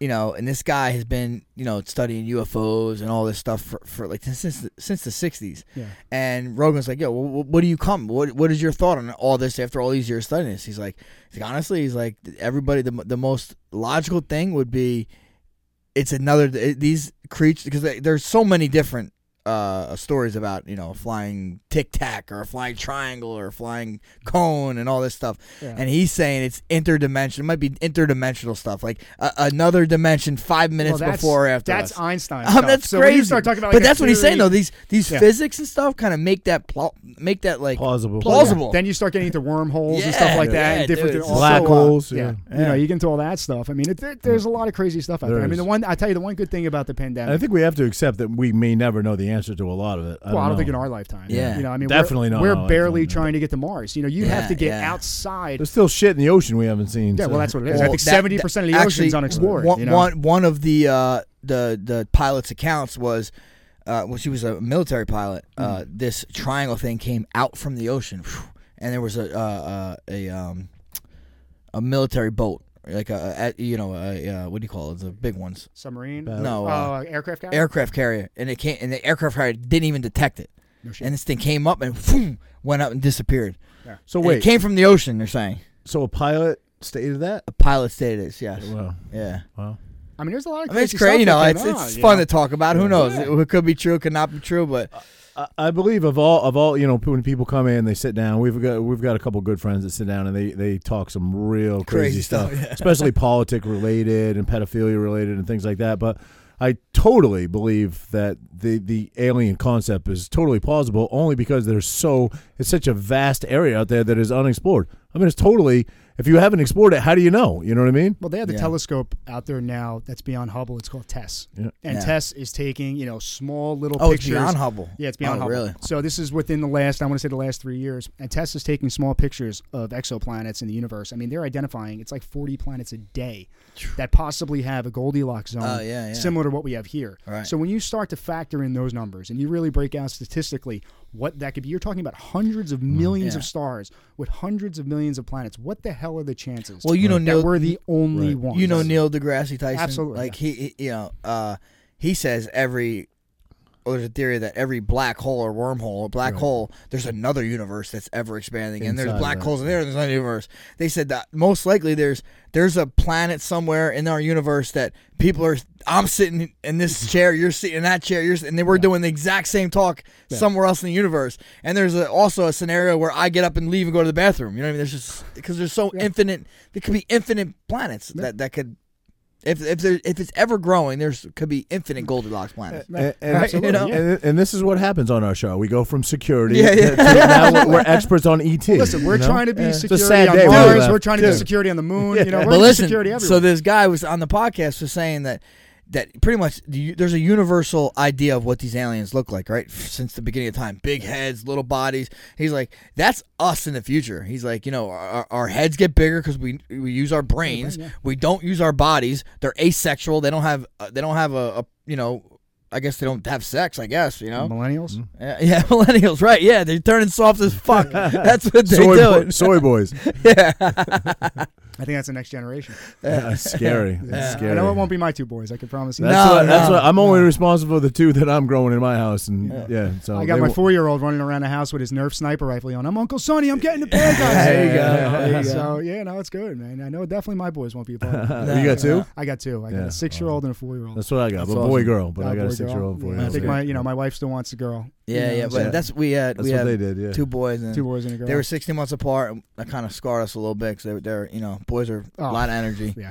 Speaker 2: you know, and this guy has been you know studying UFOs and all this stuff for, for like since the, since the '60s.
Speaker 3: Yeah.
Speaker 2: And Rogan's like, yo, wh- wh- what do you come? What what is your thought on all this after all these years studying this? He's like, he's like, honestly, he's like, everybody, the, mo- the most logical thing would be, it's another it- these creatures because they- there's so many different uh, stories about you know a flying tic tac or a flying triangle or a flying cone and all this stuff.
Speaker 3: Yeah.
Speaker 2: And he's saying it's interdimensional. It might be interdimensional stuff, like a, another dimension five
Speaker 3: Well,
Speaker 2: minutes
Speaker 3: that's-
Speaker 2: before or after.
Speaker 3: That's
Speaker 2: us.
Speaker 3: Einstein.
Speaker 2: Um,
Speaker 3: stuff.
Speaker 2: that's
Speaker 3: so When
Speaker 2: crazy.
Speaker 3: you start talking about,
Speaker 2: but
Speaker 3: like, a
Speaker 2: that's what he's saying though.
Speaker 3: theory-
Speaker 2: These these
Speaker 3: Yeah.
Speaker 2: physics and stuff kind of make that pl- make that like
Speaker 1: Plausible.
Speaker 2: Plausible. plausible.
Speaker 3: Then you start getting into wormholes and
Speaker 2: Yeah,
Speaker 3: stuff like that,
Speaker 2: yeah,
Speaker 3: and different
Speaker 2: dude, it's
Speaker 3: also,
Speaker 1: Black
Speaker 3: uh,
Speaker 1: holes,
Speaker 3: yeah.
Speaker 1: yeah. Mm.
Speaker 3: you know, you get into all that stuff. I mean, it, there, there's a lot of crazy stuff out there.
Speaker 1: There
Speaker 3: I mean,
Speaker 1: is.
Speaker 3: the one I tell you, the one good thing about the pandemic.
Speaker 1: I think we have to accept that we may never know the answer to a lot of it. I
Speaker 3: well, I don't
Speaker 1: know.
Speaker 3: think in our lifetime.
Speaker 2: Yeah.
Speaker 3: you know, I mean,
Speaker 1: Definitely
Speaker 3: we're,
Speaker 1: not in
Speaker 3: We're
Speaker 1: our lifetime,
Speaker 3: barely
Speaker 1: no.
Speaker 3: trying to get to Mars. You know, you
Speaker 2: Yeah,
Speaker 3: have to get
Speaker 2: yeah.
Speaker 3: outside.
Speaker 1: There's still shit in the ocean we haven't seen.
Speaker 3: Yeah,
Speaker 1: so-
Speaker 3: well, that's what it is. I
Speaker 2: Well,
Speaker 3: think
Speaker 2: that-
Speaker 3: seventy percent of the
Speaker 2: that-
Speaker 3: ocean's
Speaker 2: actually,
Speaker 3: unexplored.
Speaker 2: One,
Speaker 3: you know?
Speaker 2: one, one of the uh, the the pilot's accounts was, uh, well, she was a military pilot. Uh,
Speaker 3: Mm-hmm.
Speaker 2: this triangle thing came out from the ocean, Phew. and there was a uh, a, a um a military boat, like a, a you know a, uh what do you call it? The big ones,
Speaker 3: submarine.
Speaker 2: No,
Speaker 3: oh,
Speaker 2: uh,
Speaker 3: uh, aircraft carrier.
Speaker 2: aircraft carrier, and it came and the aircraft carrier didn't even detect it,
Speaker 3: No shit.
Speaker 2: and this thing came up and phoom, went up and disappeared.
Speaker 1: So
Speaker 2: And it
Speaker 1: wait.
Speaker 2: came from the ocean. They're saying
Speaker 1: So a pilot stated that.
Speaker 2: a pilot stated this. Yes.
Speaker 1: Wow.
Speaker 2: Yeah.
Speaker 1: Wow.
Speaker 3: I mean, there's a lot of
Speaker 2: I mean, it's
Speaker 3: crazy
Speaker 2: crazy.
Speaker 3: stuff
Speaker 2: You know,
Speaker 3: that
Speaker 2: it's
Speaker 3: goes on,
Speaker 2: it's
Speaker 3: you
Speaker 2: fun
Speaker 3: know?
Speaker 2: to talk about. Who knows?
Speaker 3: Yeah.
Speaker 2: It could be true, could not be true, but
Speaker 1: I- I believe of all of all you know when people come in they sit down we've got we've got a couple good friends that sit down and they they talk some real crazy,
Speaker 2: Crazy stuff,
Speaker 1: stuff, especially politic related and pedophilia related and things like that but I totally believe that the the alien concept is totally plausible only because there's so it's such a vast area out there that is unexplored I mean it's totally if you haven't explored it how do you know you know what I mean
Speaker 3: Well, they have the
Speaker 2: Yeah.
Speaker 3: telescope out there now that's beyond Hubble. It's called TESS,
Speaker 1: Yeah.
Speaker 3: and
Speaker 2: Yeah.
Speaker 3: TESS is taking you know small little
Speaker 2: oh, it's
Speaker 3: pictures.
Speaker 2: beyond Hubble.
Speaker 3: Yeah, it's beyond
Speaker 2: oh,
Speaker 3: Hubble.
Speaker 2: Really?
Speaker 3: So this is within the last, I want to say the last three years, and TESS is taking small pictures of exoplanets in the universe. I mean, they're identifying it's like 40 planets a day that possibly have a Goldilocks zone,
Speaker 2: Oh, yeah, yeah.
Speaker 3: similar to what we have here.
Speaker 2: Right.
Speaker 3: So when you start to factor in those numbers and you really break out statistically what that could be, you're talking about hundreds of millions
Speaker 2: Mm, Yeah.
Speaker 3: of stars with hundreds of millions of planets. What the hell are the chances?
Speaker 2: Well, you know
Speaker 3: that
Speaker 2: Neil,
Speaker 3: we're the only
Speaker 1: Right.
Speaker 3: ones.
Speaker 2: you know Neil deGrasse Tyson.
Speaker 3: Absolutely,
Speaker 2: Like he, he- you know, uh, he says every. Well, there's a theory that every black hole or wormhole or black hole, there's another universe that's ever expanding, and there's
Speaker 1: Inside
Speaker 2: black
Speaker 1: that.
Speaker 2: holes in there. And there's another universe. They said that most likely there's there's a planet somewhere in our universe that people are. I'm sitting in this chair, you're sitting in that chair, you're sit- and they were doing the exact same talk somewhere else in the universe. And there's a, also a scenario where I get up and leave and go to the bathroom. You know what I mean? There's just because there's so infinite. There could be infinite planets that that could If if there if it's ever growing, there's could be
Speaker 1: Mm.
Speaker 2: infinite Goldilocks planets.
Speaker 1: And, and-
Speaker 2: Right, you know?
Speaker 1: and, and this is what happens on our show. We go from security
Speaker 2: Yeah, yeah.
Speaker 1: to now we're, we're experts on ET.
Speaker 3: Listen, we're
Speaker 1: you know?
Speaker 3: trying to be
Speaker 1: It's a sad
Speaker 3: security on
Speaker 1: day when we
Speaker 3: Mars.
Speaker 1: left,
Speaker 3: We're trying to be
Speaker 1: too.
Speaker 3: security on the moon. You know, we're
Speaker 2: but
Speaker 3: gonna be
Speaker 2: listen,
Speaker 3: security everywhere.
Speaker 2: so this guy was on the podcast was saying that that pretty much the- there's a universal idea of what these aliens look like, right? Since the beginning of time, big heads, little bodies. He's like, that's us in the future. He's like, you know, our, our heads get bigger because we we use our brains. We don't use our bodies. They're asexual. They don't have uh, they don't have a, a you know. I guess they don't have sex. I guess you know.
Speaker 3: millennials.
Speaker 2: Yeah, yeah, millennials, right? Yeah, they're turning soft as fuck. That's what they
Speaker 1: soy,
Speaker 2: do.
Speaker 1: bo- soy boys.
Speaker 3: I think that's the next generation.
Speaker 1: Yeah, Uh, scary. That's
Speaker 3: I
Speaker 1: scary.
Speaker 3: know it won't be my two boys. I can promise you.
Speaker 1: That's
Speaker 2: No,
Speaker 1: what, that's
Speaker 2: no,
Speaker 1: what, I'm only responsible for the two that I'm growing in my house, and yeah, so
Speaker 3: I got
Speaker 1: they
Speaker 3: my
Speaker 1: won't-
Speaker 3: four-year-old running around the house with his Nerf sniper rifle on. I'm Uncle Sonny. I'm getting the bad guys.
Speaker 2: There you go. There you go.
Speaker 3: So yeah, no, it's good, man. I know definitely my boys won't be a part. of it.
Speaker 1: Uh, you got two.
Speaker 3: I got two. I got
Speaker 1: Yeah.
Speaker 3: a six-year-old and a four-year-old.
Speaker 1: That's what I got.
Speaker 2: That's
Speaker 1: but boy,
Speaker 2: awesome.
Speaker 1: girl. But
Speaker 3: Uh,
Speaker 1: I got a
Speaker 3: boy, girl.
Speaker 1: six-year-old boy.
Speaker 3: Yeah, I think
Speaker 1: girl.
Speaker 3: my, you know, my wife still wants a girl.
Speaker 2: Yeah,
Speaker 3: You know,
Speaker 2: yeah,
Speaker 3: so
Speaker 2: but that's we had.
Speaker 1: That's
Speaker 2: we
Speaker 1: what
Speaker 2: had
Speaker 1: they did, yeah.
Speaker 2: two boys and
Speaker 3: two boys and a girl.
Speaker 2: They were 16 months apart, and that kind of scarred us a little bit because they were, they were, you know, boys are a
Speaker 3: Oh,
Speaker 2: lot of energy.
Speaker 3: yeah.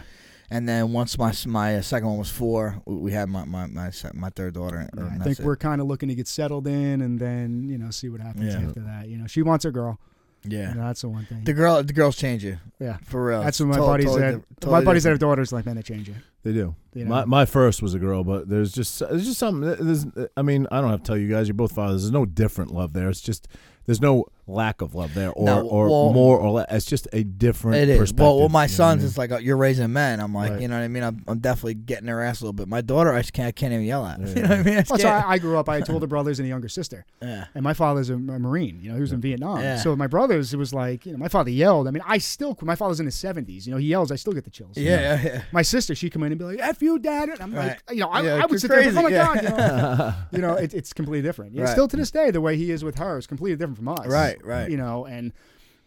Speaker 2: And then once my my uh, second one was four, we, we had my my my, se- my third daughter. And,
Speaker 3: Yeah,
Speaker 2: and
Speaker 3: I
Speaker 2: that's
Speaker 3: think
Speaker 2: it.
Speaker 3: we're kind of looking to get settled in, and then you know see what happens
Speaker 2: Yeah.
Speaker 3: after that. You know, she wants a girl.
Speaker 2: yeah.
Speaker 3: You know, that's the one thing.
Speaker 2: The girl the girls change you
Speaker 3: yeah,
Speaker 2: for real.
Speaker 3: that's
Speaker 2: It's
Speaker 3: what my
Speaker 2: to-
Speaker 3: buddies
Speaker 2: totally
Speaker 3: that
Speaker 2: diff-
Speaker 3: my
Speaker 2: totally
Speaker 3: buddies that have
Speaker 2: different.
Speaker 3: daughters like man, they change you.
Speaker 1: They do.
Speaker 3: you know?
Speaker 1: My, my first was a girl, but there's just there's just something. There's, I mean, I don't have to tell you guys. You're both fathers. There's no different love there. It's just there's no lack of love there, or
Speaker 2: No,
Speaker 1: or
Speaker 2: well-
Speaker 1: more or less. It's just a different
Speaker 2: It is
Speaker 1: perspective.
Speaker 2: well. Well, my
Speaker 1: you know what I
Speaker 2: sons,
Speaker 1: mean?
Speaker 2: it's like uh, you're raising men. I'm like,
Speaker 1: Right.
Speaker 2: you know what I mean. I'm, I'm definitely getting their ass a little bit. My daughter, I just can't, I can't even yell at. You know what I mean? I just
Speaker 3: Well, so
Speaker 2: can't.
Speaker 3: I, I grew up. I had two older brothers and a younger sister,
Speaker 2: yeah.
Speaker 3: and my father's a, a Marine. You know, he was in Vietnam.
Speaker 2: Yeah.
Speaker 3: So with my brothers, it was like you know, my father yelled. I mean, I still. My father's in his seventies. You know, he yells. I still get the chills.
Speaker 2: yeah, yeah, yeah.
Speaker 3: My sister, she'd come in and be like, "F you, dad," and I'm like,
Speaker 2: Right.
Speaker 3: you know, I,
Speaker 2: Yeah,
Speaker 3: I would
Speaker 2: you're
Speaker 3: sit there, and be like, "Oh my
Speaker 2: crazy,
Speaker 3: god," you know, you know it, it's completely different. Yeah,
Speaker 2: Right.
Speaker 3: Still to this day, the way he is with her is completely different from us.
Speaker 2: Right, right.
Speaker 3: You know, and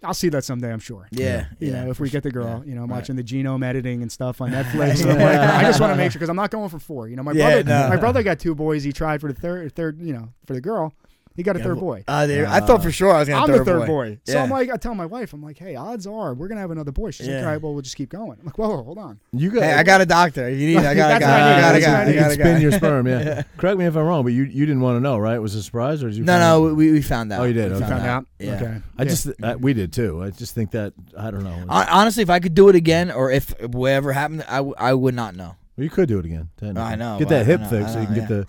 Speaker 3: I'll see that someday, I'm sure.
Speaker 2: Yeah,
Speaker 3: You
Speaker 2: yeah,
Speaker 3: know, if
Speaker 2: for
Speaker 3: we get the
Speaker 2: sure.
Speaker 3: girl,
Speaker 2: Yeah,
Speaker 3: you know, I'm
Speaker 2: right.
Speaker 3: watching the genome editing and stuff on Netflix. and I'm like, I just want to make sure because I'm not going for four. You know, my
Speaker 2: Yeah,
Speaker 3: brother,
Speaker 2: no.
Speaker 3: my brother got two boys. He tried for the third, third, you know, for the girl. He got a third boy.
Speaker 2: Uh, there- I thought for sure I was gonna.
Speaker 3: I'm
Speaker 2: third
Speaker 3: the third boy. So
Speaker 2: Yeah.
Speaker 3: I'm like, I tell my wife, I'm like, hey, odds are we're gonna have another boy. She's like,
Speaker 2: Yeah.
Speaker 3: all right, well, we'll just keep going. I'm like, whoa, whoa, hold on.
Speaker 1: you got.
Speaker 2: Hey, I got a doctor. You need. I got a
Speaker 3: That's what
Speaker 2: guy. I got a
Speaker 3: that's what
Speaker 2: guy. I
Speaker 3: need.
Speaker 1: You
Speaker 2: got
Speaker 1: can
Speaker 2: a guy.
Speaker 1: spin your sperm, yeah. Correct me if I'm wrong, but you you didn't want to know, right? It was a surprise, or did you?
Speaker 2: No,
Speaker 1: find out?
Speaker 2: no, we, we found out.
Speaker 1: Oh, you did?
Speaker 2: We
Speaker 1: Okay.
Speaker 3: Found out.
Speaker 2: Yeah.
Speaker 3: Okay.
Speaker 1: I
Speaker 3: Yeah.
Speaker 1: just I, we did too. I just think that I don't know.
Speaker 2: Hon- Honestly, if I could do it again, or if whatever happened, I, w- I would not know.
Speaker 1: Well, you could do it again. technically.
Speaker 2: I know,
Speaker 1: Get
Speaker 2: but
Speaker 1: that hip
Speaker 2: I know,
Speaker 1: thick
Speaker 2: I
Speaker 1: so you
Speaker 2: know,
Speaker 1: can get the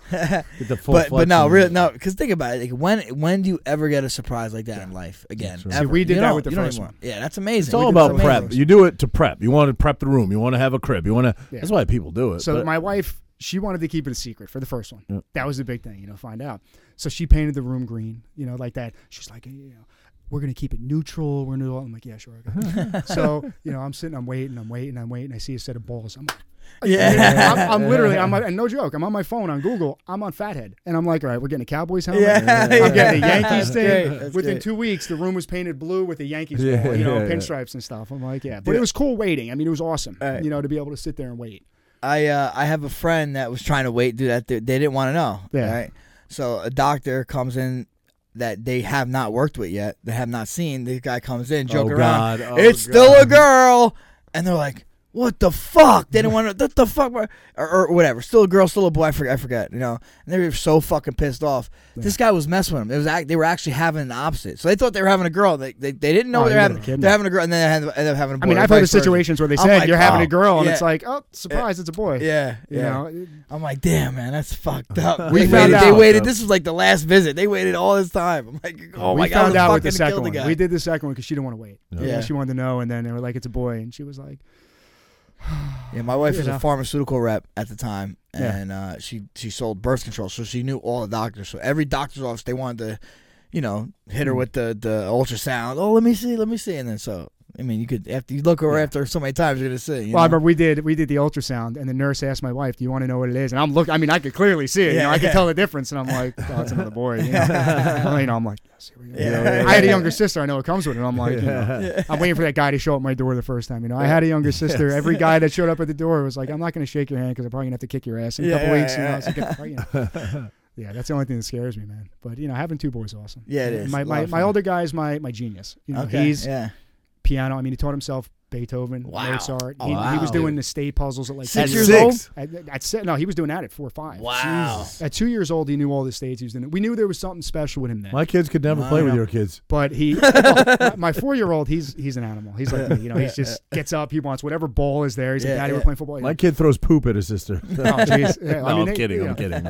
Speaker 1: get the full.
Speaker 2: But but no,
Speaker 1: flexion.
Speaker 2: real no, because think about it. Like, when when do you ever get a surprise like that in life again?
Speaker 1: That's right.
Speaker 2: Ever.
Speaker 3: See, we did
Speaker 2: You
Speaker 3: that
Speaker 2: don't-
Speaker 3: with the
Speaker 2: you don't
Speaker 3: first
Speaker 2: even-
Speaker 3: one.
Speaker 2: Yeah, that's amazing.
Speaker 1: It's all about prep. You do it to prep. You want to prep the room. You want to have a crib. You want to.
Speaker 3: Yeah.
Speaker 1: That's why people do it.
Speaker 3: So
Speaker 1: but-
Speaker 3: my wife, she wanted to keep it a secret for the first one. That was the big thing, you know, find out. So she painted the room green, you know, like that. She's like, you know, we're gonna keep it neutral. We're neutral. I'm like, yeah, sure. okay." so you know, I'm sitting, I'm waiting, I'm waiting, I'm waiting. I see a set of balls. I'm
Speaker 2: Yeah.
Speaker 3: I'm, I'm literally, I'm and no joke. I'm on my phone on Google. I'm on Fathead, and I'm like, all right, we're getting a Cowboys helmet.
Speaker 2: Yeah,
Speaker 3: I'm
Speaker 2: yeah.
Speaker 3: getting a Yankees
Speaker 2: That's
Speaker 3: thing.
Speaker 2: great, that's
Speaker 3: Within
Speaker 2: great.
Speaker 3: two weeks, the room was painted blue with the Yankees,
Speaker 1: Yeah,
Speaker 3: ball, you know,
Speaker 1: yeah, yeah.
Speaker 3: pinstripes and stuff. I'm like, yeah, but it was cool waiting. I mean, it was awesome,
Speaker 2: Right.
Speaker 3: you know, to be able to sit there and wait.
Speaker 2: I uh, I have a friend that was trying to wait do that. They they didn't want to know.
Speaker 3: Yeah.
Speaker 2: Right. So a doctor comes in that they have not worked with yet. They have not seen. The guy comes in, joke
Speaker 1: Oh,
Speaker 2: around.
Speaker 1: God. Oh,
Speaker 2: it's still a girl, and they're like, "What the fuck?" They didn't want to. What the fuck? Or, or whatever. Still a girl, still a boy. I forget. I forget. You know. And they were so fucking pissed off. This guy was messing with him. It was act, they were actually having the opposite. So they thought they were having a girl. They they, they didn't know
Speaker 3: Oh,
Speaker 2: what
Speaker 3: you
Speaker 2: they're
Speaker 3: gotta be
Speaker 2: having.
Speaker 3: kidding
Speaker 2: They're
Speaker 3: me.
Speaker 2: having a girl, and then they end up- end up having a boy.
Speaker 3: I mean,
Speaker 2: or
Speaker 3: I've heard of
Speaker 2: vice versa.
Speaker 3: situations where they
Speaker 2: I'm
Speaker 3: said
Speaker 2: like,
Speaker 3: you're having
Speaker 2: "Oh,
Speaker 3: a girl, and
Speaker 2: yeah."
Speaker 3: it's like, oh, surprise, it's a boy.
Speaker 2: Yeah.
Speaker 3: You
Speaker 2: yeah.
Speaker 3: know,
Speaker 2: I'm like, damn, man, that's fucked up.
Speaker 3: We
Speaker 2: they
Speaker 3: found
Speaker 2: waited, They
Speaker 3: out.
Speaker 2: waited. This was like the last visit. They waited all this time. I'm like, oh
Speaker 3: we
Speaker 2: my god,
Speaker 3: found
Speaker 2: let's
Speaker 3: out with
Speaker 2: fucking
Speaker 3: the second
Speaker 2: kill the
Speaker 3: one.
Speaker 2: guy.
Speaker 3: We did the second one because she didn't want to wait. Yeah.
Speaker 2: Yeah.
Speaker 3: she wanted to know, and then they were like, it's a boy, and she was like,
Speaker 2: Yeah, my wife was
Speaker 3: know.
Speaker 2: a pharmaceutical rep at the time,
Speaker 3: Yeah.
Speaker 2: and uh, she she sold birth control, so she knew all the doctors. So every doctor's office, they wanted to, you know, hit
Speaker 3: Hmm.
Speaker 2: her with the the ultrasound. Oh, let me see, let me see, and then so. I mean, you could after you look her after so many times, you're gonna see. You
Speaker 3: well, I
Speaker 2: know?
Speaker 3: remember we did we did the ultrasound, and the nurse asked my wife, do you want to know what it is? And I'm looking. I mean, I could clearly see it. you
Speaker 2: Yeah,
Speaker 3: know, I could
Speaker 2: yeah.
Speaker 3: tell the difference, and I'm like, oh, it's another boy. You know, Well, you know I'm like, yes, here we go.
Speaker 2: Yeah, yeah,
Speaker 3: I had a
Speaker 2: yeah.
Speaker 3: younger sister. I know it comes with it. and I'm like, you know, I'm waiting for that guy to show up my door the first time. You know, I had a younger sister. Every guy that showed up at the door was like, I'm not going to shake your hand because I'm probably going to have to kick your ass in a
Speaker 2: Yeah,
Speaker 3: couple
Speaker 2: yeah,
Speaker 3: weeks.
Speaker 2: yeah.
Speaker 3: You know, so get the fuck, you know. Yeah, that's the only thing that scares me, man. But you know, having two boys is awesome.
Speaker 2: Yeah, it is.
Speaker 3: My
Speaker 2: A lot
Speaker 3: my,
Speaker 2: of
Speaker 3: my
Speaker 2: fun.
Speaker 3: older guy is my my genius. You know,
Speaker 2: okay,
Speaker 3: he's
Speaker 2: yeah,
Speaker 3: piano. I mean, he taught himself Beethoven,
Speaker 2: Wow.
Speaker 3: Mozart. He,
Speaker 2: Wow.
Speaker 3: he was doing the state puzzles at like
Speaker 2: Six
Speaker 3: two
Speaker 2: years
Speaker 1: Six.
Speaker 2: old.
Speaker 3: At, at se- no, he was doing that at four or five.
Speaker 2: Wow. Jesus.
Speaker 3: At two years old, he knew all the states he was doing. We knew there was something special with him then.
Speaker 1: My kids could never play with your kids.
Speaker 3: But he, my- my four-year-old, he's he's an animal. He's like me, you know. He just gets up. He wants whatever ball is there. He's
Speaker 2: Yeah,
Speaker 3: like, "Daddy,
Speaker 2: yeah.
Speaker 3: we're playing football." You know,
Speaker 1: My kid throws poop at his sister. no,
Speaker 3: oh, jeez. Yeah, I mean,
Speaker 1: I'm
Speaker 3: they-
Speaker 1: kidding.
Speaker 3: you know,
Speaker 1: I'm kidding.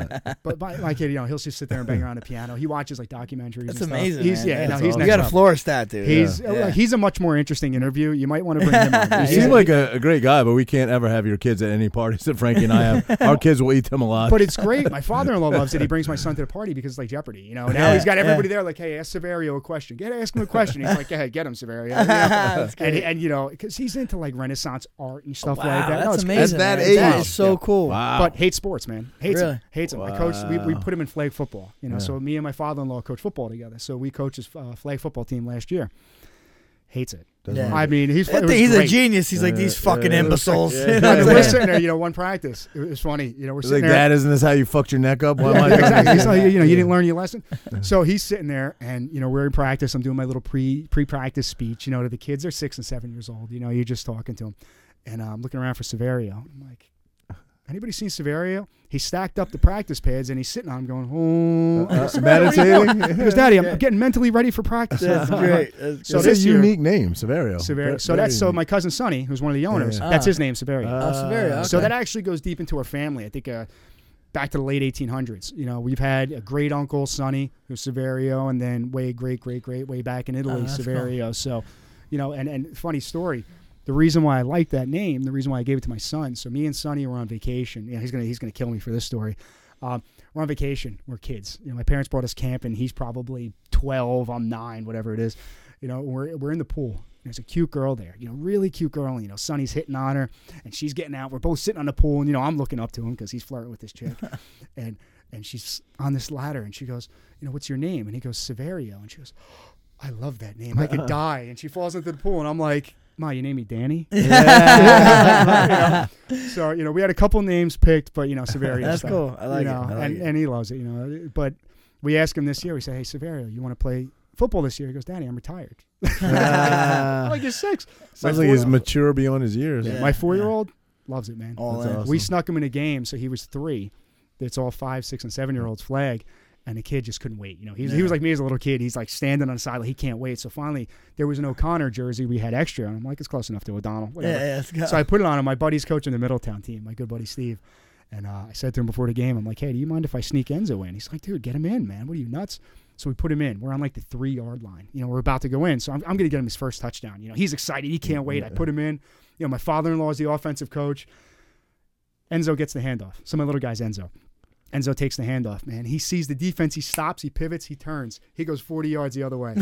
Speaker 3: But my, my kid, you know, he'll just sit there and bang around the piano. He watches like documentaries.
Speaker 2: That's
Speaker 3: and stuff.
Speaker 2: amazing.
Speaker 3: He's
Speaker 2: man.
Speaker 3: yeah,
Speaker 2: That's
Speaker 3: no, he's
Speaker 2: awesome.
Speaker 3: next
Speaker 2: You got to
Speaker 3: up.
Speaker 2: florist that dude.
Speaker 3: He's
Speaker 2: yeah.
Speaker 3: uh,
Speaker 2: Yeah.
Speaker 3: he's a much more interesting interview. You might want to bring him. on.
Speaker 1: You
Speaker 3: He's-
Speaker 1: seem like a, a great guy, but we can't ever have your kids at any parties that Frankie and I have. Our kids will eat them alive.
Speaker 3: But it's great. My father-in-law loves it. He brings my son to the party because it's like Jeopardy. You know, now
Speaker 2: Yeah,
Speaker 3: he's got
Speaker 2: yeah.
Speaker 3: everybody there. Like, hey, ask Severio a question. Get ask him a question. He's like, yeah, get him, Severio. You know? and, and you know, because he's into like Renaissance art and stuff like
Speaker 2: Wow,
Speaker 3: that. No,
Speaker 2: that's
Speaker 3: it's-
Speaker 2: amazing.
Speaker 1: that
Speaker 2: man. That
Speaker 1: age.
Speaker 2: is so
Speaker 3: Yeah.
Speaker 2: cool.
Speaker 1: wow.
Speaker 3: But hates sports, man. Hates
Speaker 2: Really?
Speaker 3: him. Hates him. I coach. We, we put him in flag football. You know, so me and my father-in-law coach football together. So we coached his uh, flag football team last year. Hates it.
Speaker 2: Yeah.
Speaker 3: I mean, he's
Speaker 2: I
Speaker 3: it
Speaker 2: think
Speaker 3: was
Speaker 2: he's a
Speaker 3: great.
Speaker 2: genius. He's like
Speaker 1: Yeah,
Speaker 2: these
Speaker 1: yeah,
Speaker 2: fucking
Speaker 1: yeah.
Speaker 2: imbeciles.
Speaker 1: Yeah.
Speaker 2: You know what
Speaker 3: No,
Speaker 2: I'm
Speaker 3: we're
Speaker 2: saying?
Speaker 3: sitting there, you know, one practice. It was funny. You know, we're
Speaker 1: It's
Speaker 3: sitting
Speaker 1: like,
Speaker 3: there.
Speaker 1: Dad, isn't this how you fucked your neck up? Why am I
Speaker 3: Yeah, exactly. He's like, you know, you didn't learn your lesson. So he's sitting there, and you know, we're in practice. I'm doing my little pre pre practice speech. You know, to the kids, they're six and seven years old. You know, you're just talking to them, and I'm looking around for Severio. I'm like, anybody seen Severio? He stacked up the practice pads, and he's sitting on 'em going, oh.
Speaker 1: Uh, meditating?
Speaker 3: He goes, Daddy, I'm getting mentally ready for practice.
Speaker 2: That's great. That's
Speaker 3: So
Speaker 1: So it's
Speaker 2: great.
Speaker 1: a
Speaker 3: this year-
Speaker 1: unique name, Severio.
Speaker 3: Severio.
Speaker 1: Very-
Speaker 3: So that's so
Speaker 1: very
Speaker 3: my cousin Sonny, who's one of the owners.
Speaker 1: Yeah.
Speaker 3: That's
Speaker 2: Ah.
Speaker 3: his name, Severio.
Speaker 1: unique.
Speaker 2: Oh, Severio,
Speaker 3: So
Speaker 2: Okay.
Speaker 3: that actually goes deep into our family. I think uh, back to the late 1800s. You know, we've had a great uncle, Sonny, who's Severio, and then way, great, great, great, way back in Italy,
Speaker 2: Oh, that's cool.
Speaker 3: Severio. So, you know, and, and funny story. The reason why I like that name, the reason why I gave it to my son. So me and Sonny were on vacation. Yeah, he's gonna he's gonna kill me for this story. Um, we're on vacation. We're kids. You know, my parents brought us camping. He's probably 12. I'm nine, whatever it is. You know, we're, we're in the pool. There's a cute girl there, you know, really cute girl. And, you know, Sonny's hitting on her and she's getting out. We're both sitting on the pool and, you know, I'm looking up to him because he's flirting with this chick. and, and she's on this ladder and she goes, you know, what's your name? And he goes, Severio. And she goes, I love that name. I could die. And she falls into the pool and I'm like, Ma, you name me Danny? You know? So, you know, we had a couple names picked, but, you know, Severio.
Speaker 2: That's
Speaker 3: stuck.
Speaker 2: cool. I like
Speaker 3: you
Speaker 2: it.
Speaker 3: know,
Speaker 2: I like
Speaker 3: and,
Speaker 2: it.
Speaker 3: and he loves it, you know. But we asked him this year, we said, Hey, Severio, you want to play football this year? He goes, Daddy, I'm retired. I'm
Speaker 2: Uh.
Speaker 3: like, you're six.
Speaker 1: Sounds like he's mature beyond his years.
Speaker 2: Yeah.
Speaker 3: My four year old loves it, man.
Speaker 2: All
Speaker 1: That's
Speaker 2: in.
Speaker 1: awesome.
Speaker 3: We snuck him in a game, so he was three. That's all five, six, and seven year olds flag. And the kid just couldn't wait. You know, he was, he was like me as a little kid. He's like standing on the side, like he can't wait. So finally, there was an O'Connor jersey we had extra, and I'm like, it's close enough to O'Donnell.
Speaker 2: Yeah,
Speaker 3: Whatever.
Speaker 2: yeah, let's go.
Speaker 3: So I put it on him. My buddy's coaching the Middletown team, my good buddy Steve. And uh, I said to him before the game, I'm like, hey, do you mind if I sneak Enzo in? He's like, dude, get him in, man. What are you, nuts? So we put him in. We're on like the three yard line. You know, we're about to go in. So I'm, I'm going to get him his first touchdown. You know, he's excited. He can't wait. I put him in. You know, my father in law is the offensive coach. Enzo gets the handoff. So my little guy's Enzo. Enzo takes the handoff, man. He sees the defense. He stops. He pivots. He turns. He goes 40 yards the other way.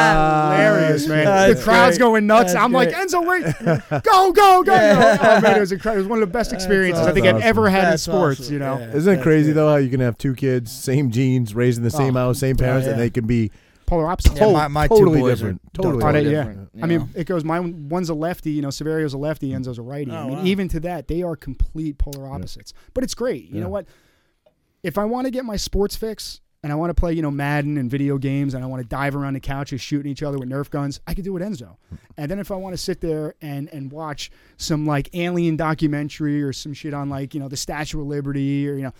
Speaker 3: Hilarious, man.
Speaker 2: Uh, That's
Speaker 3: the crowd's
Speaker 2: great.
Speaker 3: going nuts.
Speaker 2: That's
Speaker 3: I'm like,
Speaker 2: great.
Speaker 3: Enzo, wait, go, go, go. Oh, man, it was incredible. It was one of the best experiences I think I've
Speaker 1: awesome.
Speaker 3: ever had
Speaker 2: That's
Speaker 3: in sports,
Speaker 2: awesome.
Speaker 3: you know?
Speaker 2: Yeah.
Speaker 1: Isn't it
Speaker 2: That's
Speaker 1: crazy
Speaker 2: good.
Speaker 1: though how you can have two kids, same genes, raised in the same
Speaker 3: Oh,
Speaker 1: house, same parents,
Speaker 2: yeah.
Speaker 1: and they can be
Speaker 3: Polar opposite.
Speaker 2: Yeah,
Speaker 1: to-
Speaker 2: my- my two
Speaker 1: totally
Speaker 2: boys are
Speaker 1: different.
Speaker 2: totally
Speaker 1: Totally,
Speaker 3: on it,
Speaker 1: different.
Speaker 3: yeah.
Speaker 2: different,
Speaker 3: I
Speaker 2: you
Speaker 3: mean, it goes. My one's a lefty. You know, Severio's a lefty. Enzo's a righty. I
Speaker 2: Oh,
Speaker 3: mean,
Speaker 2: wow.
Speaker 3: even to that, they are complete polar opposites. But it's great. You know what? If I want to get my sports fix and I want to play, you know, Madden and video games, and I want to dive around the couches shooting each other with Nerf guns, I could do it with Enzo. And then if I want to sit there and and watch some like alien documentary or some shit on like you know the Statue of Liberty or you know.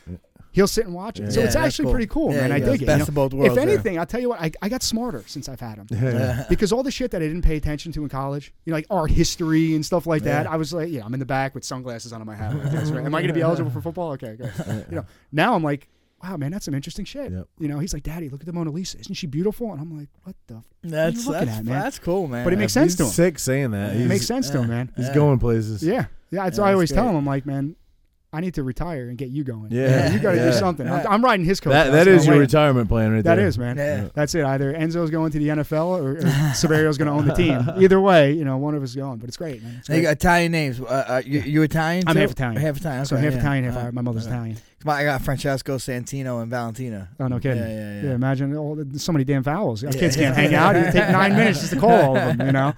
Speaker 3: He'll sit and watch it. So
Speaker 2: Yeah,
Speaker 3: it's
Speaker 2: that's
Speaker 3: actually
Speaker 2: cool.
Speaker 3: pretty cool,
Speaker 2: Yeah,
Speaker 3: man. I
Speaker 2: yeah,
Speaker 3: dig it. you
Speaker 2: best
Speaker 3: know?
Speaker 2: of both
Speaker 3: If
Speaker 2: worlds, yeah.
Speaker 3: anything, I'll tell you what, I, I got smarter since I've had him because all the shit that I didn't pay attention to in college, you know, like art history and stuff like that, I was like, yeah, I'm in the back with sunglasses on in my hat. Like this, right? Am I going to be eligible for football? Okay, good. You know, now I'm like, wow, man, that's some interesting shit.
Speaker 1: Yep.
Speaker 3: You know, he's like, Daddy, look at the Mona Lisa. Isn't she beautiful? And I'm like, what the? F-?
Speaker 2: That's
Speaker 3: looking
Speaker 2: that's
Speaker 3: at, man?
Speaker 2: that's cool, man.
Speaker 3: But it makes sense to
Speaker 1: He's
Speaker 3: him.
Speaker 1: sick saying that.
Speaker 3: It
Speaker 1: He's,
Speaker 3: makes sense to him, man.
Speaker 1: He's going places.
Speaker 3: Yeah, yeah. That's
Speaker 2: Yeah,
Speaker 3: why I
Speaker 2: that's
Speaker 3: always tell
Speaker 2: great.
Speaker 3: him, I'm like, man, I need to retire and get you going.
Speaker 1: Yeah,
Speaker 3: you got to
Speaker 1: yeah.
Speaker 3: do something. I'm, I'm riding his coat.
Speaker 1: That
Speaker 3: now,
Speaker 1: that
Speaker 3: so
Speaker 1: is
Speaker 3: I'm
Speaker 1: your
Speaker 3: waiting.
Speaker 1: retirement plan right
Speaker 3: That
Speaker 1: there.
Speaker 3: is, man.
Speaker 2: Yeah.
Speaker 3: That's it. Either Enzo's going to the NFL or, or Severio's going to own the team. Either way, you know, one of us is going. But it's great, man. It's
Speaker 2: They
Speaker 3: great.
Speaker 2: got Italian names. Uh, uh, you, you Italian?
Speaker 3: I'm
Speaker 2: too?
Speaker 3: half Italian.
Speaker 2: Half Italian.
Speaker 3: so
Speaker 2: okay,
Speaker 3: half
Speaker 2: yeah.
Speaker 3: Italian, half
Speaker 2: All right.
Speaker 3: Irish. My mother's Italian.
Speaker 2: I got Francesco Santino and Valentino.
Speaker 3: Oh no kidding.
Speaker 2: Yeah, yeah, yeah.
Speaker 3: imagine all the, so many damn vowels. Our
Speaker 2: Yeah.
Speaker 3: kids can't hang out. It take nine minutes just to call all of them. You know.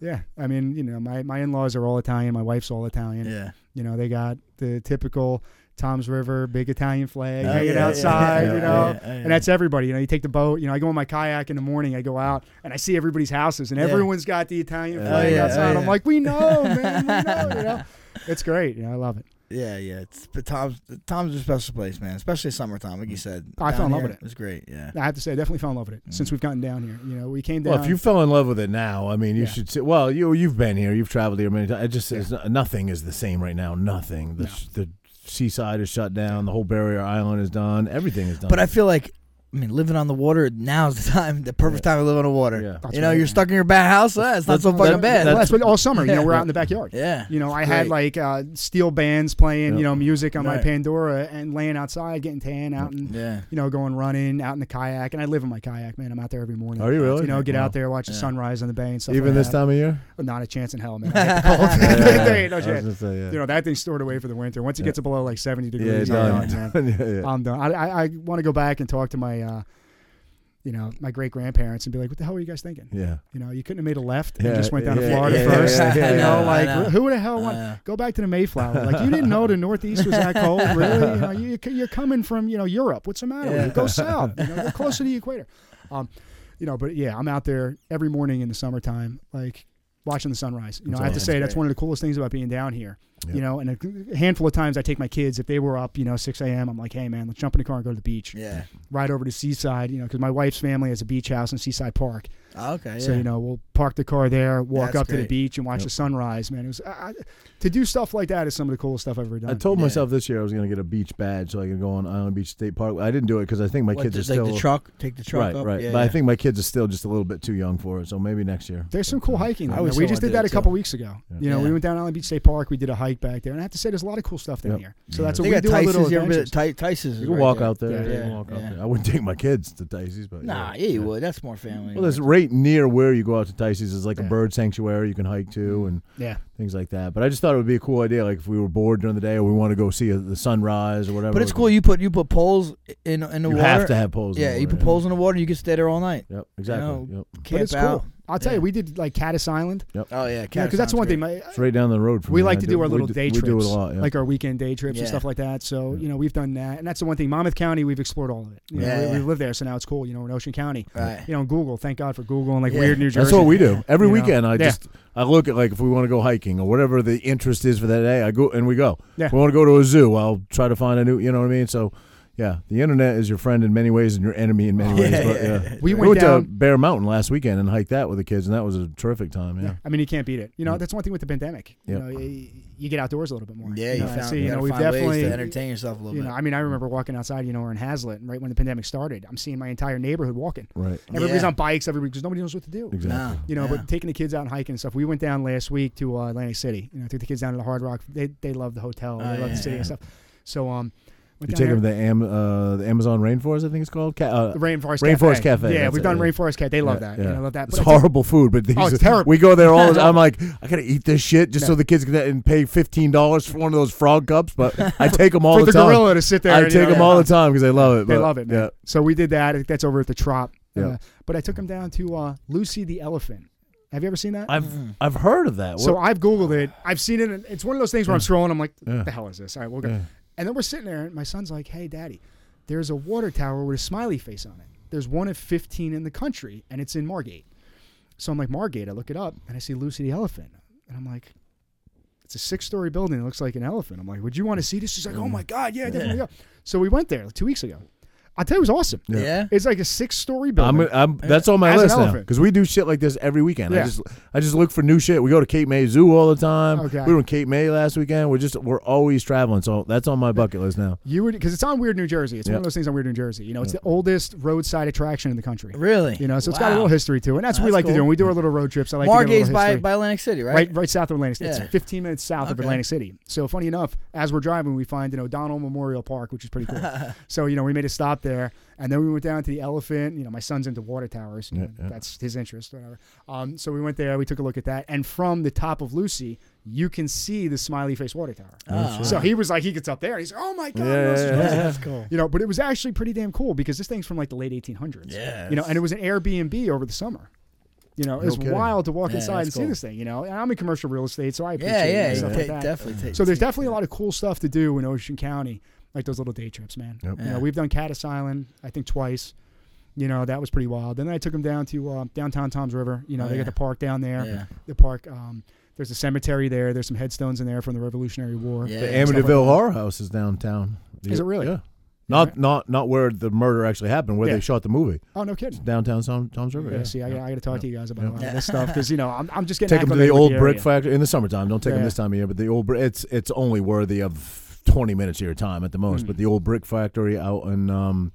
Speaker 3: Yeah, I mean, you know, my my in laws are all Italian. My wife's all Italian.
Speaker 2: Yeah.
Speaker 3: You know, they got the typical Tom's River, big Italian flag,
Speaker 2: Oh,
Speaker 3: hanging
Speaker 2: yeah, yeah,
Speaker 3: outside,
Speaker 1: yeah,
Speaker 3: you know.
Speaker 2: yeah, yeah, yeah.
Speaker 3: And that's everybody. You know, you take the boat. You know, I go on my kayak in the morning. I go out and I see everybody's houses, and
Speaker 2: Yeah.
Speaker 3: everyone's got the Italian
Speaker 1: Oh,
Speaker 3: flag
Speaker 1: yeah,
Speaker 3: outside.
Speaker 2: oh,
Speaker 3: I'm
Speaker 2: yeah.
Speaker 3: like, we know, man, we know. You know, it's great. You know, I love it.
Speaker 2: Yeah, yeah. It's, but Tom's Tom's a special place, man. Especially summertime, like you said.
Speaker 3: I fell in love
Speaker 2: here,
Speaker 3: with it.
Speaker 2: It was great. Yeah.
Speaker 3: I have to say, I definitely fell in love with it since we've gotten down here. You know, we came down.
Speaker 1: Mm. Well, if you fell in love with it now, I mean, you
Speaker 3: Yeah.
Speaker 1: should say, well, you you've been here, you've traveled here many times. It just it's not- nothing is the same right now. Nothing. The
Speaker 3: No.
Speaker 1: the seaside is shut down. The whole barrier island is done. Everything is done.
Speaker 2: But I feel like, I mean, living on the water now's the time, the perfect time to live on the water.
Speaker 1: Yeah.
Speaker 3: That's
Speaker 2: You know,
Speaker 3: right,
Speaker 2: you're
Speaker 3: yeah.
Speaker 2: stuck in your bad house. eh, it's not so fucking
Speaker 1: that-
Speaker 2: bad.
Speaker 3: Well, that's what all summer. You know, we're
Speaker 2: Yeah.
Speaker 3: out in the backyard.
Speaker 2: yeah.
Speaker 3: You know, I
Speaker 2: It's
Speaker 3: had
Speaker 2: great.
Speaker 3: like uh, steel bands playing,
Speaker 1: Yeah.
Speaker 3: you know, music on my
Speaker 2: Right.
Speaker 3: Pandora and laying outside, getting tan out and,
Speaker 2: Yeah.
Speaker 3: you know, going running out in the kayak. And I live in my kayak, man. I'm out there every morning.
Speaker 1: Are you really?
Speaker 3: You know, get
Speaker 1: Wow.
Speaker 3: out there, watch the
Speaker 2: Yeah.
Speaker 3: sunrise on the bay and stuff.
Speaker 1: even
Speaker 3: like
Speaker 1: this
Speaker 3: that.
Speaker 1: time of year.
Speaker 3: Not a chance in hell, man. I hate the cold. There ain't no
Speaker 1: I was
Speaker 3: chance.
Speaker 1: gonna say, yeah.
Speaker 3: You know, that thing's stored away for the winter. Once it
Speaker 1: Yeah.
Speaker 3: gets below like 70
Speaker 1: yeah,
Speaker 3: degrees, I'm
Speaker 1: done. Um,
Speaker 3: done, man.
Speaker 1: yeah, yeah.
Speaker 3: I'm done. I, I, I want to go back and talk to my, uh, you know, my great grandparents and be like, what the hell were you guys thinking?
Speaker 1: yeah.
Speaker 3: You know, you couldn't have made a left
Speaker 1: Yeah,
Speaker 3: and just went down
Speaker 1: yeah,
Speaker 3: to Florida
Speaker 1: yeah, yeah,
Speaker 3: first.
Speaker 1: yeah, yeah,
Speaker 3: you know,
Speaker 1: yeah.
Speaker 3: like
Speaker 2: I know.
Speaker 3: who would the
Speaker 2: I
Speaker 3: hell
Speaker 2: know.
Speaker 3: want go back to the Mayflower? Like you didn't know the Northeast was that cold, really. You know, you, you're coming from you know Europe. What's the matter? with you?
Speaker 2: Yeah.
Speaker 3: Go south. You know, go closer to the equator. Um, you know, but yeah, I'm out there every morning in the summertime, like watching the sunrise. You know,
Speaker 1: That's
Speaker 3: I have to
Speaker 1: awesome.
Speaker 3: say
Speaker 2: That's
Speaker 3: that's
Speaker 2: great.
Speaker 3: one of the coolest things about being down here.
Speaker 1: Yeah.
Speaker 3: You know, and a handful of times I take my kids if they were up, you know, 6 a.m. I'm like, hey man, let's jump in the car and go to the beach,
Speaker 2: Yeah.
Speaker 3: right over to Seaside. You know, because my wife's family has a beach house in Seaside Park.
Speaker 2: Oh, okay. Yeah.
Speaker 3: So you know, we'll park the car there, walk
Speaker 2: That's
Speaker 3: up to the
Speaker 2: great.
Speaker 3: beach, and watch
Speaker 1: Yep.
Speaker 3: the sunrise. Man, it was I, I, to do stuff like that is some of the coolest stuff I've ever done.
Speaker 1: I told
Speaker 2: Yeah.
Speaker 1: myself this year I was going to get a beach badge so I could go on Island Beach State Park. I didn't do it because I think my
Speaker 2: What,
Speaker 1: kids are
Speaker 2: just
Speaker 1: still
Speaker 2: take the truck. Take the truck
Speaker 1: right,
Speaker 2: up.
Speaker 1: right.
Speaker 2: Yeah,
Speaker 1: but I
Speaker 2: yeah.
Speaker 1: think my kids are still just a little bit too young for it. So maybe next year.
Speaker 3: there's some cool hiking.
Speaker 2: I
Speaker 3: down
Speaker 2: would
Speaker 3: there.
Speaker 2: still
Speaker 3: We
Speaker 2: wanna
Speaker 3: just did
Speaker 2: do
Speaker 3: that
Speaker 2: it,
Speaker 3: a couple weeks ago.
Speaker 1: Yeah.
Speaker 3: You know, we
Speaker 2: Yeah.
Speaker 3: went down Island Beach State Park. We did a hike back there, and I have to say, there's a lot of cool stuff down
Speaker 1: Yep.
Speaker 3: here.
Speaker 1: Yeah.
Speaker 3: So that's
Speaker 2: I
Speaker 3: what
Speaker 2: think
Speaker 3: we
Speaker 2: at
Speaker 3: do. Our little
Speaker 2: Tice's. You ever been
Speaker 3: adventures.
Speaker 2: at Ti- Tice's?
Speaker 1: You
Speaker 2: is
Speaker 1: can
Speaker 2: right
Speaker 1: walk
Speaker 2: there.
Speaker 1: out there.
Speaker 2: Yeah,
Speaker 1: you can
Speaker 2: yeah,
Speaker 1: walk out
Speaker 2: yeah.
Speaker 1: there. I wouldn't take my kids to Dicey's, but
Speaker 2: Nah,
Speaker 1: yeah.
Speaker 2: yeah, you would. That's more family.
Speaker 1: Well, there's right near where you go out to Dicey's is like a
Speaker 3: Yeah.
Speaker 1: bird sanctuary you can hike
Speaker 2: Mm.
Speaker 1: to and
Speaker 3: Yeah,
Speaker 1: things like that. But I just thought it would be a cool idea, like if we were bored during the day or we want to go see a, the sunrise or whatever.
Speaker 2: but it's
Speaker 1: we
Speaker 2: cool.
Speaker 1: can-
Speaker 2: You put you put poles in in the
Speaker 1: You
Speaker 2: water.
Speaker 1: have to have poles. in
Speaker 2: Yeah,
Speaker 1: the
Speaker 2: you
Speaker 1: water,
Speaker 2: put poles in the water. You can stay there all night.
Speaker 1: Yep, exactly.
Speaker 2: know,
Speaker 1: yep.
Speaker 3: but
Speaker 2: Camp
Speaker 3: it's
Speaker 2: out.
Speaker 3: cool. I'll tell
Speaker 2: Yeah.
Speaker 3: you, we did like Caddis Island.
Speaker 2: Oh yeah,
Speaker 3: Yeah, because that's one thing. My,
Speaker 1: It's right down the road. From
Speaker 3: we
Speaker 1: here.
Speaker 3: like
Speaker 1: I
Speaker 3: to do our
Speaker 1: we
Speaker 3: little day
Speaker 1: We do it
Speaker 3: trips,
Speaker 1: a lot. Yeah.
Speaker 3: like our weekend day trips and
Speaker 2: Yeah.
Speaker 3: stuff like that. So
Speaker 1: Yeah.
Speaker 3: you know, we've done that, and that's the one thing. Monmouth County, we've explored all of it. You know,
Speaker 2: Yeah,
Speaker 3: we,
Speaker 2: yeah.
Speaker 3: we live there, so now it's cool. You know, we're in Ocean County.
Speaker 2: Right.
Speaker 3: you know, Google. Thank God for Google and like
Speaker 2: Yeah.
Speaker 3: weird New Jersey.
Speaker 1: That's what we do every
Speaker 3: You know?
Speaker 1: weekend. I
Speaker 3: Yeah.
Speaker 1: just I look at like if we want to go hiking or whatever the interest is for that day. I go and we go.
Speaker 3: Yeah.
Speaker 1: If we want to go to a zoo. I'll try to find a new. You know what I mean? So. Yeah, the internet is your friend in many ways and your enemy in many ways.
Speaker 2: yeah,
Speaker 1: but,
Speaker 2: yeah,
Speaker 1: yeah.
Speaker 3: We
Speaker 1: We
Speaker 3: went
Speaker 1: went to
Speaker 3: down-
Speaker 1: Bear Mountain last weekend and hiked that with the kids, and that was a terrific time. Yeah,
Speaker 3: Yeah. I mean, you can't beat it. You know,
Speaker 1: Mm.
Speaker 3: that's one thing with the pandemic.
Speaker 1: Yeah.
Speaker 3: You know, you, you get outdoors a little bit more.
Speaker 2: Yeah,
Speaker 3: you,
Speaker 2: you
Speaker 3: know, I
Speaker 2: found
Speaker 3: see,
Speaker 2: you
Speaker 3: you know,
Speaker 2: gotta
Speaker 3: we've
Speaker 2: find ways
Speaker 3: definitely
Speaker 2: to entertain yourself a little
Speaker 3: You know,
Speaker 2: bit.
Speaker 3: I mean, I remember walking outside. You know, we're in Hazlitt, and right when the pandemic started, I'm seeing my entire neighborhood walking.
Speaker 1: right,
Speaker 3: Everybody's
Speaker 2: Yeah.
Speaker 3: on bikes, everybody because nobody knows what to do.
Speaker 1: exactly.
Speaker 2: No,
Speaker 3: You know,
Speaker 2: no.
Speaker 3: but taking the kids out and hiking and stuff. We went down last week to uh, Atlantic City. You know, took the kids down to the Hard Rock. They they love the hotel.
Speaker 2: Oh,
Speaker 3: they love
Speaker 2: yeah,
Speaker 3: the city
Speaker 2: yeah.
Speaker 3: and stuff. So um, went
Speaker 1: You take
Speaker 3: down there.
Speaker 1: them to the, Am- uh, the Amazon rainforest, I think it's called. Ca- uh,
Speaker 3: The Rainforest
Speaker 1: Rainforest Cafe,
Speaker 3: Yeah,
Speaker 1: that's
Speaker 3: we've
Speaker 1: it,
Speaker 3: done
Speaker 1: yeah.
Speaker 3: Rainforest Cafe. They love
Speaker 1: Yeah,
Speaker 3: that. You
Speaker 1: yeah.
Speaker 3: know, I love that.
Speaker 1: It's
Speaker 3: But I took-
Speaker 1: horrible food, but these
Speaker 3: Oh, it's
Speaker 1: are-
Speaker 3: terrible.
Speaker 1: We go there all. the
Speaker 3: No.
Speaker 1: I'm like, I gotta eat this shit just so
Speaker 3: No.
Speaker 1: the kids can and pay fifteen dollars for one of those frog cups. But I take them all
Speaker 3: for
Speaker 1: the
Speaker 3: the
Speaker 1: time.
Speaker 3: gorilla to sit there.
Speaker 1: I
Speaker 3: and, you
Speaker 1: take
Speaker 3: know,
Speaker 1: them all the time because they love it.
Speaker 3: They
Speaker 1: but-
Speaker 3: love it, man.
Speaker 1: Yeah.
Speaker 3: So we did that. I think That's over at the Trop.
Speaker 1: Yeah.
Speaker 3: Uh, but I took him down to uh, Lucy the Elephant. Have you ever seen that?
Speaker 1: I've I've heard of that.
Speaker 3: so
Speaker 1: What-
Speaker 3: I've Googled it. I've seen it. And it's one of those things where I'm scrolling. I'm like,
Speaker 1: Yeah.
Speaker 3: what the hell is this? All right, we'll go.
Speaker 1: Yeah.
Speaker 3: And then we're sitting there, and my son's like, hey, daddy, there's a water tower with a smiley face on it. There's one of 15 in the country, and it's in Margate. So I'm like, Margate. I look it up, and I see Lucy the Elephant. And I'm like, it's a six story building. It looks like an elephant. I'm like, would you want to see this? She's like, oh my God, yeah, I definitely. Go. So we went there like two weeks ago. I tell you, it was awesome.
Speaker 1: Yeah.
Speaker 2: yeah.
Speaker 3: It's like a six story
Speaker 1: I'm,
Speaker 3: building.
Speaker 1: I'm that's on my
Speaker 3: As an
Speaker 1: list now
Speaker 3: elephant.
Speaker 1: because we do shit like this every weekend. I
Speaker 3: Yeah.
Speaker 1: just I just look for new shit. We go to Cape May Zoo all the time.
Speaker 3: Okay.
Speaker 1: We were in Cape May last weekend. We're just we're always traveling, so that's on my bucket list now.
Speaker 3: you would because it's on Weird New Jersey. It's
Speaker 1: Yeah.
Speaker 3: one of those things on Weird New Jersey. You know, it's the oldest roadside attraction in the country.
Speaker 2: Really?
Speaker 3: You know, so it's got
Speaker 2: Wow.
Speaker 3: a little history to it. And that's what we
Speaker 2: That's
Speaker 3: like to do.
Speaker 2: cool.
Speaker 3: And we do our little road trips. I like to
Speaker 2: Margate's
Speaker 3: do a little
Speaker 2: by
Speaker 3: history.
Speaker 2: by Atlantic City, right?
Speaker 3: right, right south of Atlantic. City.
Speaker 2: Yeah.
Speaker 3: It's 15 minutes south of
Speaker 2: Okay.
Speaker 3: Atlantic City. So funny enough, as we're driving, we find an O'Donnell Memorial Park, which is pretty cool. so you know, we made a stop there, and then we went down to the Elephant. You know, my son's into water towers. you know,
Speaker 1: yeah.
Speaker 3: That's his interest, whatever. Um, so we went there. We took a look at that, and from the top of Lucy, you can see the Smiley Face Water Tower.
Speaker 2: Oh,
Speaker 3: So he was like, he gets up there. He's like, oh my god,
Speaker 1: Yeah,
Speaker 3: this is
Speaker 1: yeah,
Speaker 3: crazy."
Speaker 1: yeah.
Speaker 2: that's cool.
Speaker 3: You know, but it was actually pretty damn cool because this thing's from like the late 1800s.
Speaker 2: Yeah,
Speaker 3: You know,
Speaker 2: it's-
Speaker 3: and it was an Airbnb over the summer. You know, it's
Speaker 1: kidding.
Speaker 3: wild to walk
Speaker 2: Yeah,
Speaker 3: inside and
Speaker 2: that's
Speaker 3: see
Speaker 2: cool.
Speaker 3: this thing. You know, and I'm in commercial real estate, so I appreciate
Speaker 2: Yeah,
Speaker 3: it
Speaker 2: yeah,
Speaker 3: and
Speaker 2: you
Speaker 3: stuff
Speaker 2: take-
Speaker 3: like that.
Speaker 2: definitely. Take,
Speaker 3: So there's
Speaker 2: take-
Speaker 3: definitely a lot of cool stuff to do in Ocean County, like those little day trips, man.
Speaker 1: Yep.
Speaker 3: You know, we've done Caddis Island, I think twice. You know, that was pretty wild. Then I took them down to uh, downtown Tom's River. You know,
Speaker 2: Oh,
Speaker 3: they
Speaker 2: yeah.
Speaker 3: got the park down there.
Speaker 2: Yeah.
Speaker 3: The park. Um, there's a cemetery there. There's some headstones in there from the Revolutionary War.
Speaker 2: Yeah.
Speaker 1: The
Speaker 2: stuff
Speaker 3: like
Speaker 1: Amityville
Speaker 3: that.
Speaker 1: Horror House is downtown.
Speaker 3: Is it really?
Speaker 1: Yeah. Not
Speaker 3: right.
Speaker 1: not not where the murder actually happened, where
Speaker 3: Yeah.
Speaker 1: they shot the movie.
Speaker 3: Oh no, kidding.
Speaker 1: Downtown Tom, Tom's River.
Speaker 3: Yeah,
Speaker 1: Yeah.
Speaker 3: see, I,
Speaker 1: Yeah.
Speaker 3: got- I got to talk to you guys about
Speaker 1: Yeah.
Speaker 3: a lot of this stuff because you know I'm, I'm just getting
Speaker 1: Take them to the
Speaker 3: acclimated with
Speaker 1: old
Speaker 3: the
Speaker 1: brick
Speaker 3: area.
Speaker 1: factory in the summertime. Don't take
Speaker 3: Yeah.
Speaker 1: them this time of year, but the old brick. It's it's only worthy of twenty minutes of your time at the most.
Speaker 3: Hmm.
Speaker 1: But the old brick factory out in um,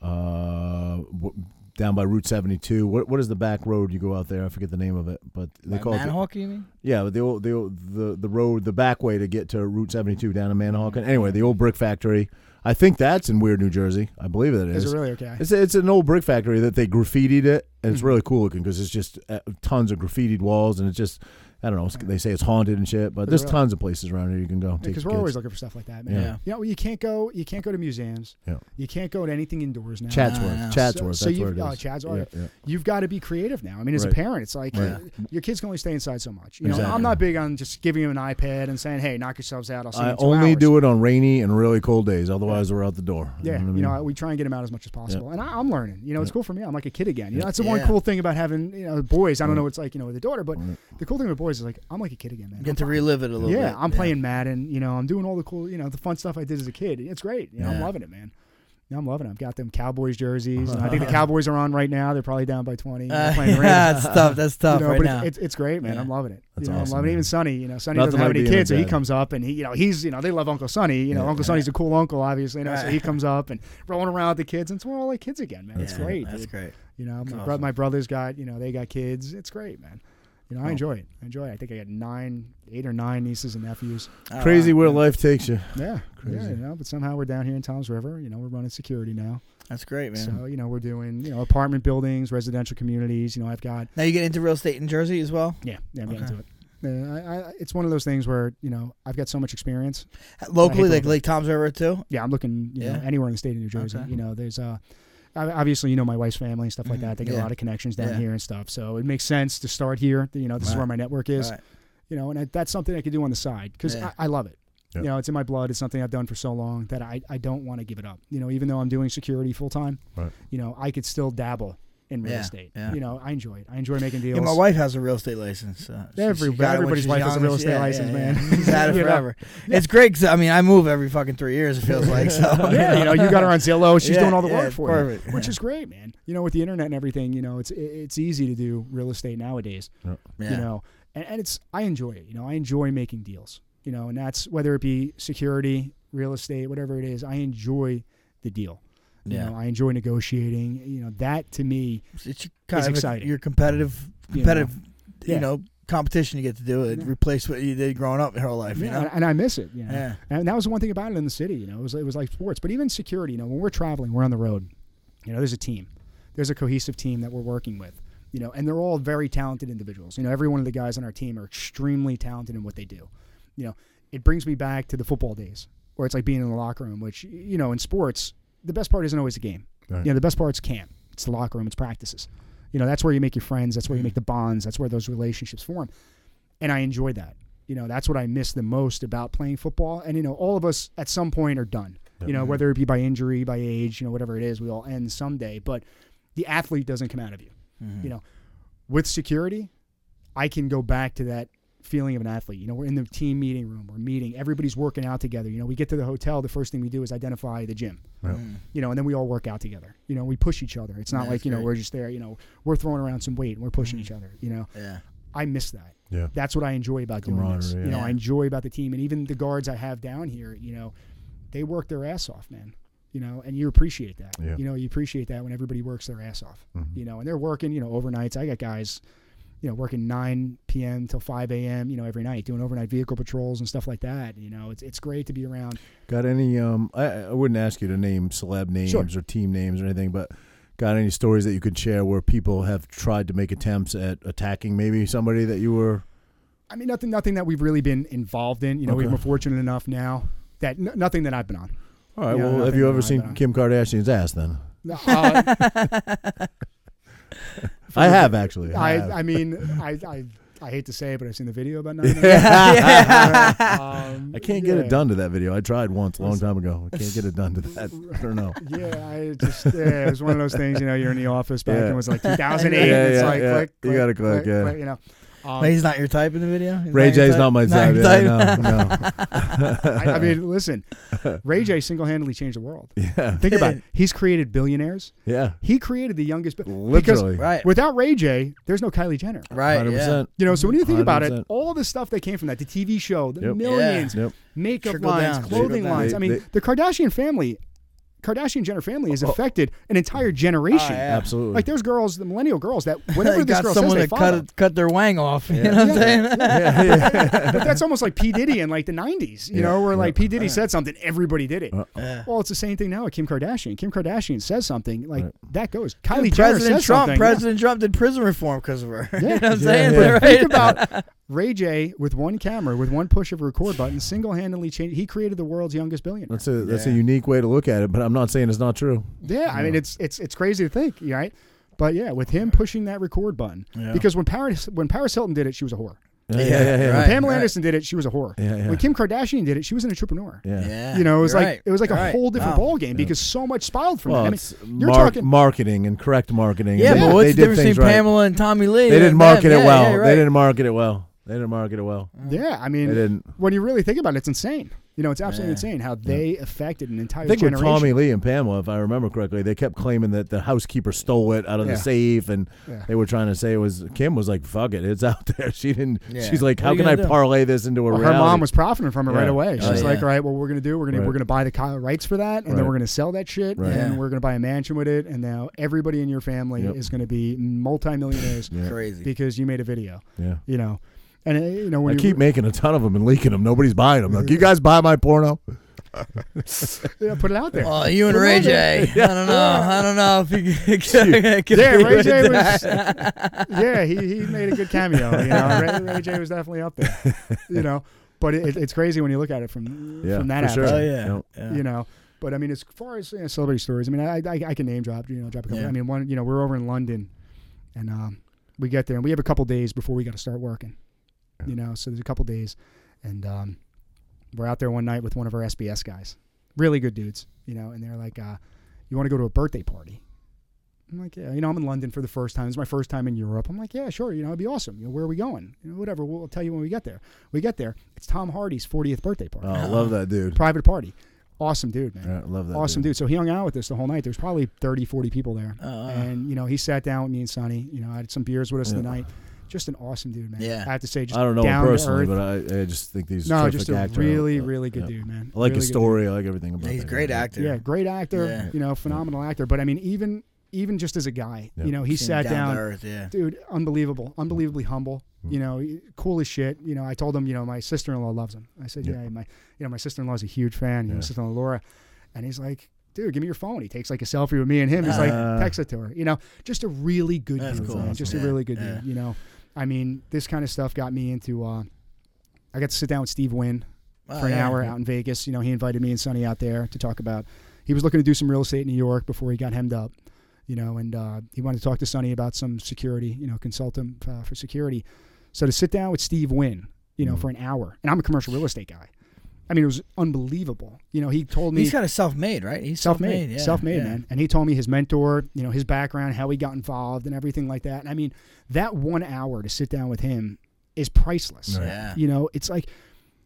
Speaker 1: uh, w- down by Route seventy two. What what is the back road you go out there? I forget the name of it, but they
Speaker 2: Like
Speaker 1: call it. the-
Speaker 2: Manhawk, you mean?
Speaker 1: yeah, but the old the old, the the road the back way to get to Route seventy two down in Manhawkin. Anyway, the old brick factory. I think that's in Weird, New Jersey. I believe that it
Speaker 3: Is
Speaker 1: is.
Speaker 3: it really okay? Hmm.
Speaker 1: It's it's an old brick factory that they graffitied it, and it's really cool looking because it's just uh, tons of graffitied walls, and it's just I don't know. It's, they say it's haunted and shit, but there's
Speaker 3: really?
Speaker 1: tons of places around here you can go. take
Speaker 3: Because
Speaker 1: your
Speaker 3: we're always
Speaker 1: kids.
Speaker 3: looking for stuff like that, man.
Speaker 1: Yeah.
Speaker 2: Yeah.
Speaker 3: You know, you can't go. You can't go to museums.
Speaker 1: Yeah.
Speaker 3: You can't go to anything indoors now.
Speaker 1: Chatsworth,
Speaker 2: Ah,
Speaker 1: Chatsworth.
Speaker 3: so
Speaker 1: that's
Speaker 3: you-
Speaker 1: where it is.
Speaker 3: oh, Chatsworth.
Speaker 1: Yeah, yeah.
Speaker 3: You've got to be creative now. I mean, as
Speaker 1: Right.
Speaker 3: a parent, it's like
Speaker 1: Right.
Speaker 3: uh, your kids can only stay inside so much. You know,
Speaker 1: Exactly.
Speaker 3: I'm not big on just giving them an iPad and saying, "Hey, knock yourselves out." I'll see you
Speaker 1: I
Speaker 3: in two
Speaker 1: only
Speaker 3: hours."
Speaker 1: do it on rainy and really cold days. Otherwise, we're out the door.
Speaker 3: Yeah,
Speaker 1: what I
Speaker 3: you know,
Speaker 1: mean?
Speaker 3: I- we try and get them out as much as possible, and I, I'm learning. You know, it's cool for me. I'm like a kid again. You know, that's the one
Speaker 2: Yeah.
Speaker 3: cool thing about having you know boys. I don't know what it's like, you know, with a daughter, but the cool thing with boys is like I'm like a kid again, man.
Speaker 2: You get
Speaker 3: I'm
Speaker 2: to
Speaker 3: fi-
Speaker 2: relive it a little bit.
Speaker 3: yeah, I'm playing Madden. You know, I'm doing all the cool, you know, the fun stuff I did as a kid. It's great. You know, I'm
Speaker 2: Yeah.
Speaker 3: loving it, man. You know, I'm loving it. I've got them Cowboys jerseys. and I think the Cowboys are on right now. They're probably down by 20. They're
Speaker 2: Uh,
Speaker 3: playing
Speaker 2: yeah,
Speaker 3: Rams.
Speaker 2: that's tough. That's tough
Speaker 3: You know,
Speaker 2: right
Speaker 3: but
Speaker 2: now.
Speaker 3: It's, it's, it's great, man. I'm loving it.
Speaker 1: That's
Speaker 3: you know,
Speaker 1: awesome,
Speaker 3: I'm loving
Speaker 1: man.
Speaker 3: it. Even Sonny, you know, Sonny
Speaker 1: Nothing
Speaker 3: doesn't have
Speaker 1: like
Speaker 3: any
Speaker 1: being a
Speaker 3: kids, so he
Speaker 1: dad.
Speaker 3: comes up and he, you know, he's, you know, they love Uncle Sonny. You know,
Speaker 1: Yeah.
Speaker 3: Uncle Sonny's a cool uncle, obviously. You know, so
Speaker 2: Right.
Speaker 3: he comes up and rolling around with the kids, and it's we're all like kids again, man. it's
Speaker 2: Yeah,
Speaker 3: great.
Speaker 2: That's
Speaker 3: dude.
Speaker 2: great.
Speaker 3: You know, my, bro-
Speaker 2: awesome.
Speaker 3: my brother's got, you know, they got kids. It's great, man. You know, I enjoy it. I enjoy it. I think I got nine, eight or nine nieces and nephews.
Speaker 2: Oh,
Speaker 1: Crazy
Speaker 3: Uh,
Speaker 2: wow.
Speaker 1: where life takes you.
Speaker 3: Yeah, yeah,
Speaker 1: Crazy.
Speaker 3: you know, but somehow we're down here in Tom's River. You know, we're running security now,
Speaker 2: That's great, man.
Speaker 3: so you know we're doing you know apartment buildings, residential communities. You know, I've got
Speaker 2: now you get into real estate in Jersey as well.
Speaker 3: yeah, yeah, I'm
Speaker 2: Okay.
Speaker 3: into it. Uh, I, I, it's one of those things where you know I've got so much experience.
Speaker 2: Locally, like
Speaker 3: Boulder.
Speaker 2: Lake Tom's River too.
Speaker 3: Yeah, I'm looking you
Speaker 2: Yeah.
Speaker 3: know anywhere in the state of New Jersey.
Speaker 2: Okay.
Speaker 3: You know, there's uh, ob- obviously you know my wife's family and stuff like
Speaker 2: Mhm.
Speaker 3: that. They get
Speaker 2: Yeah.
Speaker 3: a lot of connections down
Speaker 2: Yeah.
Speaker 3: here and stuff, so it makes sense to start here. You know, this is
Speaker 2: Right.
Speaker 3: where my network is.
Speaker 2: Right.
Speaker 3: You know, and I, that's something I could do on the side because
Speaker 2: Yeah.
Speaker 3: I, I love it.
Speaker 1: Yeah.
Speaker 3: You know, it's in my blood. It's something I've done for so long that I, I don't want to give it up. You know, even though I'm doing security full time,
Speaker 1: Right.
Speaker 3: you know, I could still dabble in real
Speaker 2: Yeah,
Speaker 3: estate.
Speaker 2: yeah.
Speaker 3: You know, I enjoy it. I enjoy making deals.
Speaker 2: Yeah, my wife has a real estate license. Uh, she- she
Speaker 3: Everybody-
Speaker 2: got it when
Speaker 3: everybody's
Speaker 2: she was
Speaker 3: wife has a
Speaker 2: young.
Speaker 3: real
Speaker 2: Yeah,
Speaker 3: estate
Speaker 2: yeah,
Speaker 3: license,
Speaker 2: yeah.
Speaker 3: man.
Speaker 2: She's had it
Speaker 3: You know?
Speaker 2: forever. It's great. 'cause, I mean, I move every fucking three years. It feels like so.
Speaker 3: yeah, you know, you got her on Zillow. She's
Speaker 2: Yeah,
Speaker 3: doing all the
Speaker 2: yeah,
Speaker 3: work
Speaker 2: it's
Speaker 3: for
Speaker 2: perfect.
Speaker 3: you, which is great, man. You know, with the internet and everything, you know, it's it- it's easy to do real estate nowadays.
Speaker 2: Yeah.
Speaker 3: You know, and, and it's I enjoy it. You know, I enjoy making deals. You know, and that's whether it be security, real estate, whatever it is. I enjoy the deal. You
Speaker 2: Yeah.
Speaker 3: know, I enjoy negotiting. You know, that to me,
Speaker 2: it's, it's kind
Speaker 3: It's
Speaker 2: of
Speaker 3: exciting.
Speaker 2: your competitive,
Speaker 3: You know?
Speaker 2: competitive, you know,
Speaker 3: Yeah.
Speaker 2: competition you get to do it.
Speaker 3: Yeah.
Speaker 2: Replace what you did growing up your whole life.
Speaker 3: yeah,
Speaker 2: You know.
Speaker 3: and, and I miss it. You know?
Speaker 2: Yeah.
Speaker 3: And that was the one thing about it in the city. You know, it was it was like sports, but even security. You know, when we're traveling, we're on the road. You know, there's a team. There's a cohesive team that we're working with. You know, and they're all very talented individuals. You know, every one of the guys on our team are extremely talented in what they do. You know, it brings me back to the football days, where it's like being in the locker room. Which you know, in sports, the best part isn't always the game.
Speaker 1: Right.
Speaker 3: You know, the best part's camp. It's the locker room. It's practices. You know, that's where you make your friends. That's where
Speaker 2: Mm-hmm.
Speaker 3: you make the bonds. That's where those relationships form and I enjoy that. You know, that's what I miss the most about playing football. And you know, all of us at some point are done. You know, whether it be by injury, by age, you know, whatever it is, we all end someday. But the athlete doesn't come out of you. You know, with security, I can go back to that feeling of an athlete. You know, we're in the team meeting room, we're meeting, everybody's working out together. You know, we get to the hotel, the first thing we do is identify the gym you know, and then we all work out together. You know, we push each other. It's not like, you know, we're just there, you know, we're throwing around some weight and we're pushing each other, you know.
Speaker 2: Yeah.
Speaker 3: I miss that.
Speaker 1: Yeah.
Speaker 3: That's what I enjoy about doing this.
Speaker 1: Camaraderie,
Speaker 3: You know,
Speaker 2: yeah.
Speaker 3: I enjoy about the team and even the guards I have down here, you know, they work their ass off, man. You know, and you appreciate that.
Speaker 1: Yeah. Mm-hmm.
Speaker 3: You know, you appreciate that when everybody works their ass off. You know, and they're working, you know, overnights. I got guys, you know, working 9 p.m. till 5 a.m., you know, every night, doing overnight vehicle patrols and stuff like that. You know, it's, it's great to be around.
Speaker 1: Got any? Um, I, I wouldn't ask you to name celeb names
Speaker 3: Sure.
Speaker 1: or team names or anything, but got any stories that you could share where people have tried to make attempts at attacking maybe somebody that you were?
Speaker 3: I mean, nothing, nothing that we've really been involved in. You know,
Speaker 1: Okay.
Speaker 3: we we're fortunate enough now that n- nothing that I've been on.
Speaker 1: All right.
Speaker 3: Yeah,
Speaker 1: well, have
Speaker 3: nothing
Speaker 1: you ever
Speaker 3: that I've
Speaker 1: seen
Speaker 3: done.
Speaker 1: Kim Kardashian's ass then?
Speaker 3: Uh,
Speaker 1: I have actually. I,
Speaker 3: I,
Speaker 1: have.
Speaker 3: I mean, I, I, I hate to say it, but I've seen the video about nine. Um,
Speaker 1: I can't get
Speaker 3: yeah.
Speaker 1: it done to that video. I tried once a long time ago. I can't get it done to that. I don't know.
Speaker 3: Yeah, I just yeah, it was one of those things. You know, you're in the office back
Speaker 1: Yeah.
Speaker 3: and it was like 2008.
Speaker 1: Yeah,
Speaker 3: it's
Speaker 1: yeah,
Speaker 3: like
Speaker 1: yeah.
Speaker 3: click,
Speaker 1: You
Speaker 3: click,
Speaker 1: gotta click, yeah.
Speaker 3: you know, um,
Speaker 2: But he's not your type in the video. He's
Speaker 1: Ray
Speaker 2: not your
Speaker 1: J's
Speaker 2: type?
Speaker 1: not my type.
Speaker 2: your
Speaker 1: Yeah, no, no.
Speaker 3: I, I mean, listen, Ray J single-handedly changed the world.
Speaker 1: Yeah,
Speaker 3: Think about it. He's created billionaires.
Speaker 1: yeah.
Speaker 3: He created the youngest. bi- because
Speaker 1: Literally,
Speaker 2: Right.
Speaker 3: Without Ray J, there's no Kylie Jenner.
Speaker 2: Right.
Speaker 1: hundred
Speaker 2: Yeah.
Speaker 1: percent.
Speaker 3: You know, so when you think about it,
Speaker 1: 100%.
Speaker 3: all the stuff that came from that, the TV show, the
Speaker 1: Yep.
Speaker 3: millions,
Speaker 1: Yep.
Speaker 3: makeup
Speaker 2: Trickle
Speaker 3: lines,
Speaker 2: down,
Speaker 3: clothing
Speaker 2: trickle down.
Speaker 3: lines. I mean,
Speaker 1: They- they-
Speaker 3: the Kardashian family, Kardashian Jenner family has
Speaker 1: Oh.
Speaker 3: affected an entire generation.
Speaker 2: Oh, yeah.
Speaker 1: Absolutely.
Speaker 3: Like there's girls, the millennial girls that
Speaker 2: They
Speaker 3: whatever this
Speaker 2: got
Speaker 3: girl says,
Speaker 2: someone
Speaker 3: they
Speaker 2: to cut
Speaker 3: follow.
Speaker 2: it- cut their wang off. You
Speaker 1: Yeah.
Speaker 2: know what I'm
Speaker 3: Yeah.
Speaker 2: saying?
Speaker 1: yeah, yeah.
Speaker 3: But that's almost like P Diddy in like the '90s, you
Speaker 1: Yeah.
Speaker 3: know, where
Speaker 1: Yeah.
Speaker 3: like P Diddy said something, everybody did it.
Speaker 1: Uh,
Speaker 2: Yeah.
Speaker 3: Well, it's the same thing now with Kim Kardashian. Kim Kardashian says something, like
Speaker 1: Right.
Speaker 3: that goes. Kylie Jenner
Speaker 2: President
Speaker 3: says
Speaker 2: Trump.
Speaker 3: something.
Speaker 2: President Trump did prison reform because of her. you know
Speaker 3: Yeah.
Speaker 2: what I'm
Speaker 1: Yeah,
Speaker 2: saying?
Speaker 1: yeah.
Speaker 2: Right?
Speaker 3: Think about Ray J with one camera, with one push of a record button, single-handedly changed. He created the world's youngest billionaire.
Speaker 1: That's a that's a
Speaker 2: Yeah.
Speaker 1: unique way to look at it, but I'm not saying it's not true.
Speaker 3: Yeah, I mean it's it's it's crazy to think, right? But yeah, with him pushing that record button,
Speaker 2: Yeah.
Speaker 3: because when Paris when Paris Hilton did it, she was a whore.
Speaker 1: Yeah, yeah, yeah. yeah.
Speaker 2: right.
Speaker 3: Pamela Anderson did it, she was a whore.
Speaker 1: Yeah, yeah.
Speaker 3: When Kim Kardashian did it, she was an entrepreneur.
Speaker 1: Yeah.
Speaker 2: Yeah.
Speaker 3: You know, it was
Speaker 2: You're
Speaker 3: like
Speaker 2: right.
Speaker 3: it was like a
Speaker 2: You're right.
Speaker 3: whole different
Speaker 2: Wow.
Speaker 3: ball game because so much spiraled from
Speaker 1: Well,
Speaker 3: that. I mean,
Speaker 1: it's
Speaker 3: you're
Speaker 1: mar-
Speaker 3: talking
Speaker 1: marketing and correct marketing.
Speaker 2: Yeah,
Speaker 1: They-
Speaker 2: but
Speaker 1: they
Speaker 2: what's the
Speaker 1: did
Speaker 2: difference
Speaker 1: things
Speaker 2: between
Speaker 1: right.
Speaker 2: Pamela and Tommy Lee?
Speaker 1: They didn't
Speaker 2: and
Speaker 1: market
Speaker 2: them?
Speaker 1: it
Speaker 2: Yeah,
Speaker 1: well.
Speaker 2: yeah, right.
Speaker 1: They didn't market it well. They didn't market it well.
Speaker 3: Yeah, I
Speaker 1: They
Speaker 3: mean
Speaker 1: didn't.
Speaker 3: when you really think about it, it's insane. You know, it's absolutely
Speaker 2: Yeah.
Speaker 3: insane how they affected an entire
Speaker 1: I think with
Speaker 3: generation.
Speaker 1: Tommy Lee and Pamela, if I remember correctly, they kept claiming that the housekeeper stole it out of
Speaker 3: Yeah.
Speaker 1: the safe, and
Speaker 3: Yeah.
Speaker 1: they were trying to say it was Kim was like, "Fuck it, it's out there." She didn't.
Speaker 2: Yeah.
Speaker 1: She's like,
Speaker 2: What are
Speaker 1: "How
Speaker 2: you
Speaker 1: can I
Speaker 2: gonna do?"
Speaker 1: parlay this into a
Speaker 3: Well,
Speaker 1: reality?"
Speaker 3: her mom was profiting from it right
Speaker 1: Yeah.
Speaker 3: away.
Speaker 1: Oh,
Speaker 3: She's like,
Speaker 2: yeah.
Speaker 3: all right, what we're gonna do, we're gonna
Speaker 1: Right.
Speaker 3: we're gonna buy the co- rights for that, and then
Speaker 1: Right.
Speaker 3: we're gonna sell that shit,
Speaker 1: Right.
Speaker 3: and
Speaker 2: Yeah.
Speaker 3: we're gonna buy a mansion with it, and now everybody in your family
Speaker 1: Yep.
Speaker 3: is gonna be multimillionaires
Speaker 1: Yeah.
Speaker 2: Crazy.
Speaker 3: because you made a video.
Speaker 1: Yeah.
Speaker 3: You know, and uh, you know
Speaker 1: I
Speaker 3: when you
Speaker 1: keep making a ton of them and leaking them. Nobody's buying them. Like, you guys buy my porno?
Speaker 3: you know, put it out there.
Speaker 2: Well, you and
Speaker 3: Well,
Speaker 2: Ray
Speaker 3: no,
Speaker 2: J. I don't know. I don't know if you could. could
Speaker 3: yeah,
Speaker 2: be
Speaker 3: Ray
Speaker 2: with
Speaker 3: J
Speaker 2: that.
Speaker 3: was. yeah, he, he made a good cameo. You know, Ray, Ray J was definitely up there. You know, but it, it's crazy when you look at it from
Speaker 1: Yeah,
Speaker 3: from that
Speaker 1: for sure.
Speaker 3: aspect.
Speaker 2: Oh yeah.
Speaker 1: Yep.
Speaker 2: yeah.
Speaker 3: you know. But I mean, as far as you know, celebrity stories, I mean, I, I I can name drop, you know, drop a couple.
Speaker 2: Yeah.
Speaker 3: I mean, one, you know, we're over in London, and um, we get there and we have a couple days before we got to start working, you know. So there's a couple days, and um, we're out there one night with one of our SBS guys, really good dudes, you know, and they're like, uh, "You want to go to a birthday party?" I'm like, "Yeah, you know, I'm in London for the first time. It's my first time in Europe." I'm like, "Yeah, sure, you know, it'd be awesome. You know, where are we going? You know, whatever. We'll tell you when we get there. We get there. It's Tom Hardy's 40th birthday party,
Speaker 1: Oh, I love that dude.
Speaker 3: private party. Awesome dude, man
Speaker 1: Yeah, I love that.
Speaker 3: awesome dude. So he hung out with us the whole night. There's probably 30, 40 people there.
Speaker 2: Oh,
Speaker 1: Uh,
Speaker 2: wow.
Speaker 3: and, you know, he sat down with me and Sonny. You know, I had some beers with us in the night. Just an awesome dude, man.
Speaker 2: Yeah.
Speaker 3: I have to say, just
Speaker 1: I don't know him
Speaker 3: down
Speaker 1: personally,
Speaker 3: to
Speaker 1: but
Speaker 3: earth.
Speaker 1: I, I just think these
Speaker 3: no,
Speaker 1: terrific
Speaker 3: just a
Speaker 1: actor.
Speaker 3: really,
Speaker 1: Uh,
Speaker 3: really good
Speaker 1: yeah.
Speaker 3: dude, man.
Speaker 1: I like
Speaker 3: really
Speaker 1: his
Speaker 3: good
Speaker 1: story. I like everything about.
Speaker 2: He's a
Speaker 1: that
Speaker 2: great
Speaker 1: guy.
Speaker 2: actor.
Speaker 3: dude. Yeah, great actor.
Speaker 2: Yeah.
Speaker 3: You know, phenomenal actor. But I mean, even even just as a guy,
Speaker 1: Yeah.
Speaker 3: you know, he
Speaker 2: Seemed
Speaker 3: sat
Speaker 2: down.
Speaker 3: down.
Speaker 2: to earth, yeah. Mm-hmm.
Speaker 3: Dude, unbelievable, unbelievably humble. You know, cool as shit. You know, I told him, you know, my sister in law loves him. I said, yeah,
Speaker 1: Yeah.
Speaker 3: my, you know, my sister in law is a huge fan. You know,
Speaker 1: Yeah.
Speaker 3: my sister in law Laura, and he's like, dude, give me your phone. He takes like a selfie with me and him. He's like,
Speaker 1: Uh.
Speaker 3: text it to her. You know, just a really good
Speaker 2: That's
Speaker 3: dude,
Speaker 2: cool.
Speaker 3: man. Just
Speaker 2: Yeah,
Speaker 3: a really good
Speaker 2: yeah.
Speaker 3: dude. You know, I mean, this kind of stuff got me into. uh I got to sit down with Steve Wynn
Speaker 2: Oh,
Speaker 3: for an
Speaker 2: yeah.
Speaker 3: hour out in Vegas. You know, he invited me and Sonny out there to talk about. He was looking to do some real estate in New York before he got hemmed up. You know, and uh, he wanted to talk to Sonny about some security. You know, consult him uh, for security. So to sit down with Steve Wynn, you
Speaker 2: Mm.
Speaker 3: know, for an hour, and I'm a commercial real estate guy. I mean, it was unbelievable. You know, he told me
Speaker 2: He's kind of self-made, right? He's
Speaker 3: self-made,
Speaker 2: self-made. yeah,
Speaker 3: self-made
Speaker 2: yeah.
Speaker 3: man. And he told me his mentor, you know, his background, how he got involved, and everything like that. And I mean, that one hour to sit down with him is priceless.
Speaker 1: Right.
Speaker 2: Yeah.
Speaker 3: You know, it's like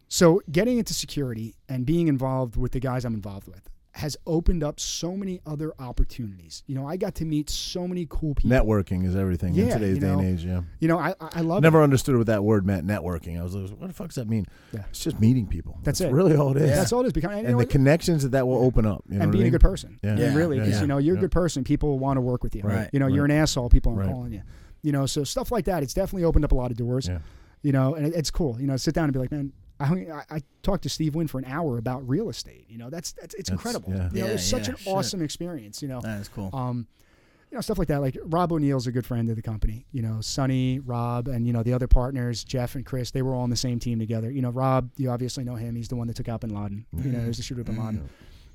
Speaker 3: so getting into security and being involved with the guys I'm involved with has opened up so many other opportunities. You know, I got to meet so many cool people.
Speaker 1: Networking is everything in
Speaker 3: Yeah,
Speaker 1: today's
Speaker 3: you
Speaker 1: day
Speaker 3: know.
Speaker 1: and age. Yeah.
Speaker 3: You know, I I I love
Speaker 1: Never understood what that word meant. Networking. I was like, what the fuck does that mean?
Speaker 3: Yeah.
Speaker 1: It's just meeting people.
Speaker 3: That's it.
Speaker 1: Really, all it is.
Speaker 3: it. That's all it is. Because, and, you
Speaker 1: and
Speaker 3: know
Speaker 1: the
Speaker 3: what?
Speaker 1: connections that that will open up. You know what I
Speaker 3: and being a
Speaker 1: mean?
Speaker 3: good person.
Speaker 1: Yeah.
Speaker 3: And
Speaker 2: Yeah,
Speaker 3: really,
Speaker 1: yeah,
Speaker 3: because
Speaker 1: yeah,
Speaker 3: you know you're
Speaker 1: yeah.
Speaker 3: a good person. People want to work with you.
Speaker 2: Right,
Speaker 3: You know, you're an
Speaker 1: right.
Speaker 3: asshole. People aren't
Speaker 1: Right.
Speaker 3: calling you. You know, so stuff like that. It's definitely opened up a lot of doors.
Speaker 1: Yeah.
Speaker 3: You know, and it, it's cool. You know, sit down and be like, man, I hung, I, I talked to Steve Wynn for an hour about real estate. You know, that's that's
Speaker 1: That's-
Speaker 3: it's incredible.
Speaker 1: yeah.
Speaker 3: You know,
Speaker 2: Yeah,
Speaker 3: it's such
Speaker 2: yeah,
Speaker 3: an
Speaker 2: shit.
Speaker 3: awesome experience. You know,
Speaker 2: That is cool.
Speaker 3: um, you know, stuff like that. Like Rob O'Neill's a good friend of the company. You know, Sonny, Rob, and you know the other partners, Jeff and Chris. They were all on the same team together. You know, Rob, you obviously know him. He's the one that took out Bin Laden. You know, he was the shooter of Bin Laden.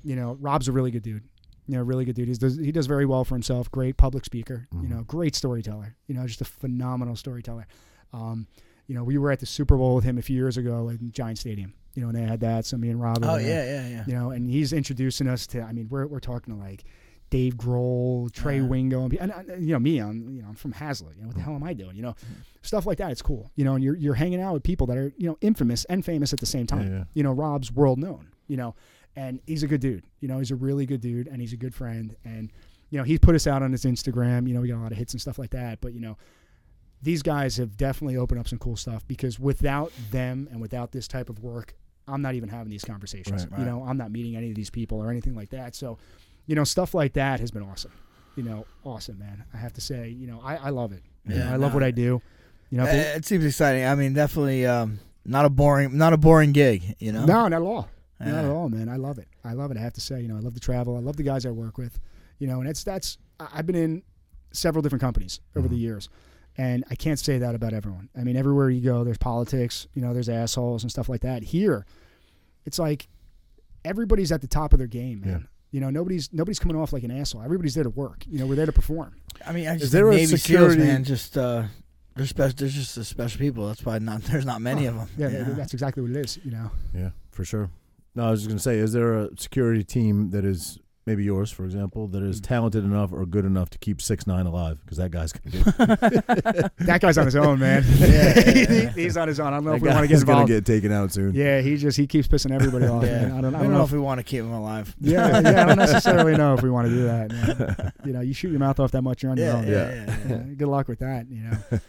Speaker 3: You know, Rob's a really good dude. You know, really good dude. He's, does, he does very well for himself. Great public speaker. You
Speaker 2: Mm-hmm.
Speaker 3: know, great storyteller. You know, just a phenomenal storyteller. Um, you know, we were at the Super Bowl with him a few years ago in Giant Stadium. You know, and they had that. So me and Rob. were
Speaker 2: Oh
Speaker 3: there
Speaker 2: yeah, yeah, yeah.
Speaker 3: you know, and he's introducing us to. I mean, we're we're talking to like Dave Grohl, Trey Wingo, and, pe- and, uh, you know me. I'm you know I'm from Hazlitt. You know what the
Speaker 1: Mm.
Speaker 3: hell am I doing? You know, stuff like that. It's cool. You know, and you're you're hanging out with people that are you know infamous and famous at the same time.
Speaker 1: yeah.
Speaker 3: You know, Rob's world known. You know, and he's a good dude. You know, he's a really good dude, and he's a good friend. And you know, he put us out on his Instagram. You know, we got a lot of hits and stuff like that. But you know, these guys have definitely opened up some cool stuff because without them and without this type of work, I'm not even having these conversations.
Speaker 1: Right,
Speaker 3: You know, I'm not meeting any of these people or anything like that. So, you know, stuff like that has been awesome. You know, awesome, man. I have to say, you know, I, I love it. You know,
Speaker 2: Yeah,
Speaker 3: I love
Speaker 2: no.
Speaker 3: what I do. You know, if it-
Speaker 2: Uh, it seems exciting. I mean, definitely um, not a boring, not a boring gig. You know.
Speaker 3: no, not at all. Not at
Speaker 2: Yeah.
Speaker 3: all, man. I love it. I love it. I have to say, you know, I love to travel. I love the guys I work with. You know, and it's that's I- I've been in several different companies over the years. And I can't say that about everyone. I mean, everywhere you go, there's politics, you know, there's assholes and stuff like that. Here, it's like everybody's at the top of their game, man. You know, nobody's nobody's coming off like an asshole. Everybody's there to work. You know, we're there to perform.
Speaker 2: I mean, I just
Speaker 1: there
Speaker 2: think
Speaker 1: a
Speaker 2: Navy
Speaker 1: security-
Speaker 2: SEALs, man, just uh, they're special. They're just the special people. That's why not there's not many of them.
Speaker 3: Yeah, that's exactly what it is. You know,
Speaker 1: Yeah, for sure. No, I was just gonna say, is there a security team that is maybe yours, for example, that
Speaker 3: Mm.
Speaker 1: is talented enough or good enough to keep six nine alive? Because that guy's gonna get,
Speaker 3: that guy's on his own, man. He- he's on his own. I don't know
Speaker 1: that
Speaker 3: if we want to
Speaker 1: guy's
Speaker 3: get
Speaker 1: gonna get
Speaker 3: involved.
Speaker 1: taken out soon.
Speaker 3: Yeah, he just he keeps pissing everybody off. man. I don't, I
Speaker 2: we
Speaker 3: don't
Speaker 2: know
Speaker 3: know.
Speaker 2: if we want to keep them alive.
Speaker 3: yeah, yeah, I don't necessarily know if we want to do that. man. You know, you shoot your mouth off that much, you're on your
Speaker 2: Yeah,
Speaker 3: own.
Speaker 2: yeah,
Speaker 1: Yeah.
Speaker 2: yeah, yeah.
Speaker 3: Yeah, Good luck with that. You know,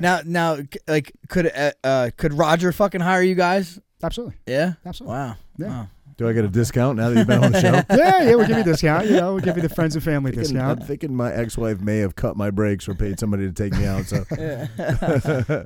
Speaker 2: Now, now, c- like, could uh, uh, could Roger fucking hire you guys?
Speaker 3: absolutely,
Speaker 2: Yeah.
Speaker 3: absolutely.
Speaker 2: Wow.
Speaker 3: Yeah.
Speaker 2: Wow.
Speaker 1: Do I get a discount now that you've been on the show?
Speaker 3: Yeah, yeah, we'll give you a discount. You know, we'll give you the friends and family
Speaker 1: Thinking- I'm
Speaker 3: discount.
Speaker 1: thinking my ex-wife may have cut my brakes or paid somebody to take me out. So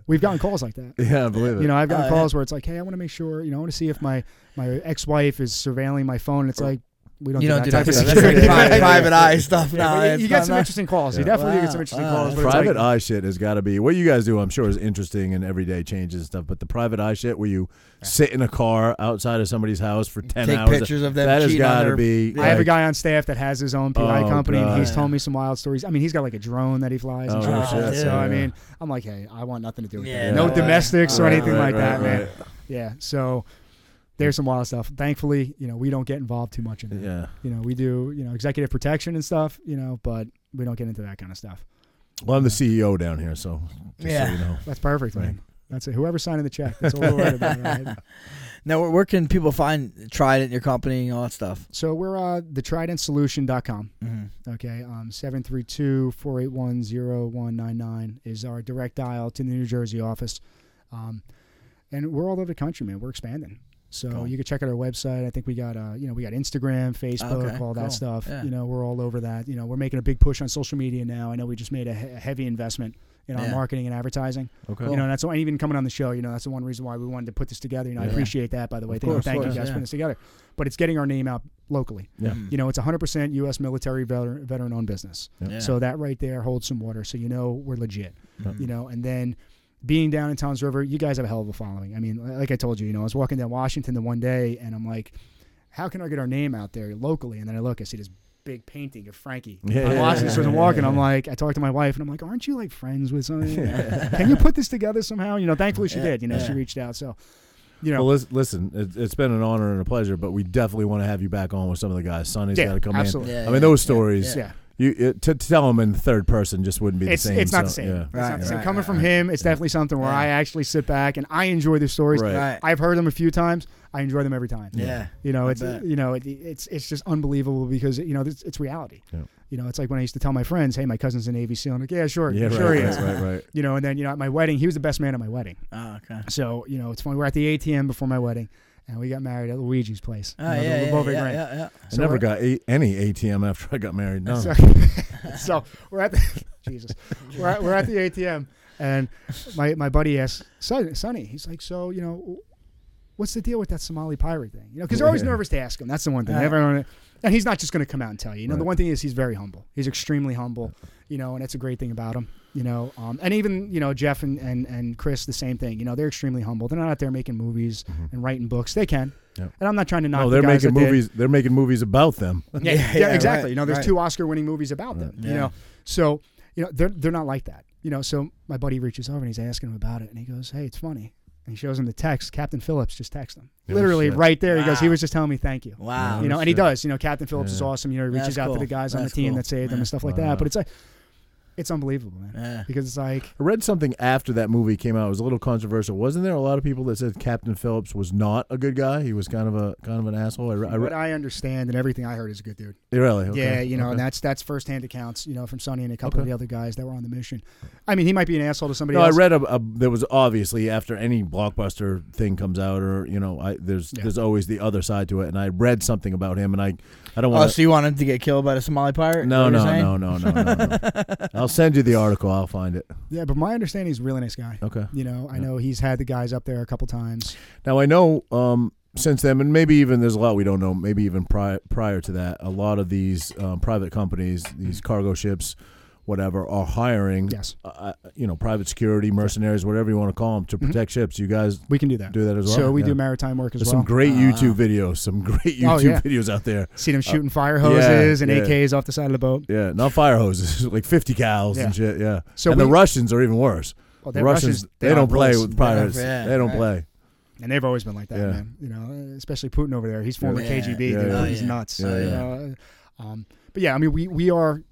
Speaker 3: We've gotten calls like that.
Speaker 1: yeah, I believe it.
Speaker 3: You know, I've gotten
Speaker 2: Oh, yeah.
Speaker 3: calls where it's like, hey, I want to make sure. You know, I want to see if my my ex wife is surveilling my phone. It's like we don't
Speaker 2: You
Speaker 3: do
Speaker 2: don't
Speaker 3: that
Speaker 2: do that.
Speaker 3: type of
Speaker 2: stuff. That's
Speaker 3: security.
Speaker 1: Yeah,
Speaker 2: like pri-
Speaker 1: yeah, yeah.
Speaker 2: private eye stuff.
Speaker 3: Yeah,
Speaker 2: now.
Speaker 3: but you- you,
Speaker 2: it's
Speaker 3: get
Speaker 2: not-
Speaker 3: some interesting calls. You
Speaker 1: Yeah.
Speaker 3: definitely do
Speaker 2: Wow.
Speaker 3: get some interesting
Speaker 2: Wow,
Speaker 3: calls.
Speaker 2: that's
Speaker 3: but it's like-
Speaker 1: private eye shit has got to be what you guys do. I'm sure is interesting and everyday changes and stuff. But the private eye shit, where you sit in a car outside of somebody's house for ten
Speaker 2: Take
Speaker 1: hours,
Speaker 2: pictures of them
Speaker 1: that has
Speaker 2: cheating on
Speaker 1: got to
Speaker 2: their-
Speaker 1: be.
Speaker 3: I have
Speaker 1: like,
Speaker 3: a guy on staff that has his own PI
Speaker 1: Oh,
Speaker 3: company, and he's
Speaker 2: God.
Speaker 3: told me some wild stories. I mean, he's got like a drone that he flies and
Speaker 1: Oh,
Speaker 3: shit like
Speaker 2: shit,
Speaker 3: that. So
Speaker 2: yeah,
Speaker 3: I
Speaker 1: yeah.
Speaker 3: mean, I'm like, hey, I want nothing to do with
Speaker 2: Yeah,
Speaker 3: that. No
Speaker 2: no way.
Speaker 3: domestics or
Speaker 2: Right,
Speaker 3: anything
Speaker 1: right,
Speaker 3: like that,
Speaker 1: right,
Speaker 3: man.
Speaker 1: right.
Speaker 3: Yeah. So there's some wild stuff. Thankfully, you know, we don't get involved too much in that.
Speaker 1: Yeah.
Speaker 3: You know, we do, you know, executive protection and stuff, you know, but we don't get into that kind of stuff.
Speaker 1: Well, I'm the CEO down here, so just
Speaker 2: Yeah.
Speaker 1: so you know.
Speaker 3: That's perfect,
Speaker 1: Right.
Speaker 3: man. That's it. Whoever's signing the check, that's all we're worried about. all right?
Speaker 2: Now, where, where can people find Trident, your company, all that stuff?
Speaker 3: So we're uh, thetridentsolution.com.
Speaker 2: Mm-hmm.
Speaker 3: Okay, um, 732-481-0199 is our direct dial to the New Jersey office. Um, and we're all over the country, man. We're expanding. So
Speaker 2: Cool.
Speaker 3: you can check out our website. I think we got uh, you know, we got Instagram, Facebook,
Speaker 2: Okay,
Speaker 3: all that
Speaker 2: cool.
Speaker 3: stuff.
Speaker 2: Yeah.
Speaker 3: You know, we're all over that. You know, we're making a big push on social media now. I know we just made a, he- a heavy investment in our
Speaker 2: Yeah.
Speaker 3: marketing and advertising.
Speaker 1: Okay.
Speaker 3: You know, and that's why, and even coming on the show, you know, that's the one reason why we wanted to put this together. You know, I
Speaker 2: Yeah.
Speaker 3: appreciate that by the way.
Speaker 1: Of
Speaker 3: Thank you-
Speaker 1: course,
Speaker 3: thank you
Speaker 2: course,
Speaker 3: guys for
Speaker 2: yeah.
Speaker 3: putting this together. But it's getting our name out locally
Speaker 1: Yeah.
Speaker 3: you know it's 100% us military veteran, veteran owned business
Speaker 1: Yeah.
Speaker 3: so that right there holds some water so you know we're legit
Speaker 2: Mhm.
Speaker 3: you know and then being down in towns river you guys have a hell of a following i mean li- like i told you you know i was walking down washington the one day and i'm like how can i get our name out there locally and then i look i see this big painting of frankie
Speaker 1: Yeah,
Speaker 3: i'm
Speaker 1: yeah,
Speaker 3: watching this
Speaker 1: yeah,
Speaker 3: as i'm
Speaker 1: yeah,
Speaker 3: walking i'm
Speaker 1: yeah.
Speaker 3: like i talked to my wife and i'm like aren't you like friends with something can you put this together somehow you know thankfully she
Speaker 2: Yeah,
Speaker 3: did you know she
Speaker 2: yeah.
Speaker 3: reached out so you know
Speaker 1: Well, lis- listen, it, it's been an honor and a pleasure, but we definitely want to have you back on with some of the guys. Sonny's
Speaker 3: Yeah,
Speaker 1: got to come
Speaker 3: absolutely.
Speaker 1: in.
Speaker 2: Yeah,
Speaker 1: I
Speaker 2: yeah,
Speaker 1: mean, those
Speaker 2: yeah,
Speaker 1: stories,
Speaker 3: yeah
Speaker 1: you it, to, to tell them in third person just wouldn't be
Speaker 3: it's,
Speaker 1: the same.
Speaker 3: It's not the
Speaker 1: so,
Speaker 3: same.
Speaker 1: Yeah.
Speaker 3: It's
Speaker 2: Right,
Speaker 3: not the same.
Speaker 2: right,
Speaker 3: Coming
Speaker 2: right,
Speaker 3: from
Speaker 2: right.
Speaker 3: him, it's definitely something where
Speaker 2: Yeah.
Speaker 3: I actually sit back and I enjoy the stories.
Speaker 1: Right.
Speaker 2: Right.
Speaker 3: I've heard them a few times. I enjoy them every time.
Speaker 2: Yeah.
Speaker 3: You know,
Speaker 2: I
Speaker 3: it's
Speaker 2: bet.
Speaker 3: you know, it, it's it's just unbelievable because you know it's, it's reality.
Speaker 1: Yeah.
Speaker 3: You know, it's like when I used to tell my friends, "Hey, my cousin's a Navy SEAL." I'm like, "Yeah, sure,
Speaker 1: Yeah,
Speaker 3: sure
Speaker 1: right,
Speaker 3: he is."
Speaker 1: right, right, right.
Speaker 3: You know, and then you know, at my wedding, he was the best man at my wedding.
Speaker 2: Oh, okay.
Speaker 3: So you know, it's funny. We're at the ATM before my wedding, and we got married at Luigi's place.
Speaker 2: Oh,
Speaker 3: you know, the
Speaker 2: yeah, yeah,
Speaker 3: Bovey
Speaker 2: yeah,
Speaker 3: Grand.
Speaker 2: yeah, yeah.
Speaker 1: I never
Speaker 3: we're-
Speaker 1: got a, any ATM after I got married. No.
Speaker 3: So, so we're at the Jesus. We're at, we're at the ATM, and my my buddy asks Son- Sonny. He's like, so you know, what's the deal with that Somali pirate thing? You know, because they're always nervous to ask him. That's the one thing. Everyone, and he's not just going to come out and tell you. You know, the one thing is he's very humble. He's extremely humble. You know, and that's a great thing about him. You know, um, and even you know Jeff and, and and Chris, the same thing. You know, they're extremely humble. They're not out there making movies and writing books. They can.
Speaker 1: Mm-hmm. Yep.
Speaker 3: And I'm not trying to knock.
Speaker 1: No,
Speaker 3: the
Speaker 1: they're
Speaker 3: guys
Speaker 1: making
Speaker 3: that did-
Speaker 1: movies. They're making movies about them.
Speaker 3: yeah, yeah,
Speaker 2: yeah,
Speaker 3: exactly.
Speaker 2: right,
Speaker 3: You know, there's
Speaker 2: right.
Speaker 3: two Oscar-winning movies about them. You
Speaker 2: Yeah.
Speaker 3: know, so you know they're they're not like that. You know, so my buddy reaches over and he's asking him about it, and he goes, "Hey, it's funny." And he shows him the text. Captain Phillips just texted him,
Speaker 1: Oh,
Speaker 3: literally
Speaker 1: shit.
Speaker 3: right there. He goes, "He
Speaker 2: Wow.
Speaker 3: was just telling me thank you."
Speaker 2: Wow.
Speaker 3: You know,
Speaker 1: Oh,
Speaker 3: and he
Speaker 1: shit.
Speaker 3: does. You know, Captain Phillips is
Speaker 1: Yeah.
Speaker 3: awesome. You know, he reaches
Speaker 2: That's
Speaker 3: out
Speaker 2: cool.
Speaker 3: to the guys on the
Speaker 2: That's
Speaker 3: team
Speaker 2: cool,
Speaker 3: that saved them
Speaker 2: man.
Speaker 3: and stuff like
Speaker 1: Wow.
Speaker 3: that. But it's like, it's unbelievable, man.
Speaker 2: Yeah.
Speaker 3: Because it's like,
Speaker 1: I read something after that movie came out. It was a little controversial. Wasn't there a lot of people that said Captain Phillips was not a good guy? He was kind of a kind of an asshole. I, re- I, re-
Speaker 3: what I understand and everything I heard is a good dude.
Speaker 1: really? Okay.
Speaker 3: Yeah, you know, and
Speaker 1: okay.
Speaker 3: that's that's firsthand accounts, you know, from Sonny and a couple of
Speaker 1: Okay.
Speaker 3: the other guys that were on the mission. I mean, he might be an asshole to somebody
Speaker 1: No, I
Speaker 3: else.
Speaker 1: read a, a there was obviously after any blockbuster thing comes out, or you know, I there's
Speaker 3: Yeah.
Speaker 1: there's always the other side to it. And I read something about him, and I I don't
Speaker 2: Oh,
Speaker 1: want
Speaker 2: so you want him to get killed by the Somali pirate?
Speaker 1: No,
Speaker 2: Is that
Speaker 1: no,
Speaker 2: what you're
Speaker 1: no,
Speaker 2: saying?
Speaker 1: no, no, no, no. I'll send you the article. I'll find it.
Speaker 3: Yeah, but my understanding he's a really nice guy.
Speaker 1: Okay.
Speaker 3: You know, I know he's had the guys up there a couple times.
Speaker 1: Now I know um, since then, and maybe even there's a lot we don't know. Maybe even prior prior to that, a lot of these um, private companies, these cargo ships, whatever, are hiring.
Speaker 3: Yes.
Speaker 1: Uh, uh, you know, private security mercenaries, whatever you want to call them,
Speaker 2: Mm-hmm.
Speaker 1: to protect ships. You guys
Speaker 3: We can do that.
Speaker 1: do that as well.
Speaker 3: So we
Speaker 1: Yeah.
Speaker 3: do maritime work as
Speaker 1: There's
Speaker 3: well. Uh,
Speaker 1: some great YouTube videos. Some great
Speaker 3: Oh,
Speaker 1: YouTube
Speaker 3: yeah.
Speaker 1: videos out there.
Speaker 3: See them shooting fire hoses and
Speaker 1: Uh, yeah.
Speaker 3: AKs off the side of the boat.
Speaker 1: Yeah, not fire hoses, like 50 cals and
Speaker 3: Yeah.
Speaker 1: shit. Yeah.
Speaker 3: So
Speaker 1: and the
Speaker 3: we-
Speaker 1: Russians are even worse.
Speaker 3: Oh,
Speaker 1: The
Speaker 3: they're
Speaker 1: Russians, they,
Speaker 3: they're
Speaker 1: don't
Speaker 3: on
Speaker 1: play
Speaker 3: rules.
Speaker 1: with pirates.
Speaker 2: yeah,
Speaker 1: they don't
Speaker 2: right.
Speaker 1: play.
Speaker 3: and they've always been like that,
Speaker 1: Yeah.
Speaker 3: man. You know, especially Putin over there. He's former
Speaker 2: Yeah.
Speaker 3: KGB.
Speaker 1: Yeah,
Speaker 3: dude.
Speaker 1: yeah.
Speaker 3: He's
Speaker 2: Oh, yeah.
Speaker 3: nuts.
Speaker 1: Yeah,
Speaker 3: you
Speaker 1: yeah.
Speaker 3: know? Um, but yeah, I mean, we we are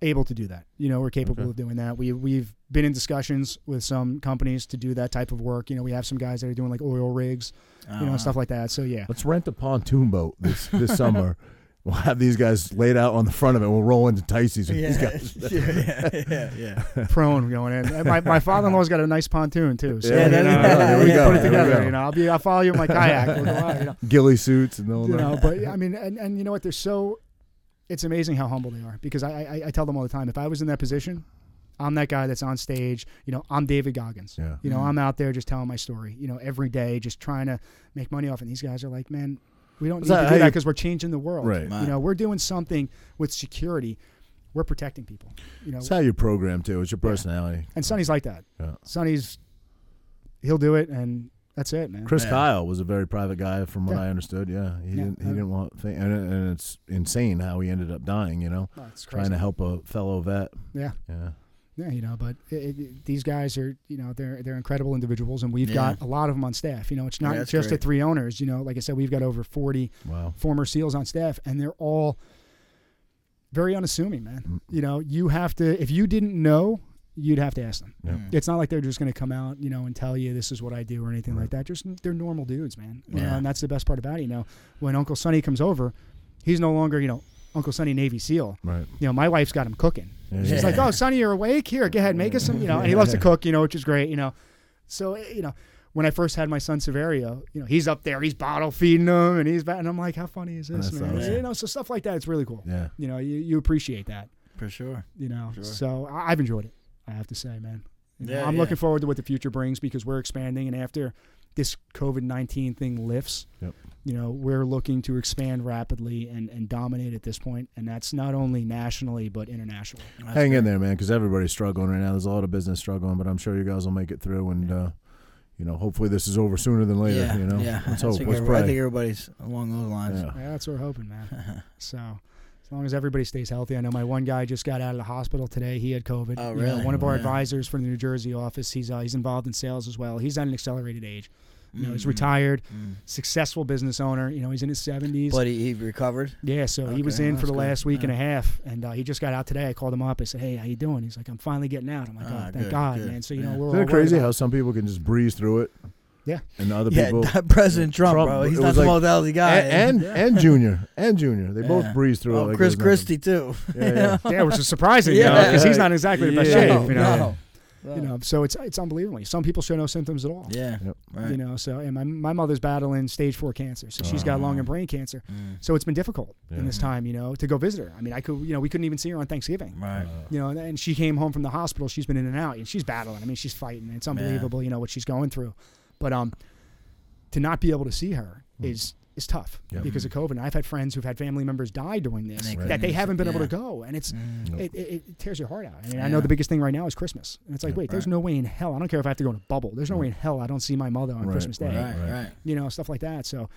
Speaker 3: able to do that. You know, we're capable
Speaker 1: Okay.
Speaker 3: of doing that. We we've been in discussions with some companies to do that type of work. You know, we have some guys that are doing like oil rigs, you know,
Speaker 2: Oh,
Speaker 3: and stuff like that. So yeah,
Speaker 1: Let's rent a pontoon boat this, this summer. We'll have these guys laid out on the front of it. We'll roll into Tices with these
Speaker 2: Yeah.
Speaker 1: guys.
Speaker 2: yeah, yeah, yeah, yeah.
Speaker 3: prone going in. And My, my father-in-law's got a nice pontoon too. So
Speaker 1: Yeah,
Speaker 3: you
Speaker 2: there we go.
Speaker 3: know,
Speaker 2: There we
Speaker 3: we can
Speaker 2: go.
Speaker 3: Put it
Speaker 2: There we
Speaker 3: together.
Speaker 1: go.
Speaker 3: You know, I'll be I'll follow you in my kayak. We'll go out, you know.
Speaker 1: Ghillie suits and all
Speaker 3: you
Speaker 1: that.
Speaker 3: know but i mean and, and you know what they're so it's amazing how humble they are because I, I i tell them all the time if i was in that position i'm that guy that's on stage you know i'm david goggins
Speaker 1: Yeah.
Speaker 3: you know
Speaker 2: Mm-hmm.
Speaker 3: i'm out there just telling my story you know every day just trying to make money off it. and these guys are like man we don't
Speaker 1: Is
Speaker 3: need
Speaker 1: that
Speaker 3: to
Speaker 1: how
Speaker 3: do that
Speaker 1: you-
Speaker 3: because we're changing the world
Speaker 1: Right.
Speaker 3: you know we're doing something with security we're protecting people you know
Speaker 1: It's how you program too. It's your personality.
Speaker 3: and sonny's like that
Speaker 1: Yeah.
Speaker 3: sonny's he'll do it and that's it man
Speaker 1: Chris
Speaker 2: Yeah.
Speaker 1: Kyle was a very private guy, from what
Speaker 3: Yeah.
Speaker 1: I understood. Yeah, he
Speaker 3: Yeah. Uh,
Speaker 1: didn't. He didn't want. Thing, and, and it's insane how he ended up dying. You know,
Speaker 3: Oh, it's
Speaker 1: trying
Speaker 3: crazy.
Speaker 1: to help a fellow vet.
Speaker 3: yeah
Speaker 1: Yeah.
Speaker 3: Yeah, you know, but it, it, these guys are, you know, they're they're incredible individuals, and we've
Speaker 2: Yeah.
Speaker 3: got a lot of them on staff. You know, it's not
Speaker 2: that's
Speaker 3: just
Speaker 2: great.
Speaker 3: the three owners. You know, like I said, we've got over forty
Speaker 1: Wow.
Speaker 3: former SEALs on staff, and they're all very unassuming, man.
Speaker 1: Mm.
Speaker 3: You know, you have to if you didn't know, you'd have to ask them.
Speaker 1: Yeah.
Speaker 2: Mm,
Speaker 3: It's not like they're just going to come out, you know, and tell you this is what I do or anything like that. Just they're normal dudes, man. You know,
Speaker 2: Yeah.
Speaker 3: and that's the best part about it. You know, when Uncle Sonny comes over, he's no longer, you know, Uncle Sonny Navy SEAL.
Speaker 1: Right.
Speaker 3: You know, my wife's got him cooking.
Speaker 1: Yeah.
Speaker 3: She's like, "Oh, Sonny, you're awake. Here, go ahead, make us some." You know, and he loves to cook. You know, which is great. You know, so eh, you know, when I first had my son Severio, you know, he's up there, he's bottle feeding him, and he's ba- and I'm like, "How funny is this,
Speaker 1: That's
Speaker 3: man?"
Speaker 1: awesome.
Speaker 3: You know, so stuff like that, it's really cool.
Speaker 1: Yeah.
Speaker 3: You know, you, you appreciate that.
Speaker 2: For sure.
Speaker 3: You know,
Speaker 2: Sure.
Speaker 3: so I, I've enjoyed it. I have to say, man. You know,
Speaker 2: Yeah,
Speaker 3: I'm
Speaker 2: yeah.
Speaker 3: looking forward to what the future brings because we're expanding, and after this COVID nineteen thing lifts,
Speaker 1: Yep.
Speaker 3: you know, we're looking to expand rapidly and and dominate at this point, and that's not only nationally but internationally.
Speaker 1: Hang in there, man, because everybody's struggling right now. There's a lot of business struggling, but I'm sure you guys will make it through. And uh, you know, hopefully this is over sooner than later.
Speaker 2: yeah,
Speaker 1: you know,
Speaker 2: yeah.
Speaker 1: let's
Speaker 2: I
Speaker 1: hope.
Speaker 2: think
Speaker 1: Let's
Speaker 2: everybody- I think
Speaker 1: pray.
Speaker 2: everybody's along those lines. Mm.
Speaker 1: Yeah.
Speaker 3: Yeah, that's what we're hoping, man. so as long as everybody stays healthy, I know my one guy just got out of the hospital today. He had COVID.
Speaker 2: Oh,
Speaker 3: You know,
Speaker 2: really?
Speaker 3: one of our
Speaker 2: Yeah.
Speaker 3: advisors from the New Jersey office. He's uh, he's involved in sales as well. He's at an accelerated age. You know, he's
Speaker 2: Mm-hmm.
Speaker 3: retired, successful business owner. You know, he's in his seventies.
Speaker 2: Mm. But he, he recovered.
Speaker 3: Yeah, so he was
Speaker 2: Okay,
Speaker 3: in for
Speaker 2: that's
Speaker 3: the
Speaker 2: good.
Speaker 3: last week and a half, and uh, he just got out today. I called him up. I said, "Hey, how you doing?" He's like, "I'm finally getting out." I'm like, "Oh,
Speaker 2: Ah,
Speaker 3: thank
Speaker 2: good,
Speaker 3: God,
Speaker 2: good.
Speaker 3: man!" So you know,
Speaker 2: Yeah.
Speaker 3: we're all
Speaker 1: Isn't it
Speaker 3: worried
Speaker 1: crazy
Speaker 3: about-
Speaker 1: how some people can just breeze through it?
Speaker 3: Yeah.
Speaker 1: And other
Speaker 2: Yeah,
Speaker 1: people.
Speaker 2: President Trump,
Speaker 1: Trump,
Speaker 2: bro. He's
Speaker 1: it
Speaker 2: not
Speaker 1: was
Speaker 2: the
Speaker 1: like-
Speaker 2: most healthy guy.
Speaker 1: and and, and Junior and Junior, they both
Speaker 2: Yeah.
Speaker 1: breeze through
Speaker 2: Oh,
Speaker 1: it. Like
Speaker 2: Chris
Speaker 1: it was nothing.
Speaker 2: Christie too.
Speaker 1: Yeah, yeah.
Speaker 3: yeah, which is surprising, you
Speaker 2: Yeah.
Speaker 3: know, because he's not exactly the best
Speaker 1: Yeah.
Speaker 3: shape, you know.
Speaker 2: No, no.
Speaker 3: You know, so it's it's unbelievable. Some people show no symptoms at all.
Speaker 2: Yeah.
Speaker 1: Yep.
Speaker 2: Right.
Speaker 3: you know so and my, my mother's battling stage four cancer so she's
Speaker 2: Ah.
Speaker 3: got lung and brain cancer
Speaker 2: Mm,
Speaker 3: so it's been difficult in this time you know to go visit her i mean i could you know we couldn't even see her on thanksgiving
Speaker 1: Uh,
Speaker 2: Right.
Speaker 3: you know and, and she came home from the hospital she's been in and out and she's battling i mean she's fighting it's unbelievable you know what she's going through but um to not be able to see her
Speaker 2: Hmm.
Speaker 3: is is tough
Speaker 1: Yep.
Speaker 3: because of COVID. And I've had friends who've had family members die during this
Speaker 2: And they
Speaker 3: that
Speaker 2: couldn't
Speaker 3: they
Speaker 2: use
Speaker 3: haven't
Speaker 2: it.
Speaker 3: been able to
Speaker 2: Yeah.
Speaker 3: go, and it's
Speaker 2: Mm,
Speaker 1: Nope.
Speaker 3: it, it, it tears your heart out. I mean, I
Speaker 2: Yeah.
Speaker 3: know the biggest thing right now is Christmas, and it's like, wait, there's
Speaker 2: Right. Mm.
Speaker 3: no way in hell. I don't care if I have to go in a bubble. There's no way in hell I don't see my mother on
Speaker 1: Right,
Speaker 3: Christmas Day.
Speaker 1: right.
Speaker 2: Right, right.
Speaker 3: You know, stuff like that. So.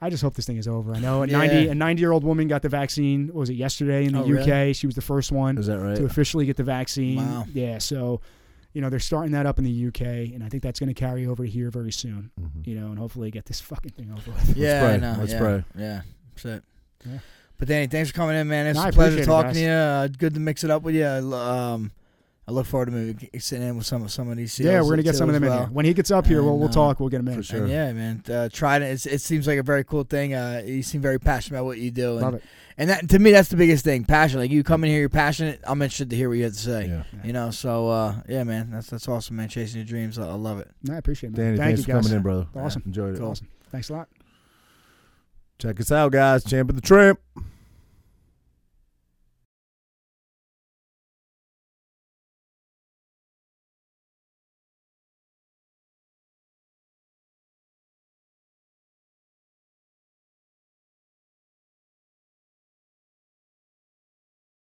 Speaker 3: I just hope this thing is over. I know a
Speaker 2: Yeah.
Speaker 3: ninety a ninety year old woman got the vaccine. What was it yesterday in the
Speaker 2: Oh,
Speaker 3: UK?
Speaker 2: really?
Speaker 3: She was the first one
Speaker 1: Is that right?
Speaker 3: to officially get the vaccine.
Speaker 2: Wow.
Speaker 3: Yeah, so you know they're starting that up in the UK, and I think that's going to carry over here very soon.
Speaker 1: Mm-hmm.
Speaker 3: You know, and hopefully get this fucking thing over with.
Speaker 2: Yeah,
Speaker 1: pray.
Speaker 2: I know.
Speaker 1: Let's
Speaker 2: yeah.
Speaker 1: pray.
Speaker 2: Yeah, that's it.
Speaker 3: Yeah.
Speaker 2: But Danny, thanks for coming in, man. It's
Speaker 3: No, I
Speaker 2: a pleasure
Speaker 3: appreciate it,
Speaker 2: talking
Speaker 3: guys.
Speaker 2: to you. Uh, good to mix it up with you. I, lo- um, I look forward to maybe g- sitting in with some of some of these. Seals
Speaker 3: yeah, we're gonna get
Speaker 2: too
Speaker 3: some of
Speaker 2: as
Speaker 3: them in
Speaker 2: well.
Speaker 3: here. When he gets up here, we'll
Speaker 2: And,
Speaker 3: we'll
Speaker 2: uh,
Speaker 3: talk. We'll get him in.
Speaker 1: for sure.
Speaker 2: And yeah, man. Uh, try it. It's, it seems like a very cool thing. Uh, you seem very passionate about what you do. And,
Speaker 3: Love it.
Speaker 2: And that to me, that's the biggest thing. Passion. Like you come in here, you're passionate. I'm interested to hear what you have to say.
Speaker 1: Yeah.
Speaker 2: You know. So uh, yeah, man. That's that's awesome, man. Chasing your dreams. I, I love it.
Speaker 3: No, I appreciate it. Man.
Speaker 1: Danny,
Speaker 3: Thank
Speaker 1: thanks
Speaker 3: you
Speaker 1: for
Speaker 3: guys.
Speaker 1: coming in, brother.
Speaker 3: Awesome.
Speaker 1: Enjoyed it.
Speaker 3: Awesome. Thanks a lot.
Speaker 1: Check us out, guys. Champ of the Tramp.